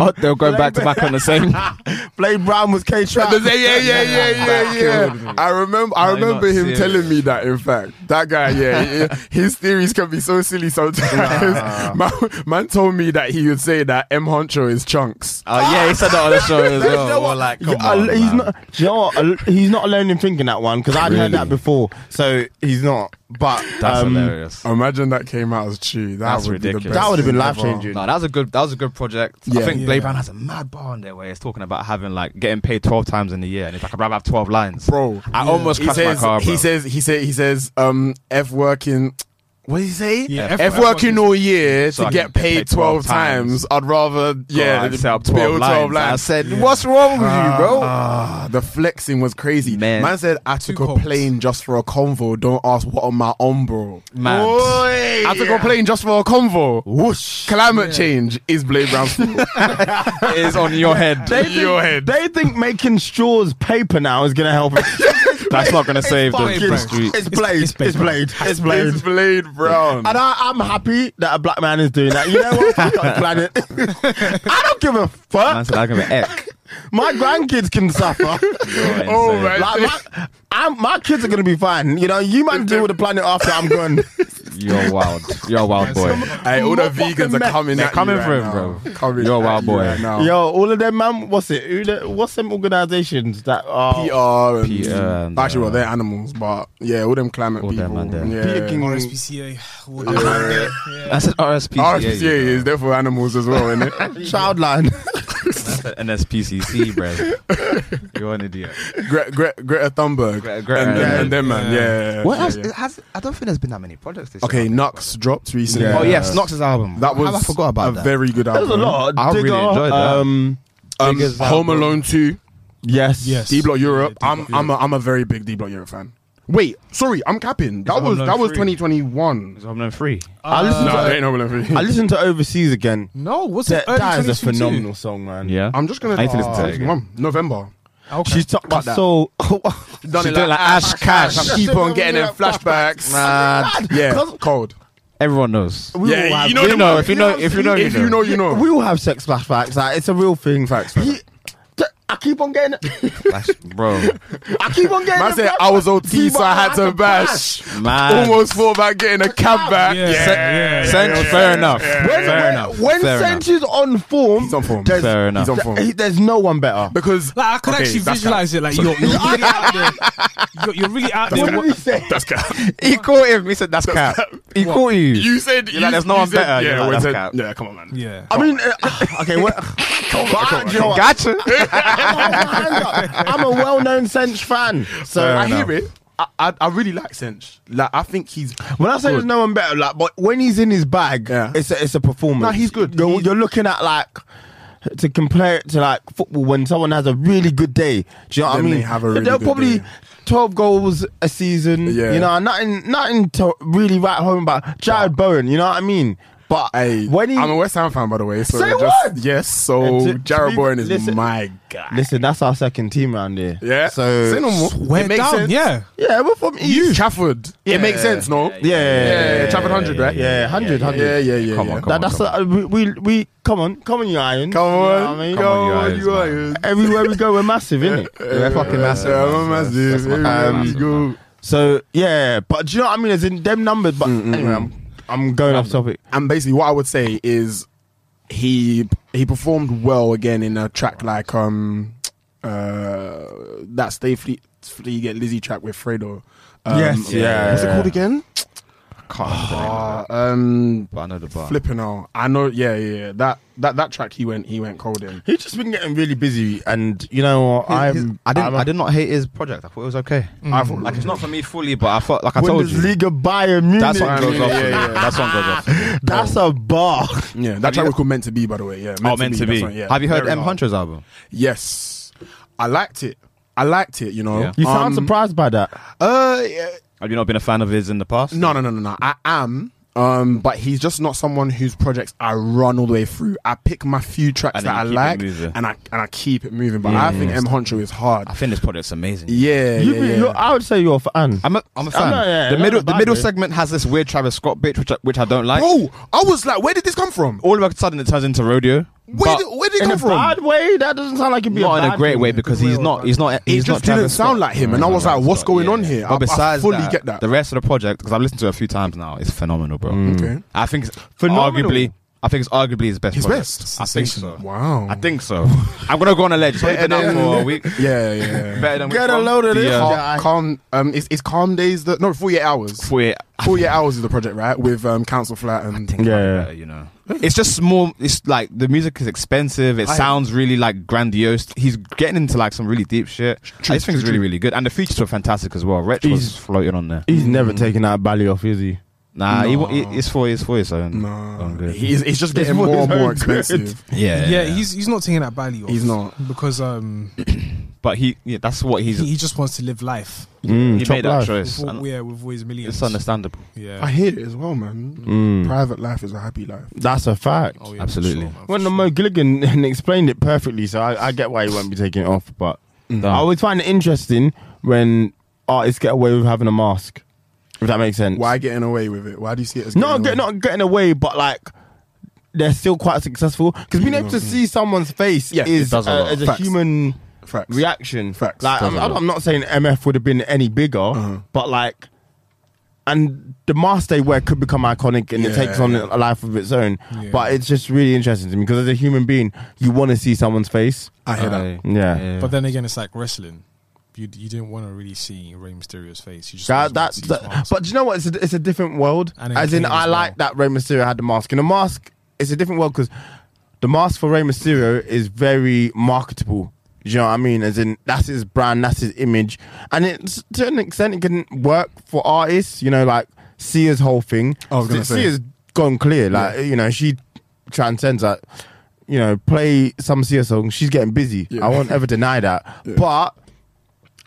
[SPEAKER 4] *laughs* Oh, they're going back to back on the
[SPEAKER 6] *laughs*
[SPEAKER 4] same. Oh,
[SPEAKER 6] Blade Brown was K Trap.
[SPEAKER 5] yeah, yeah, yeah, yeah, yeah, yeah. I remember, I
[SPEAKER 4] No, you're
[SPEAKER 5] remember
[SPEAKER 4] not
[SPEAKER 5] him
[SPEAKER 4] serious.
[SPEAKER 5] telling me that. In fact, that guy, yeah, yeah, his theories can be so silly sometimes. *laughs* Man, man told me that he would say that M Honcho is chunks.
[SPEAKER 4] Oh yeah, he said that on the show
[SPEAKER 6] *laughs*
[SPEAKER 4] as *laughs* well. We're like, come
[SPEAKER 6] Yeah,
[SPEAKER 4] on,
[SPEAKER 6] al- he's
[SPEAKER 4] man.
[SPEAKER 6] not. do you know what? Al- He's not alone in thinking that one because I'd heard
[SPEAKER 4] Really?
[SPEAKER 6] that before. So he's not. But
[SPEAKER 4] That's
[SPEAKER 6] um,
[SPEAKER 4] hilarious.
[SPEAKER 5] Imagine that came out as true. That
[SPEAKER 4] That's
[SPEAKER 5] would Be the
[SPEAKER 4] ridiculous.
[SPEAKER 5] best
[SPEAKER 6] That would have been
[SPEAKER 5] thing
[SPEAKER 6] life
[SPEAKER 5] ever.
[SPEAKER 6] changing.
[SPEAKER 4] No, that was a good. That was a good project.
[SPEAKER 5] Yeah.
[SPEAKER 4] I think Blade
[SPEAKER 7] Yeah.
[SPEAKER 4] Brown has a mad bar on there where he's talking about having like getting paid twelve times in a year, and he's like, I'd rather have twelve lines,
[SPEAKER 5] bro.
[SPEAKER 4] I almost
[SPEAKER 5] he
[SPEAKER 4] crashed
[SPEAKER 5] says,
[SPEAKER 4] my car, bro.
[SPEAKER 5] He says, he says, he says, um, F working. What did he say?
[SPEAKER 7] Yeah,
[SPEAKER 5] F,
[SPEAKER 7] F-
[SPEAKER 5] working all year
[SPEAKER 4] So
[SPEAKER 5] to
[SPEAKER 4] I can
[SPEAKER 5] get
[SPEAKER 4] get
[SPEAKER 5] paid
[SPEAKER 4] paid 12
[SPEAKER 5] 12 times.
[SPEAKER 4] times.
[SPEAKER 5] I'd rather, yeah,
[SPEAKER 4] I'd set up
[SPEAKER 5] build
[SPEAKER 4] 12 lines. I said, "What's
[SPEAKER 5] wrong with
[SPEAKER 4] you, bro?"
[SPEAKER 6] Uh,
[SPEAKER 5] Ah, the flexing was crazy. Man,
[SPEAKER 4] Man.
[SPEAKER 5] said, I took a
[SPEAKER 7] colds.
[SPEAKER 5] plane just for a convo. Don't ask what on my umbro.
[SPEAKER 4] man.
[SPEAKER 5] I took a plane just for a convo. Whoosh. Climate change is Blade
[SPEAKER 4] *laughs*
[SPEAKER 5] Brown's fault.
[SPEAKER 4] It is on your head.
[SPEAKER 6] They think,
[SPEAKER 5] Your head.
[SPEAKER 6] they think making straws paper now is gonna help.
[SPEAKER 4] That's not gonna save the
[SPEAKER 6] fucking-
[SPEAKER 4] streets.
[SPEAKER 6] It's blade. It's
[SPEAKER 7] It's- it's
[SPEAKER 6] blade. It's blade.
[SPEAKER 5] It's Blade
[SPEAKER 4] *laughs*
[SPEAKER 5] Brown.
[SPEAKER 6] And I, I'm happy that a black man is doing that. You know what? Fuck the planet. I don't give a
[SPEAKER 4] Man
[SPEAKER 6] fuck.
[SPEAKER 4] said, I can be eck.
[SPEAKER 6] My grandkids can suffer.
[SPEAKER 4] *laughs* Oh
[SPEAKER 5] man.
[SPEAKER 6] Like my, I'm, my kids are gonna be fine. You know, you man deal with the planet after I'm gone.
[SPEAKER 4] You're wild. You're a wild boy.
[SPEAKER 5] Hey, all the
[SPEAKER 6] Motherfucking
[SPEAKER 5] vegans are
[SPEAKER 6] mess.
[SPEAKER 5] coming
[SPEAKER 4] They're
[SPEAKER 5] at
[SPEAKER 4] coming
[SPEAKER 5] you
[SPEAKER 4] for
[SPEAKER 5] right
[SPEAKER 4] him,
[SPEAKER 5] now.
[SPEAKER 4] bro.
[SPEAKER 5] Coming
[SPEAKER 4] You're a
[SPEAKER 5] at
[SPEAKER 4] wild
[SPEAKER 5] you
[SPEAKER 4] boy.
[SPEAKER 5] right now.
[SPEAKER 6] Yo, all of them man. What's it? Who the, what's them organisations that are?
[SPEAKER 5] PR and,
[SPEAKER 4] PR and,
[SPEAKER 5] actually, well,
[SPEAKER 4] uh,
[SPEAKER 5] they're animals, but yeah, all them climate
[SPEAKER 4] all
[SPEAKER 5] people.
[SPEAKER 4] them and them.
[SPEAKER 5] yeah.
[SPEAKER 7] RSPCA. all them man there.
[SPEAKER 4] I said RSPCA.
[SPEAKER 5] RSPCA is there for animals as well,
[SPEAKER 6] *laughs*
[SPEAKER 5] isn't it?
[SPEAKER 6] Childline.
[SPEAKER 4] NSPCC, bro. *laughs* You're an idiot.
[SPEAKER 5] Gre- Gre- Greta Thunberg
[SPEAKER 4] Gre- Greta,
[SPEAKER 5] and, them,
[SPEAKER 4] yeah.
[SPEAKER 5] and them man. Yeah. yeah,
[SPEAKER 4] What else?
[SPEAKER 5] yeah.
[SPEAKER 4] Has, I don't think there's been that many projects this
[SPEAKER 5] Okay,
[SPEAKER 4] year.
[SPEAKER 5] Nux dropped recently.
[SPEAKER 4] Oh yes, Knox's album.
[SPEAKER 5] that was
[SPEAKER 4] How I forgot about
[SPEAKER 5] a
[SPEAKER 4] that.
[SPEAKER 5] very good
[SPEAKER 6] There's
[SPEAKER 5] album.
[SPEAKER 6] a lot.
[SPEAKER 4] I really
[SPEAKER 6] Digger,
[SPEAKER 4] enjoyed that.
[SPEAKER 6] Um,
[SPEAKER 5] Um,
[SPEAKER 4] Biggest
[SPEAKER 5] Home
[SPEAKER 4] album.
[SPEAKER 5] Alone Two,
[SPEAKER 6] yes.
[SPEAKER 7] Yes.
[SPEAKER 5] D Block Europe.
[SPEAKER 7] Yeah, D
[SPEAKER 5] I'm
[SPEAKER 7] Block
[SPEAKER 5] I'm a, I'm a very big D Block Europe fan. Wait, sorry, I'm capping. That
[SPEAKER 6] Home
[SPEAKER 5] was
[SPEAKER 6] Alone
[SPEAKER 5] that was
[SPEAKER 6] three.
[SPEAKER 5] 2021.
[SPEAKER 4] Is Homeland Free?
[SPEAKER 6] I listened
[SPEAKER 5] no,
[SPEAKER 6] to
[SPEAKER 5] it ain't Homeland Free.
[SPEAKER 6] I listened to Overseas again.
[SPEAKER 7] No, what's
[SPEAKER 6] that,
[SPEAKER 7] it? Early
[SPEAKER 6] that is a
[SPEAKER 7] 2022?
[SPEAKER 6] phenomenal song, man.
[SPEAKER 4] Yeah?
[SPEAKER 5] I'm just gonna.
[SPEAKER 4] I need to listen to
[SPEAKER 5] Ah,
[SPEAKER 4] it again.
[SPEAKER 5] Mum, November.
[SPEAKER 7] Okay.
[SPEAKER 6] She's talking about
[SPEAKER 5] that.
[SPEAKER 6] so.
[SPEAKER 5] Done
[SPEAKER 4] She's
[SPEAKER 5] it
[SPEAKER 4] doing like Ash Cash.
[SPEAKER 5] Keep on getting them flashbacks.
[SPEAKER 4] Nah,
[SPEAKER 5] Yeah, cold.
[SPEAKER 4] *laughs* everyone knows.
[SPEAKER 6] We all
[SPEAKER 5] Yeah,
[SPEAKER 6] have-
[SPEAKER 5] you know.
[SPEAKER 4] You
[SPEAKER 5] the
[SPEAKER 4] know,
[SPEAKER 5] one.
[SPEAKER 4] if you know- if you know, you
[SPEAKER 5] if you know,
[SPEAKER 4] know.
[SPEAKER 5] you know.
[SPEAKER 6] We all have sex flashbacks. Like it's a real thing. Facts. I keep on getting.
[SPEAKER 4] That's- *laughs* bro.
[SPEAKER 6] I keep on getting.
[SPEAKER 5] Man
[SPEAKER 6] the
[SPEAKER 5] said
[SPEAKER 6] flashbacks.
[SPEAKER 5] I was OT, so I had to bash.
[SPEAKER 4] Man.
[SPEAKER 5] Almost thought about getting a cab back.
[SPEAKER 7] Yeah.
[SPEAKER 4] Sen- sen- fair enough.
[SPEAKER 6] When,
[SPEAKER 4] fair
[SPEAKER 6] when,
[SPEAKER 4] enough.
[SPEAKER 6] when
[SPEAKER 4] fair enough.
[SPEAKER 6] Sench is on form,
[SPEAKER 5] He's on form.
[SPEAKER 6] There's,
[SPEAKER 4] Fair enough.
[SPEAKER 5] He's on form.
[SPEAKER 6] th- there's no one better.
[SPEAKER 5] Because
[SPEAKER 7] Like I could
[SPEAKER 5] Okay,
[SPEAKER 7] actually
[SPEAKER 5] that's
[SPEAKER 7] visualize it. Like you're, you're really out
[SPEAKER 6] *laughs*
[SPEAKER 7] there. You're, you're really out there.
[SPEAKER 6] What did he say?
[SPEAKER 5] That's cap.
[SPEAKER 4] *laughs* He caught him. He
[SPEAKER 5] *laughs*
[SPEAKER 4] said, "That's cap." He caught you.
[SPEAKER 5] You said
[SPEAKER 4] You're like, "There's no
[SPEAKER 5] you
[SPEAKER 4] one
[SPEAKER 5] said-
[SPEAKER 4] better." You're
[SPEAKER 5] Yeah,
[SPEAKER 4] like,
[SPEAKER 5] we
[SPEAKER 4] "That's
[SPEAKER 5] said-
[SPEAKER 4] cap."
[SPEAKER 5] yeah, come on, man.
[SPEAKER 7] yeah.
[SPEAKER 6] I mean, uh,
[SPEAKER 5] *laughs*
[SPEAKER 6] okay, well, *laughs* you know what?
[SPEAKER 4] Gotcha.
[SPEAKER 6] I'm a well-known Sench fan, so
[SPEAKER 5] I hear it. I, I, I really like Sench. Like I think he's
[SPEAKER 6] When I say there's no one better, like, but when he's in his bag,
[SPEAKER 5] Yeah.
[SPEAKER 6] it's a, it's a performance.
[SPEAKER 5] Nah, he's good.
[SPEAKER 6] You're,
[SPEAKER 5] He-
[SPEAKER 6] you're looking at like to compare it to like football when someone has a really good day. Do you know what
[SPEAKER 5] Then
[SPEAKER 6] I mean?
[SPEAKER 5] they have a
[SPEAKER 6] They'll
[SPEAKER 5] really good
[SPEAKER 6] probably
[SPEAKER 5] day.
[SPEAKER 6] twelve goals a season.
[SPEAKER 5] Yeah.
[SPEAKER 6] you know, nothing nothing to really write home about. Jared Bowen, you know what I mean? But
[SPEAKER 5] Hey,
[SPEAKER 6] when he
[SPEAKER 5] I'm a West Ham fan, by the way. So
[SPEAKER 6] Say
[SPEAKER 5] just,
[SPEAKER 6] what?
[SPEAKER 5] Yes. So
[SPEAKER 6] And to- to
[SPEAKER 5] Jared
[SPEAKER 6] be-
[SPEAKER 5] Bowen is
[SPEAKER 6] listen-
[SPEAKER 5] my guy.
[SPEAKER 6] listen, that's our second team round here.
[SPEAKER 5] Yeah.
[SPEAKER 6] so
[SPEAKER 5] say no more.
[SPEAKER 7] We're
[SPEAKER 5] Um, it makes
[SPEAKER 7] down.
[SPEAKER 5] sense.
[SPEAKER 7] Yeah.
[SPEAKER 6] yeah, we're from East.
[SPEAKER 5] You Trafford.
[SPEAKER 6] Yeah.
[SPEAKER 5] It makes sense, no?
[SPEAKER 6] Yeah, yeah, yeah, yeah,
[SPEAKER 5] Trafford hundred, right?
[SPEAKER 6] Yeah, 100, 100.
[SPEAKER 5] Yeah, yeah, yeah.
[SPEAKER 4] Come on,
[SPEAKER 5] yeah.
[SPEAKER 4] come
[SPEAKER 6] That, that's a, we, we we come on, come on, you iron.
[SPEAKER 5] Come
[SPEAKER 6] You know
[SPEAKER 5] on,
[SPEAKER 6] what I mean?
[SPEAKER 4] Come on, you Irons,
[SPEAKER 5] you
[SPEAKER 4] man.
[SPEAKER 5] Irons.
[SPEAKER 6] Everywhere we go, we're massive, *laughs* innit? We're fucking massive.
[SPEAKER 5] Yeah,
[SPEAKER 6] man.
[SPEAKER 5] I'm massive.
[SPEAKER 4] That's my-
[SPEAKER 5] Everywhere
[SPEAKER 4] um,
[SPEAKER 5] we go.
[SPEAKER 6] So yeah, but do you know what I mean? As in them numbers, but anyway, I'm, I'm going off topic.
[SPEAKER 5] And basically, what I would say is he he performed well again in a track like um uh that Stay Free, Free Get Lizzy track with Fredo. Um,
[SPEAKER 6] Yes, yeah.
[SPEAKER 5] What's it called again?
[SPEAKER 4] can't remember the name of it,
[SPEAKER 5] Uh, um,
[SPEAKER 4] but *sighs* I know the bar.
[SPEAKER 5] flipping out. I know. Yeah, yeah. yeah. That that that track he went he went cold in.
[SPEAKER 6] He's just been getting really busy, and you know what?
[SPEAKER 4] His- his-
[SPEAKER 6] I'm,
[SPEAKER 4] I didn't.
[SPEAKER 6] I'm
[SPEAKER 4] I'm, I did not hate his project. I thought it was okay.
[SPEAKER 5] I thought-
[SPEAKER 4] Like it's not for me fully, but I thought, like I told you,
[SPEAKER 6] Bundesliga Bayern Munich.
[SPEAKER 4] that's what goes
[SPEAKER 5] Yeah,
[SPEAKER 4] off.
[SPEAKER 5] yeah,
[SPEAKER 4] for me. *laughs*
[SPEAKER 5] yeah.
[SPEAKER 4] That's what goes off. for
[SPEAKER 5] *laughs*
[SPEAKER 4] me.
[SPEAKER 6] That's a bar.
[SPEAKER 5] Yeah, that track was called Meant to Be, by the way. Yeah,
[SPEAKER 4] Oh, meant to be.
[SPEAKER 5] that's right, yeah.
[SPEAKER 4] Have you heard
[SPEAKER 5] Very
[SPEAKER 4] M
[SPEAKER 5] hard.
[SPEAKER 4] Hunter's album?
[SPEAKER 5] Yes, I liked it. I liked it. You know,
[SPEAKER 4] Yeah.
[SPEAKER 6] You sound
[SPEAKER 5] Um,
[SPEAKER 6] surprised by that.
[SPEAKER 5] Uh, yeah.
[SPEAKER 4] Have you not been a fan of his in the past?
[SPEAKER 5] No, no, no, no, no. I am. Um, but he's just not someone whose projects I run all the way through. I pick my few tracks
[SPEAKER 4] And then
[SPEAKER 5] that I
[SPEAKER 4] you keep it
[SPEAKER 5] like,
[SPEAKER 4] moving.
[SPEAKER 5] and I and I keep it moving. But I think M Honcho is hard.
[SPEAKER 4] I think this project's amazing.
[SPEAKER 5] Yeah,
[SPEAKER 6] You,
[SPEAKER 5] yeah, yeah.
[SPEAKER 6] you're, I would say you're a fan.
[SPEAKER 4] I'm a, I'm a fan.
[SPEAKER 6] not- yeah,
[SPEAKER 4] the
[SPEAKER 6] not
[SPEAKER 4] middle,
[SPEAKER 6] a
[SPEAKER 4] the
[SPEAKER 6] bad
[SPEAKER 4] middle
[SPEAKER 6] dude.
[SPEAKER 4] segment has this weird Travis Scott bitch, which I, which I don't like.
[SPEAKER 5] Bro, I was like, where did this come from?
[SPEAKER 4] All of a sudden, it turns into rodeo.
[SPEAKER 5] Where
[SPEAKER 4] but
[SPEAKER 5] did, where did it
[SPEAKER 6] in
[SPEAKER 5] come
[SPEAKER 6] a
[SPEAKER 5] from?
[SPEAKER 6] bad way. That doesn't sound like it'd be
[SPEAKER 4] not
[SPEAKER 6] a
[SPEAKER 4] in a
[SPEAKER 6] bad
[SPEAKER 4] great
[SPEAKER 6] thing.
[SPEAKER 4] way because he's not. He's not.
[SPEAKER 5] It
[SPEAKER 4] He's not
[SPEAKER 5] just didn't
[SPEAKER 4] Travis
[SPEAKER 5] sound
[SPEAKER 4] Scott.
[SPEAKER 5] like him,
[SPEAKER 4] No,
[SPEAKER 5] and I
[SPEAKER 4] he's
[SPEAKER 5] was
[SPEAKER 4] not
[SPEAKER 5] like,
[SPEAKER 4] Travis
[SPEAKER 5] what's
[SPEAKER 4] Scott,
[SPEAKER 5] going
[SPEAKER 4] yeah.
[SPEAKER 5] on here? I- I
[SPEAKER 4] But besides
[SPEAKER 5] fully
[SPEAKER 4] that,
[SPEAKER 5] get that.
[SPEAKER 4] the rest of the project because I've listened to it a few times now. It's phenomenal, bro.
[SPEAKER 5] Okay.
[SPEAKER 4] I think it's
[SPEAKER 6] Mm. Phenomenal.
[SPEAKER 4] arguably. I think it's arguably his best.
[SPEAKER 5] His
[SPEAKER 4] project.
[SPEAKER 5] best.
[SPEAKER 4] I think so.
[SPEAKER 5] Wow.
[SPEAKER 4] I think so. *laughs* I'm gonna go on a ledge. It's been out for a week.
[SPEAKER 5] Yeah, yeah.
[SPEAKER 4] *laughs*
[SPEAKER 5] yeah.
[SPEAKER 4] Better than
[SPEAKER 6] Get
[SPEAKER 4] which
[SPEAKER 6] a
[SPEAKER 4] one?
[SPEAKER 6] load of
[SPEAKER 4] The,
[SPEAKER 6] this.
[SPEAKER 4] uh,
[SPEAKER 6] Yeah. I-
[SPEAKER 5] Calm. Um, it's, it's calm days. That no, 48 hours.
[SPEAKER 4] for it.
[SPEAKER 5] 48 hours is the project, right? With um, Council Flat and
[SPEAKER 6] Yeah.
[SPEAKER 4] better, *laughs* you know. It's just small. It's like the music is expensive. It sounds really like grandiose. He's getting into like some really deep shit. I just think it's really, really good. And the features were fantastic as well. Retch was
[SPEAKER 6] He's-
[SPEAKER 4] floating on there.
[SPEAKER 6] He's never taken that bally off, is he?
[SPEAKER 4] Nah, he, wa- he, it's for it's for his own. own
[SPEAKER 5] No,
[SPEAKER 4] good.
[SPEAKER 5] he's, it's just getting
[SPEAKER 6] It's
[SPEAKER 5] more and
[SPEAKER 6] very
[SPEAKER 5] more
[SPEAKER 6] good.
[SPEAKER 4] *laughs*
[SPEAKER 5] expensive.
[SPEAKER 4] yeah,
[SPEAKER 7] Yeah, he's he's not taking that value off.
[SPEAKER 5] He's not.
[SPEAKER 7] because um
[SPEAKER 4] but he yeah, that's what he's Mm,
[SPEAKER 7] he just wants to live life.
[SPEAKER 4] he made that
[SPEAKER 6] life.
[SPEAKER 4] choice.
[SPEAKER 7] With, all-
[SPEAKER 4] And
[SPEAKER 7] yeah, with all his millions.
[SPEAKER 4] It's understandable.
[SPEAKER 7] Yeah,
[SPEAKER 5] I hear it as well, man.
[SPEAKER 4] Mm.
[SPEAKER 5] Private life is a happy life.
[SPEAKER 6] That's a fact.
[SPEAKER 7] Oh, yeah, for
[SPEAKER 4] Absolutely.
[SPEAKER 7] sure, man, for
[SPEAKER 6] Well, no,
[SPEAKER 7] sure.
[SPEAKER 6] Mo Gilligan *laughs* explained it perfectly, so I, I get why he won't be taking it off. But
[SPEAKER 4] Mm.
[SPEAKER 6] I always find it interesting when artists get away with having a mask, if that makes sense.
[SPEAKER 5] Why getting away with it? Why do you see it as
[SPEAKER 6] Not
[SPEAKER 5] getting
[SPEAKER 6] get,
[SPEAKER 5] away?
[SPEAKER 6] not getting away, but like they're still quite successful because being able to see someone's face
[SPEAKER 5] Yeah, it
[SPEAKER 6] is
[SPEAKER 4] does a
[SPEAKER 6] uh,
[SPEAKER 4] lot.
[SPEAKER 6] as a
[SPEAKER 5] Facts.
[SPEAKER 6] human
[SPEAKER 5] Facts.
[SPEAKER 6] reaction.
[SPEAKER 5] Facts.
[SPEAKER 6] Like
[SPEAKER 5] Uh-huh. Does
[SPEAKER 6] I'm,
[SPEAKER 5] a lot.
[SPEAKER 6] I'm not saying MF would have been any bigger, but like, and the mask they wear could become iconic and it takes on
[SPEAKER 5] Yeah.
[SPEAKER 6] a life of its own.
[SPEAKER 7] Yeah.
[SPEAKER 6] But it's just really interesting to me because as a human being, you want to see someone's face.
[SPEAKER 5] I hear that.
[SPEAKER 4] Aye.
[SPEAKER 6] Yeah.
[SPEAKER 7] But then again, it's like wrestling. You you didn't want to really see Rey Mysterio's face. You just
[SPEAKER 6] That,
[SPEAKER 7] that,
[SPEAKER 6] that, that- but do you know what? It's a, it's a different world.
[SPEAKER 7] And
[SPEAKER 6] as in,
[SPEAKER 7] entertaining
[SPEAKER 6] I
[SPEAKER 7] as
[SPEAKER 6] like that Rey Mysterio had the mask. And the mask, it's a different world because the mask for Rey Mysterio is very marketable. Do you know what I mean? As in, that's his brand, that's his image. And it's, to an extent, it can work for artists, you know, like Sia's whole thing.
[SPEAKER 5] I was gonna
[SPEAKER 6] Si-
[SPEAKER 5] say.
[SPEAKER 6] Sia's gone clear. Like, you know, she transcends that. You know, play some Sia song. She's getting busy.
[SPEAKER 5] *laughs* Yeah.
[SPEAKER 6] I won't ever deny that. But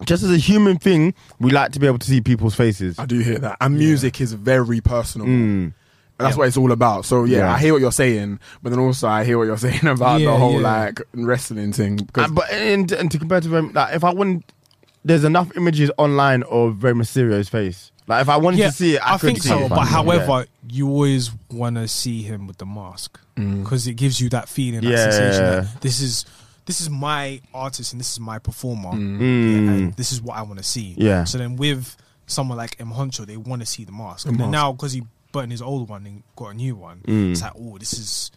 [SPEAKER 6] just as a human thing, we like to be able to see people's faces.
[SPEAKER 5] I do hear that. And music is very personal.
[SPEAKER 6] Mm.
[SPEAKER 5] That's what it's all about. So yeah,
[SPEAKER 6] Yeah.
[SPEAKER 5] I hear what you're saying, but then also I hear what you're *laughs* saying about
[SPEAKER 6] Yeah,
[SPEAKER 5] the whole
[SPEAKER 6] yeah.
[SPEAKER 5] like wrestling thing. Because
[SPEAKER 6] And, but and, and to compare to um, like, if I wouldn't, there's enough images online of Rey Mysterio's face. Like if I wanted
[SPEAKER 7] *laughs* Yeah,
[SPEAKER 6] to see it, I, could
[SPEAKER 7] think
[SPEAKER 6] see
[SPEAKER 7] so.
[SPEAKER 6] it.
[SPEAKER 7] But
[SPEAKER 6] Yeah.
[SPEAKER 7] however, you always want to see him with the mask
[SPEAKER 6] Mm.
[SPEAKER 7] because it gives you that feeling, that
[SPEAKER 6] Yeah.
[SPEAKER 7] sensation. That this is this is my artist and this is my performer.
[SPEAKER 6] Mm.
[SPEAKER 7] Yeah,
[SPEAKER 6] Mm.
[SPEAKER 7] and this is what I want to see.
[SPEAKER 6] Yeah.
[SPEAKER 7] So then with someone like M Honcho, they want to see the mask.
[SPEAKER 6] The
[SPEAKER 7] and then
[SPEAKER 6] mask.
[SPEAKER 7] now because he burnt his old one and got a new one,
[SPEAKER 6] Mm.
[SPEAKER 7] it's like oh, this is.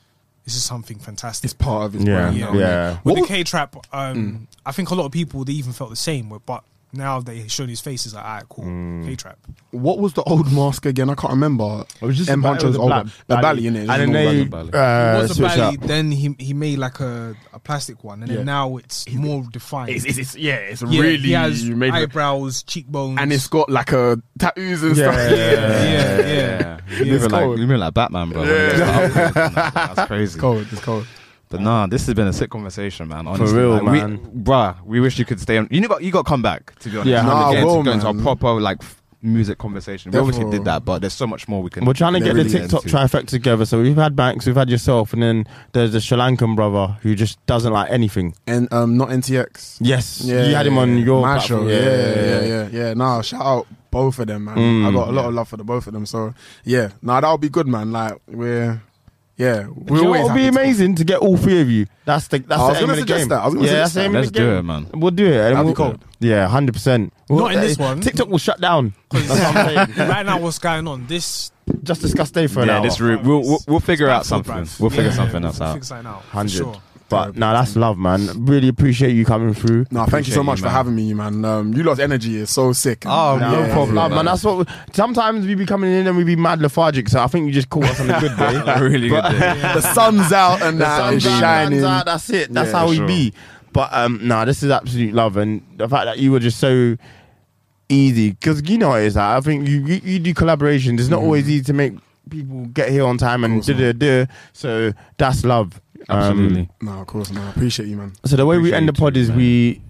[SPEAKER 7] This is something fantastic. It's
[SPEAKER 5] part of
[SPEAKER 6] his Yeah, brand now, yeah.
[SPEAKER 7] With
[SPEAKER 6] What
[SPEAKER 7] the K trap,
[SPEAKER 6] Mm.
[SPEAKER 7] um, I think a lot of people they even felt the same. But now they showing his face is like, alright, cool,
[SPEAKER 6] Mm.
[SPEAKER 7] K trap.
[SPEAKER 5] what was the old mask again? I can't remember. It was
[SPEAKER 7] just
[SPEAKER 5] M
[SPEAKER 7] a ba- it was
[SPEAKER 5] Honcho's
[SPEAKER 7] a
[SPEAKER 5] old
[SPEAKER 7] black
[SPEAKER 5] one. the
[SPEAKER 7] bally.
[SPEAKER 5] Bally in it.
[SPEAKER 6] And then they,
[SPEAKER 7] it
[SPEAKER 6] uh,
[SPEAKER 7] was a
[SPEAKER 6] switch
[SPEAKER 7] belly,
[SPEAKER 6] up.
[SPEAKER 7] then he he made like a, a plastic one, and then
[SPEAKER 5] Yeah.
[SPEAKER 7] now it's more defined.
[SPEAKER 5] It's- it's- it's- yeah, it's
[SPEAKER 7] he
[SPEAKER 5] really
[SPEAKER 7] has
[SPEAKER 5] made it-
[SPEAKER 7] eyebrows, cheekbones, *laughs*
[SPEAKER 5] and it's got like a tattoos and
[SPEAKER 4] Yeah,
[SPEAKER 5] stuff. *laughs*
[SPEAKER 4] yeah, yeah, yeah. *laughs* You
[SPEAKER 5] It's
[SPEAKER 4] remember like,
[SPEAKER 5] cold.
[SPEAKER 4] you remember like *laughs* Batman, bro.
[SPEAKER 5] Yeah.
[SPEAKER 4] That's crazy. It's
[SPEAKER 5] cold. It's cold.
[SPEAKER 4] But nah, this has been a sick conversation, man. Honestly,
[SPEAKER 6] real,
[SPEAKER 4] like, we-
[SPEAKER 6] man.
[SPEAKER 4] bruh, we wish you could stay on. You got you got to come back to be honest.
[SPEAKER 6] Yeah.
[SPEAKER 4] We're
[SPEAKER 6] Nah,
[SPEAKER 4] gonna
[SPEAKER 6] I
[SPEAKER 4] get into-
[SPEAKER 6] will,
[SPEAKER 4] go into a
[SPEAKER 6] man.
[SPEAKER 4] proper like f- music conversation. We obviously
[SPEAKER 6] Definitely.
[SPEAKER 4] did that, but there's so much more we can.
[SPEAKER 6] We're trying to get
[SPEAKER 4] really
[SPEAKER 6] the TikTok
[SPEAKER 4] into.
[SPEAKER 6] trifecta together. So we've had Banks, we've had yourself, and then there's the Sri Lankan brother who just doesn't like anything.
[SPEAKER 5] And um, not NTX.
[SPEAKER 6] Yes, you had him on your
[SPEAKER 5] my
[SPEAKER 6] platform.
[SPEAKER 5] show. Yeah, yeah, yeah, yeah, yeah. Nah, shout out both of them, man.
[SPEAKER 6] Mm.
[SPEAKER 5] I got a lot
[SPEAKER 6] Yeah.
[SPEAKER 5] of love for the both of them. So yeah, nah, that'll be good, man. Like we're yeah,
[SPEAKER 6] Do
[SPEAKER 5] we're
[SPEAKER 6] you know what
[SPEAKER 5] always
[SPEAKER 6] would be
[SPEAKER 5] happy to-
[SPEAKER 6] amazing to get all three of you. That's the that's
[SPEAKER 5] I was
[SPEAKER 6] the aim
[SPEAKER 5] gonna
[SPEAKER 6] of the
[SPEAKER 5] suggest
[SPEAKER 6] game.
[SPEAKER 5] that. I was gonna
[SPEAKER 6] yeah,
[SPEAKER 5] suggest
[SPEAKER 6] that's the
[SPEAKER 5] that.
[SPEAKER 6] aim of
[SPEAKER 5] Let's
[SPEAKER 6] the
[SPEAKER 5] do
[SPEAKER 6] game.
[SPEAKER 5] it, man.
[SPEAKER 6] We'll do it. And
[SPEAKER 5] That'd be
[SPEAKER 6] we'll,
[SPEAKER 5] cold.
[SPEAKER 6] Yeah, hundred percent.
[SPEAKER 7] Not in this one.
[SPEAKER 6] TikTok will shut down.
[SPEAKER 5] *laughs*
[SPEAKER 6] That's what I'm saying.
[SPEAKER 7] right now, what's going on? This
[SPEAKER 6] Just discuss day for an
[SPEAKER 4] yeah,
[SPEAKER 6] hour.
[SPEAKER 4] this route. We'll, we'll we'll figure out
[SPEAKER 7] Spotify,
[SPEAKER 4] something.
[SPEAKER 7] bruv.
[SPEAKER 4] We'll figure
[SPEAKER 7] Yeah,
[SPEAKER 4] something
[SPEAKER 7] we'll
[SPEAKER 4] else out.
[SPEAKER 7] figure something out, for
[SPEAKER 6] hundred.
[SPEAKER 7] sure.
[SPEAKER 6] But no, that's love, man. Really appreciate you coming through.
[SPEAKER 5] Nah, thank you so
[SPEAKER 6] Appreciate
[SPEAKER 5] much for
[SPEAKER 6] man.
[SPEAKER 5] having me, man. Um, you lot's energy is so sick.
[SPEAKER 6] Oh,
[SPEAKER 5] Yeah,
[SPEAKER 6] no
[SPEAKER 5] yeah,
[SPEAKER 6] problem,
[SPEAKER 5] yeah.
[SPEAKER 6] man. That's what. we- sometimes we be coming in and we be mad lethargic. So I think you just caught us on a good day.
[SPEAKER 4] really
[SPEAKER 6] But-
[SPEAKER 4] good.
[SPEAKER 6] *laughs*
[SPEAKER 4] Day.
[SPEAKER 5] *laughs* the sun's out and
[SPEAKER 6] The
[SPEAKER 5] that is
[SPEAKER 6] sun's out,
[SPEAKER 5] shining.
[SPEAKER 6] man's out, that's it. That's
[SPEAKER 5] Yeah,
[SPEAKER 6] how we
[SPEAKER 5] sure.
[SPEAKER 6] be. But um, nah, this is absolute love, and the fact that you were just so easy because you know it is. Like, I think you, you you do collaborations. It's not always easy to make people get here on time and da da da. So that's love. Um,
[SPEAKER 4] Absolutely.
[SPEAKER 5] No, of course, man. I appreciate you, man.
[SPEAKER 6] so the way we end the pod is we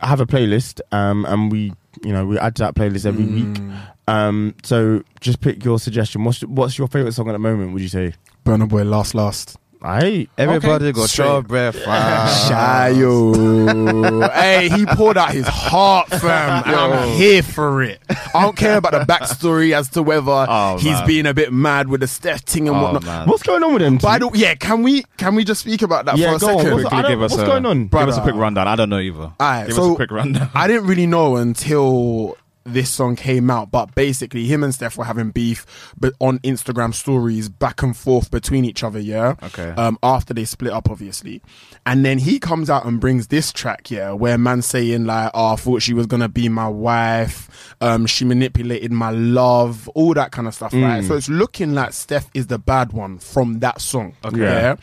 [SPEAKER 6] have a playlist, um, and we you know we add to that playlist every
[SPEAKER 5] Mm.
[SPEAKER 6] week. Um, so just pick your suggestion. What's what's your favorite song at the moment? Would you say?
[SPEAKER 5] Burner Boy, last, last.
[SPEAKER 6] I
[SPEAKER 4] Everybody got your
[SPEAKER 5] *laughs*
[SPEAKER 4] breath.
[SPEAKER 5] Shayo. hey, he poured out his heart, fam. And I'm here for it. Oh, I don't care about the backstory as to whether he's
[SPEAKER 4] man.
[SPEAKER 5] being a bit mad with the Steph thing and
[SPEAKER 4] Oh,
[SPEAKER 5] whatnot.
[SPEAKER 4] man.
[SPEAKER 6] What's going on with them?
[SPEAKER 5] But I don't, yeah, can we can we just speak about that
[SPEAKER 6] Yeah,
[SPEAKER 5] for a
[SPEAKER 6] go on.
[SPEAKER 5] second?
[SPEAKER 6] What's- I
[SPEAKER 4] Quickly
[SPEAKER 6] don't-
[SPEAKER 4] give us
[SPEAKER 6] what's
[SPEAKER 4] a,
[SPEAKER 6] going on?
[SPEAKER 4] Give us a
[SPEAKER 5] Brother.
[SPEAKER 4] quick rundown. I don't know either.
[SPEAKER 5] Alright,
[SPEAKER 4] give
[SPEAKER 5] so
[SPEAKER 4] us a quick rundown.
[SPEAKER 5] *laughs* I didn't really know until this song came out, but basically, him and Steph were having beef, but on Instagram stories, back and forth between each other. Yeah.
[SPEAKER 4] Okay.
[SPEAKER 5] Um, after they split up, obviously, and then he comes out and brings this track. Yeah, where man saying like, "Oh, I thought she was gonna be my wife. Um, she manipulated my love, all that kind of stuff." Right.
[SPEAKER 6] Mm.
[SPEAKER 5] So it's looking like Steph is the bad one from that song.
[SPEAKER 4] Okay.
[SPEAKER 5] Yeah.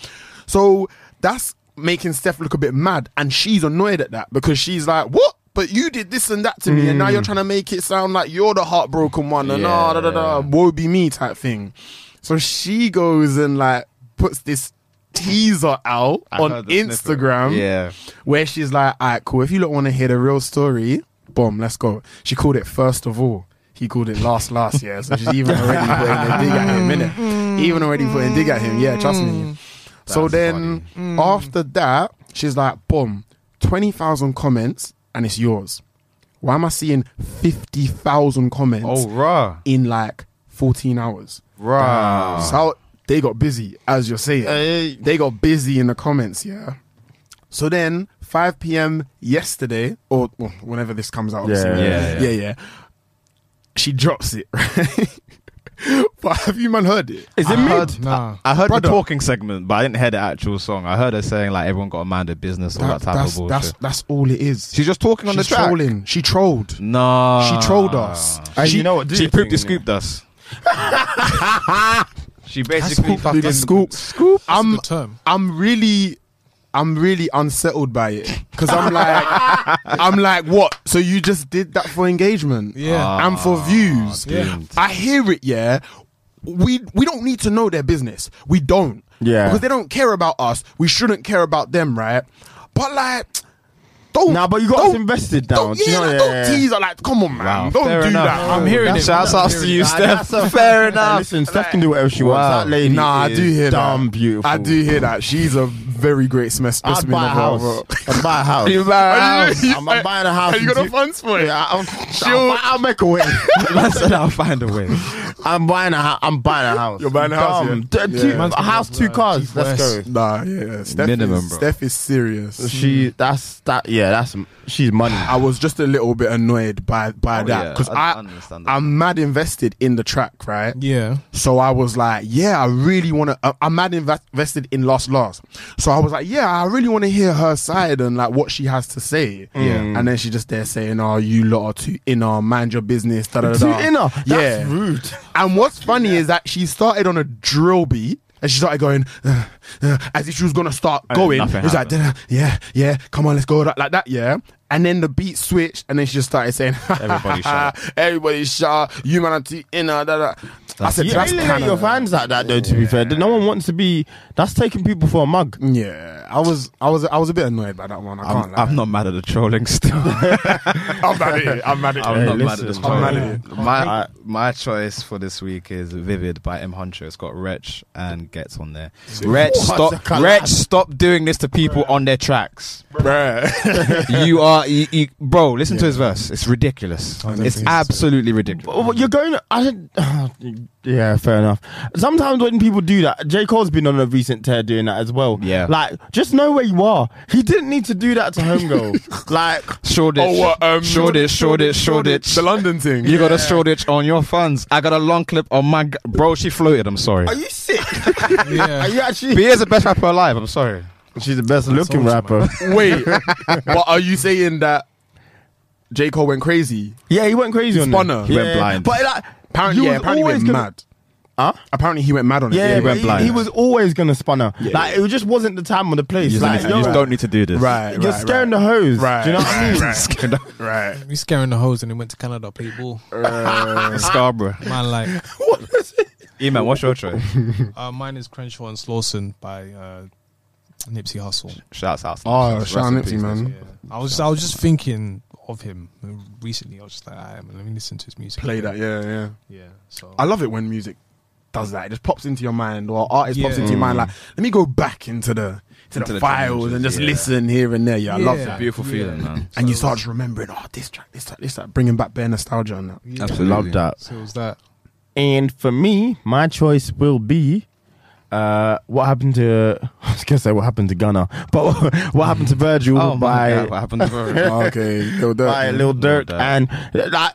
[SPEAKER 5] So that's making Steph look a bit mad, and she's annoyed at that because she's like, "What? But you did this and that to me, and now
[SPEAKER 4] Mm.
[SPEAKER 5] you're trying to make it sound like you're the heartbroken one, and ah, da da da, woe be me type thing." So she goes and like puts this teaser out
[SPEAKER 4] *laughs* I
[SPEAKER 5] on
[SPEAKER 4] heard the snippet.
[SPEAKER 5] Instagram,
[SPEAKER 4] Yeah.
[SPEAKER 5] where she's like, "All right, cool. If you don't want to hear the real story, boom, let's go." She called it first of all. He called it last last year, so she's even already putting a dig at him, innit? Even already putting a dig at him. Yeah, trust me. So then after that, she's like, boom, 20,000 comments and it's yours. Why am I seeing 50,000 comments
[SPEAKER 4] Oh, rah.
[SPEAKER 5] in like 14 hours?
[SPEAKER 4] Rah.
[SPEAKER 5] So how- they got busy, as you're saying. They got busy in the comments, yeah. So then, 5 p.m. yesterday, or well, whenever this comes out, obviously,
[SPEAKER 6] Yeah, yeah,
[SPEAKER 5] yeah, yeah. She drops it, *laughs* right? but have you man heard it?
[SPEAKER 6] Is it
[SPEAKER 4] I
[SPEAKER 6] mid?
[SPEAKER 4] heard, I, I heard
[SPEAKER 5] Brother.
[SPEAKER 4] the talking segment, but I didn't hear the actual song. I heard her saying like everyone got a mind of business, all that,
[SPEAKER 5] That-
[SPEAKER 4] type
[SPEAKER 5] that's,
[SPEAKER 4] of bullshit.
[SPEAKER 5] that's that's all it is.
[SPEAKER 4] She's just talking on
[SPEAKER 5] She's
[SPEAKER 4] the track.
[SPEAKER 5] trolling. She trolled.
[SPEAKER 4] No,
[SPEAKER 5] She trolled us.
[SPEAKER 6] And
[SPEAKER 5] she,
[SPEAKER 6] you know what? Do
[SPEAKER 4] She
[SPEAKER 6] your
[SPEAKER 4] pooped
[SPEAKER 6] thing,
[SPEAKER 4] and scooped us. *laughs* she basically
[SPEAKER 5] scoop,
[SPEAKER 4] fucking
[SPEAKER 5] nigga, scoop, scoop. I'm,
[SPEAKER 7] good term.
[SPEAKER 5] I'm really, I'm really unsettled by it because I'm like, I'm like, what? So you just did that for engagement,
[SPEAKER 7] Yeah.
[SPEAKER 5] and for
[SPEAKER 6] Ah,
[SPEAKER 5] views.
[SPEAKER 4] Yeah. dude.
[SPEAKER 5] I hear it, yeah. We we don't need to know their business. We don't,
[SPEAKER 6] Yeah.
[SPEAKER 5] because they don't care about us. We shouldn't care about them, right? But like. Don't.
[SPEAKER 6] Nah, but you got us invested now.
[SPEAKER 5] Don't, yeah, like, don't tease. her, Like, come on, man. don't do that.
[SPEAKER 6] Shouts out to you, Steph. Fair enough. Listen, Steph can do whatever she wants. That lady
[SPEAKER 5] Nah, I do
[SPEAKER 6] is
[SPEAKER 5] hear that.
[SPEAKER 6] damn beautiful.
[SPEAKER 5] I do hear that. She's a very great smes-
[SPEAKER 6] I'd
[SPEAKER 5] specimen
[SPEAKER 6] buy a
[SPEAKER 5] of our
[SPEAKER 6] house.
[SPEAKER 5] world.
[SPEAKER 6] I'd
[SPEAKER 5] *laughs*
[SPEAKER 6] buy a house.
[SPEAKER 5] You buy a house.
[SPEAKER 6] I'm, I'm buying a house.
[SPEAKER 5] Are *laughs* you got
[SPEAKER 6] in
[SPEAKER 5] the funds for it?
[SPEAKER 6] Yeah, I'll,
[SPEAKER 5] She'll-
[SPEAKER 6] I'll, I'll make a way. Man said I'll find a way. I'm buying a house. I'm buying a house.
[SPEAKER 5] You're buying a house,
[SPEAKER 6] Dumb.
[SPEAKER 5] yeah?
[SPEAKER 6] D-
[SPEAKER 5] Yeah.
[SPEAKER 6] two-
[SPEAKER 5] Man's
[SPEAKER 6] A house, two cars. Let's go.
[SPEAKER 5] Nah, yeah. Steph
[SPEAKER 6] Minimum,
[SPEAKER 5] is,
[SPEAKER 6] bro.
[SPEAKER 5] Steph is serious.
[SPEAKER 6] She. That's that. Yeah. That's. She's money.
[SPEAKER 5] I was just a little bit annoyed by by
[SPEAKER 6] Oh,
[SPEAKER 5] that
[SPEAKER 6] yeah,
[SPEAKER 5] because
[SPEAKER 6] I
[SPEAKER 5] I,
[SPEAKER 6] understand that.
[SPEAKER 5] I'm mad invested in the track, right?
[SPEAKER 7] Yeah.
[SPEAKER 5] So I was like, yeah, I really want to. Uh, I'm mad inve- invested in Lost Lost. So I was like, yeah, I really want to hear her side and like what she has to say.
[SPEAKER 6] Yeah.
[SPEAKER 5] And then she just there saying, "Oh, you lot are too inner. Mind your business." Da, da, da,
[SPEAKER 6] Too
[SPEAKER 5] da."
[SPEAKER 6] inner. That's
[SPEAKER 5] yeah.
[SPEAKER 6] rude.
[SPEAKER 5] And what's funny is that she started on a drill beat. And she started going uh, uh, as if she was gonna start
[SPEAKER 4] Oh,
[SPEAKER 6] And
[SPEAKER 5] going.
[SPEAKER 6] nothing
[SPEAKER 5] It was like,
[SPEAKER 6] happened.
[SPEAKER 5] "Da, da, yeah, yeah, come on, let's go like, like that, yeah. And then the beat switched, and then she just started saying, *laughs*
[SPEAKER 6] Everybody shut
[SPEAKER 5] everybody shut up, you man are too inner." Da, da. I said,
[SPEAKER 6] you
[SPEAKER 5] "That's
[SPEAKER 6] really
[SPEAKER 5] kind
[SPEAKER 6] hate your
[SPEAKER 5] of."
[SPEAKER 6] fans like that, though. To be fair, no one wants to be. That's taking people for a mug.
[SPEAKER 5] Yeah, I was, I was, I was a bit annoyed by that one. I can't.
[SPEAKER 4] I'm,
[SPEAKER 5] lie. *laughs*
[SPEAKER 4] I'm not mad at the trolling still.
[SPEAKER 5] I'm mad at it. I'm mad at it.
[SPEAKER 4] I'm
[SPEAKER 5] Hey,
[SPEAKER 4] not
[SPEAKER 5] listen,
[SPEAKER 4] mad at the
[SPEAKER 5] I'm mad
[SPEAKER 4] trolling.
[SPEAKER 5] at it.
[SPEAKER 4] My my choice for this week is Vivid by M Huncho. It's got Wretch and Gets on there. Wretch,
[SPEAKER 6] What a
[SPEAKER 4] stop!
[SPEAKER 6] collab.
[SPEAKER 4] Wretch, stop doing this to people on their
[SPEAKER 5] *laughs*
[SPEAKER 4] tracks.
[SPEAKER 5] Bruh.
[SPEAKER 4] you are, you, you- bro. Listen to his verse. It's ridiculous.
[SPEAKER 6] don't
[SPEAKER 4] It's
[SPEAKER 6] think so.
[SPEAKER 4] absolutely ridiculous.
[SPEAKER 6] But Oh, you're going. I don't. *sighs* Yeah, fair enough. Sometimes when people do that, J Cole's been on a recent tear doing that as well.
[SPEAKER 4] Yeah.
[SPEAKER 6] like just know where you are. He didn't need to do that to Homegirl. *laughs* like
[SPEAKER 4] Shoreditch,
[SPEAKER 5] Oh, what, um,
[SPEAKER 4] Shoreditch, uh, Shoreditch, *laughs* Shoreditch.
[SPEAKER 5] The London thing.
[SPEAKER 4] You got a Shoreditch on your funds. I got a long clip on my g- bro. She floated. I'm sorry.
[SPEAKER 6] Are you sick?
[SPEAKER 7] *laughs* Yeah.
[SPEAKER 6] Are you actually?
[SPEAKER 4] Bea is the best rapper alive. I'm sorry.
[SPEAKER 6] She's the best looking rapper.
[SPEAKER 5] Wait, *laughs* but are you saying that J Cole went crazy?
[SPEAKER 6] yeah, he went crazy
[SPEAKER 5] He
[SPEAKER 6] on
[SPEAKER 5] spun
[SPEAKER 6] that.
[SPEAKER 5] her.
[SPEAKER 4] He went blind.
[SPEAKER 6] But like,
[SPEAKER 5] Apparently,
[SPEAKER 6] he
[SPEAKER 5] yeah,
[SPEAKER 6] was
[SPEAKER 5] apparently he
[SPEAKER 6] always
[SPEAKER 5] went
[SPEAKER 6] gonna-
[SPEAKER 5] mad.
[SPEAKER 6] Huh?
[SPEAKER 5] Apparently, he went mad on it.
[SPEAKER 6] Yeah,
[SPEAKER 4] he
[SPEAKER 6] but
[SPEAKER 4] went
[SPEAKER 6] he,
[SPEAKER 4] blind.
[SPEAKER 6] he was always gonna spun her. like it just wasn't the time or the place.
[SPEAKER 4] You just,
[SPEAKER 6] like
[SPEAKER 4] need to- you just
[SPEAKER 6] yo, *laughs*
[SPEAKER 4] don't need to do this.
[SPEAKER 5] Right,
[SPEAKER 6] You're
[SPEAKER 5] right,
[SPEAKER 6] scaring
[SPEAKER 5] right.
[SPEAKER 6] the hose.
[SPEAKER 5] Right.
[SPEAKER 6] Do you know what I mean?
[SPEAKER 5] *laughs*
[SPEAKER 4] Scared of-
[SPEAKER 5] Right.
[SPEAKER 7] We scaring the hoes and then went to Canada play ball.
[SPEAKER 4] Scarborough.
[SPEAKER 7] Man, like
[SPEAKER 4] E-man, what's your choice?
[SPEAKER 7] uh, mine is Crenshaw and Slauson by uh, Nipsey Hussle.
[SPEAKER 4] Shouts out.
[SPEAKER 5] Oh, shout out
[SPEAKER 4] Rest in
[SPEAKER 5] Nipsey,
[SPEAKER 4] peace,
[SPEAKER 7] Um,
[SPEAKER 5] man.
[SPEAKER 7] I was I was just thinking of him recently. I was just like, I am. Let me listen to his music.
[SPEAKER 5] Play that, yeah, yeah.
[SPEAKER 7] Yeah. So
[SPEAKER 5] I love it when music does that. It just pops into your mind, or artist pops
[SPEAKER 7] Yeah.
[SPEAKER 5] into your mind. Like, let me go back into the to the,
[SPEAKER 4] Into the
[SPEAKER 5] files and
[SPEAKER 4] trenches,
[SPEAKER 5] just
[SPEAKER 4] yeah.
[SPEAKER 5] listen here and there. Yeah, I love
[SPEAKER 7] Yeah.
[SPEAKER 4] It's a
[SPEAKER 5] that.
[SPEAKER 4] beautiful feeling,
[SPEAKER 5] *laughs*
[SPEAKER 4] man.
[SPEAKER 5] And you start just remembering, oh, this track, this track, this track, bringing back bare nostalgia *laughs* and that.
[SPEAKER 4] Absolutely.
[SPEAKER 6] Love that.
[SPEAKER 7] so it was that.
[SPEAKER 6] And for me, my choice will be uh, what happened to *laughs* I was gonna say what happened to Gunner, but *laughs* what happened to Virgil
[SPEAKER 4] Oh my
[SPEAKER 6] by
[SPEAKER 4] God, what
[SPEAKER 5] *laughs*
[SPEAKER 4] happened to her?
[SPEAKER 5] okay, Lil Durk.
[SPEAKER 6] by Lil Durk
[SPEAKER 4] Durk.
[SPEAKER 6] and like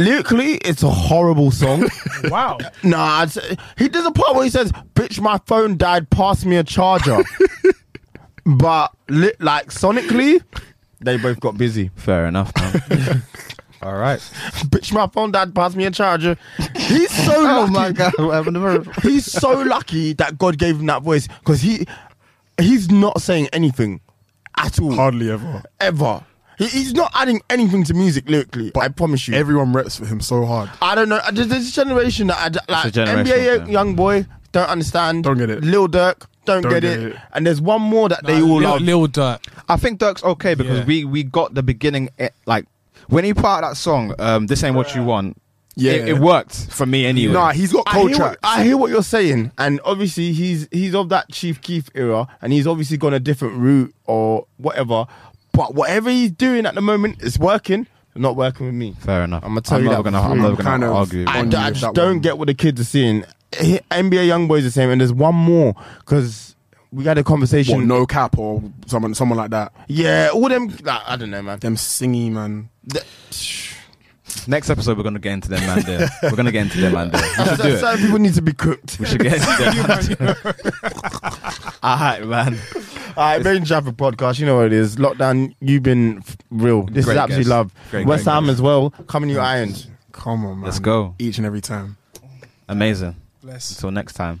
[SPEAKER 6] lyrically, it's a horrible *laughs* song.
[SPEAKER 7] Wow.
[SPEAKER 6] nah, I'd say- he does a part where he says, "Bitch, my phone died. Pass me a *laughs* charger." but li- like sonically, they both got busy.
[SPEAKER 4] Fair enough, man. *laughs* All right.
[SPEAKER 6] *laughs* bitch, my phone died. Pass me a charger. He's so lucky.
[SPEAKER 4] Oh, my God, what happened to Virgil?
[SPEAKER 6] *laughs* He's so lucky that God gave him that voice because he he's not saying anything at all
[SPEAKER 5] Hardly ever.
[SPEAKER 6] ever. He, he's not adding anything to music lyrically. I promise you.
[SPEAKER 5] Everyone reps for him so hard.
[SPEAKER 6] I don't know. I- There's this generation that I d- like.
[SPEAKER 4] a generational
[SPEAKER 6] NBA
[SPEAKER 4] thing.
[SPEAKER 6] young boy don't understand.
[SPEAKER 5] Don't get it.
[SPEAKER 6] Lil Durk don't, get, it. And there's one more that they all
[SPEAKER 7] Lil,
[SPEAKER 6] love.
[SPEAKER 7] Lil Durk.
[SPEAKER 4] I think Dirk's okay because
[SPEAKER 7] Yeah.
[SPEAKER 4] we we got the beginning. eh, Like when he put out that song, um, "This Ain't What You Want."
[SPEAKER 5] Yeah.
[SPEAKER 4] it, it worked for me anyway.
[SPEAKER 5] Nah, he's got
[SPEAKER 6] I
[SPEAKER 5] cold
[SPEAKER 6] hear, what,
[SPEAKER 5] tracks.
[SPEAKER 6] I hear what you're saying, and obviously he's he's of that Chief Keef era, and he's obviously gone a different route or whatever. But whatever he's doing at the moment is working, not working with me.
[SPEAKER 4] Fair enough.
[SPEAKER 6] I'm gonna tell
[SPEAKER 4] I'm
[SPEAKER 6] you
[SPEAKER 4] not
[SPEAKER 6] that.
[SPEAKER 4] gonna- I'm
[SPEAKER 6] for
[SPEAKER 4] not
[SPEAKER 6] free.
[SPEAKER 4] gonna
[SPEAKER 5] Kind of
[SPEAKER 4] argue with
[SPEAKER 6] I,
[SPEAKER 4] you
[SPEAKER 6] d- I
[SPEAKER 5] with
[SPEAKER 6] just
[SPEAKER 5] that
[SPEAKER 6] don't
[SPEAKER 5] one.
[SPEAKER 6] get what the kids are seeing. H- NBA young boys are saying, and there's one more because we had a conversation.
[SPEAKER 5] What, no cap or someone, someone like that.
[SPEAKER 6] Yeah, all them. Like, I don't know, man.
[SPEAKER 5] Them singy man.
[SPEAKER 4] Next episode, we're gonna get into them, man. There, we're gonna get into them, man. There. We should do it.
[SPEAKER 6] Certain people need to
[SPEAKER 4] *laughs*
[SPEAKER 6] be cooked.
[SPEAKER 4] We should get into them.
[SPEAKER 5] *laughs*
[SPEAKER 4] *laughs* All right, man.
[SPEAKER 6] All right, Rain Traffic Podcast, you know what it is. Lockdown, you've been f- real. This
[SPEAKER 4] Great
[SPEAKER 6] is absolute
[SPEAKER 4] guest.
[SPEAKER 6] love.
[SPEAKER 4] Great,
[SPEAKER 6] West
[SPEAKER 4] great
[SPEAKER 6] Ham
[SPEAKER 4] guest.
[SPEAKER 6] as well. Coming you irons.
[SPEAKER 5] Come on, man.
[SPEAKER 4] Let's go.
[SPEAKER 5] Each and every time.
[SPEAKER 4] Amazing.
[SPEAKER 7] Bless.
[SPEAKER 4] Until next time.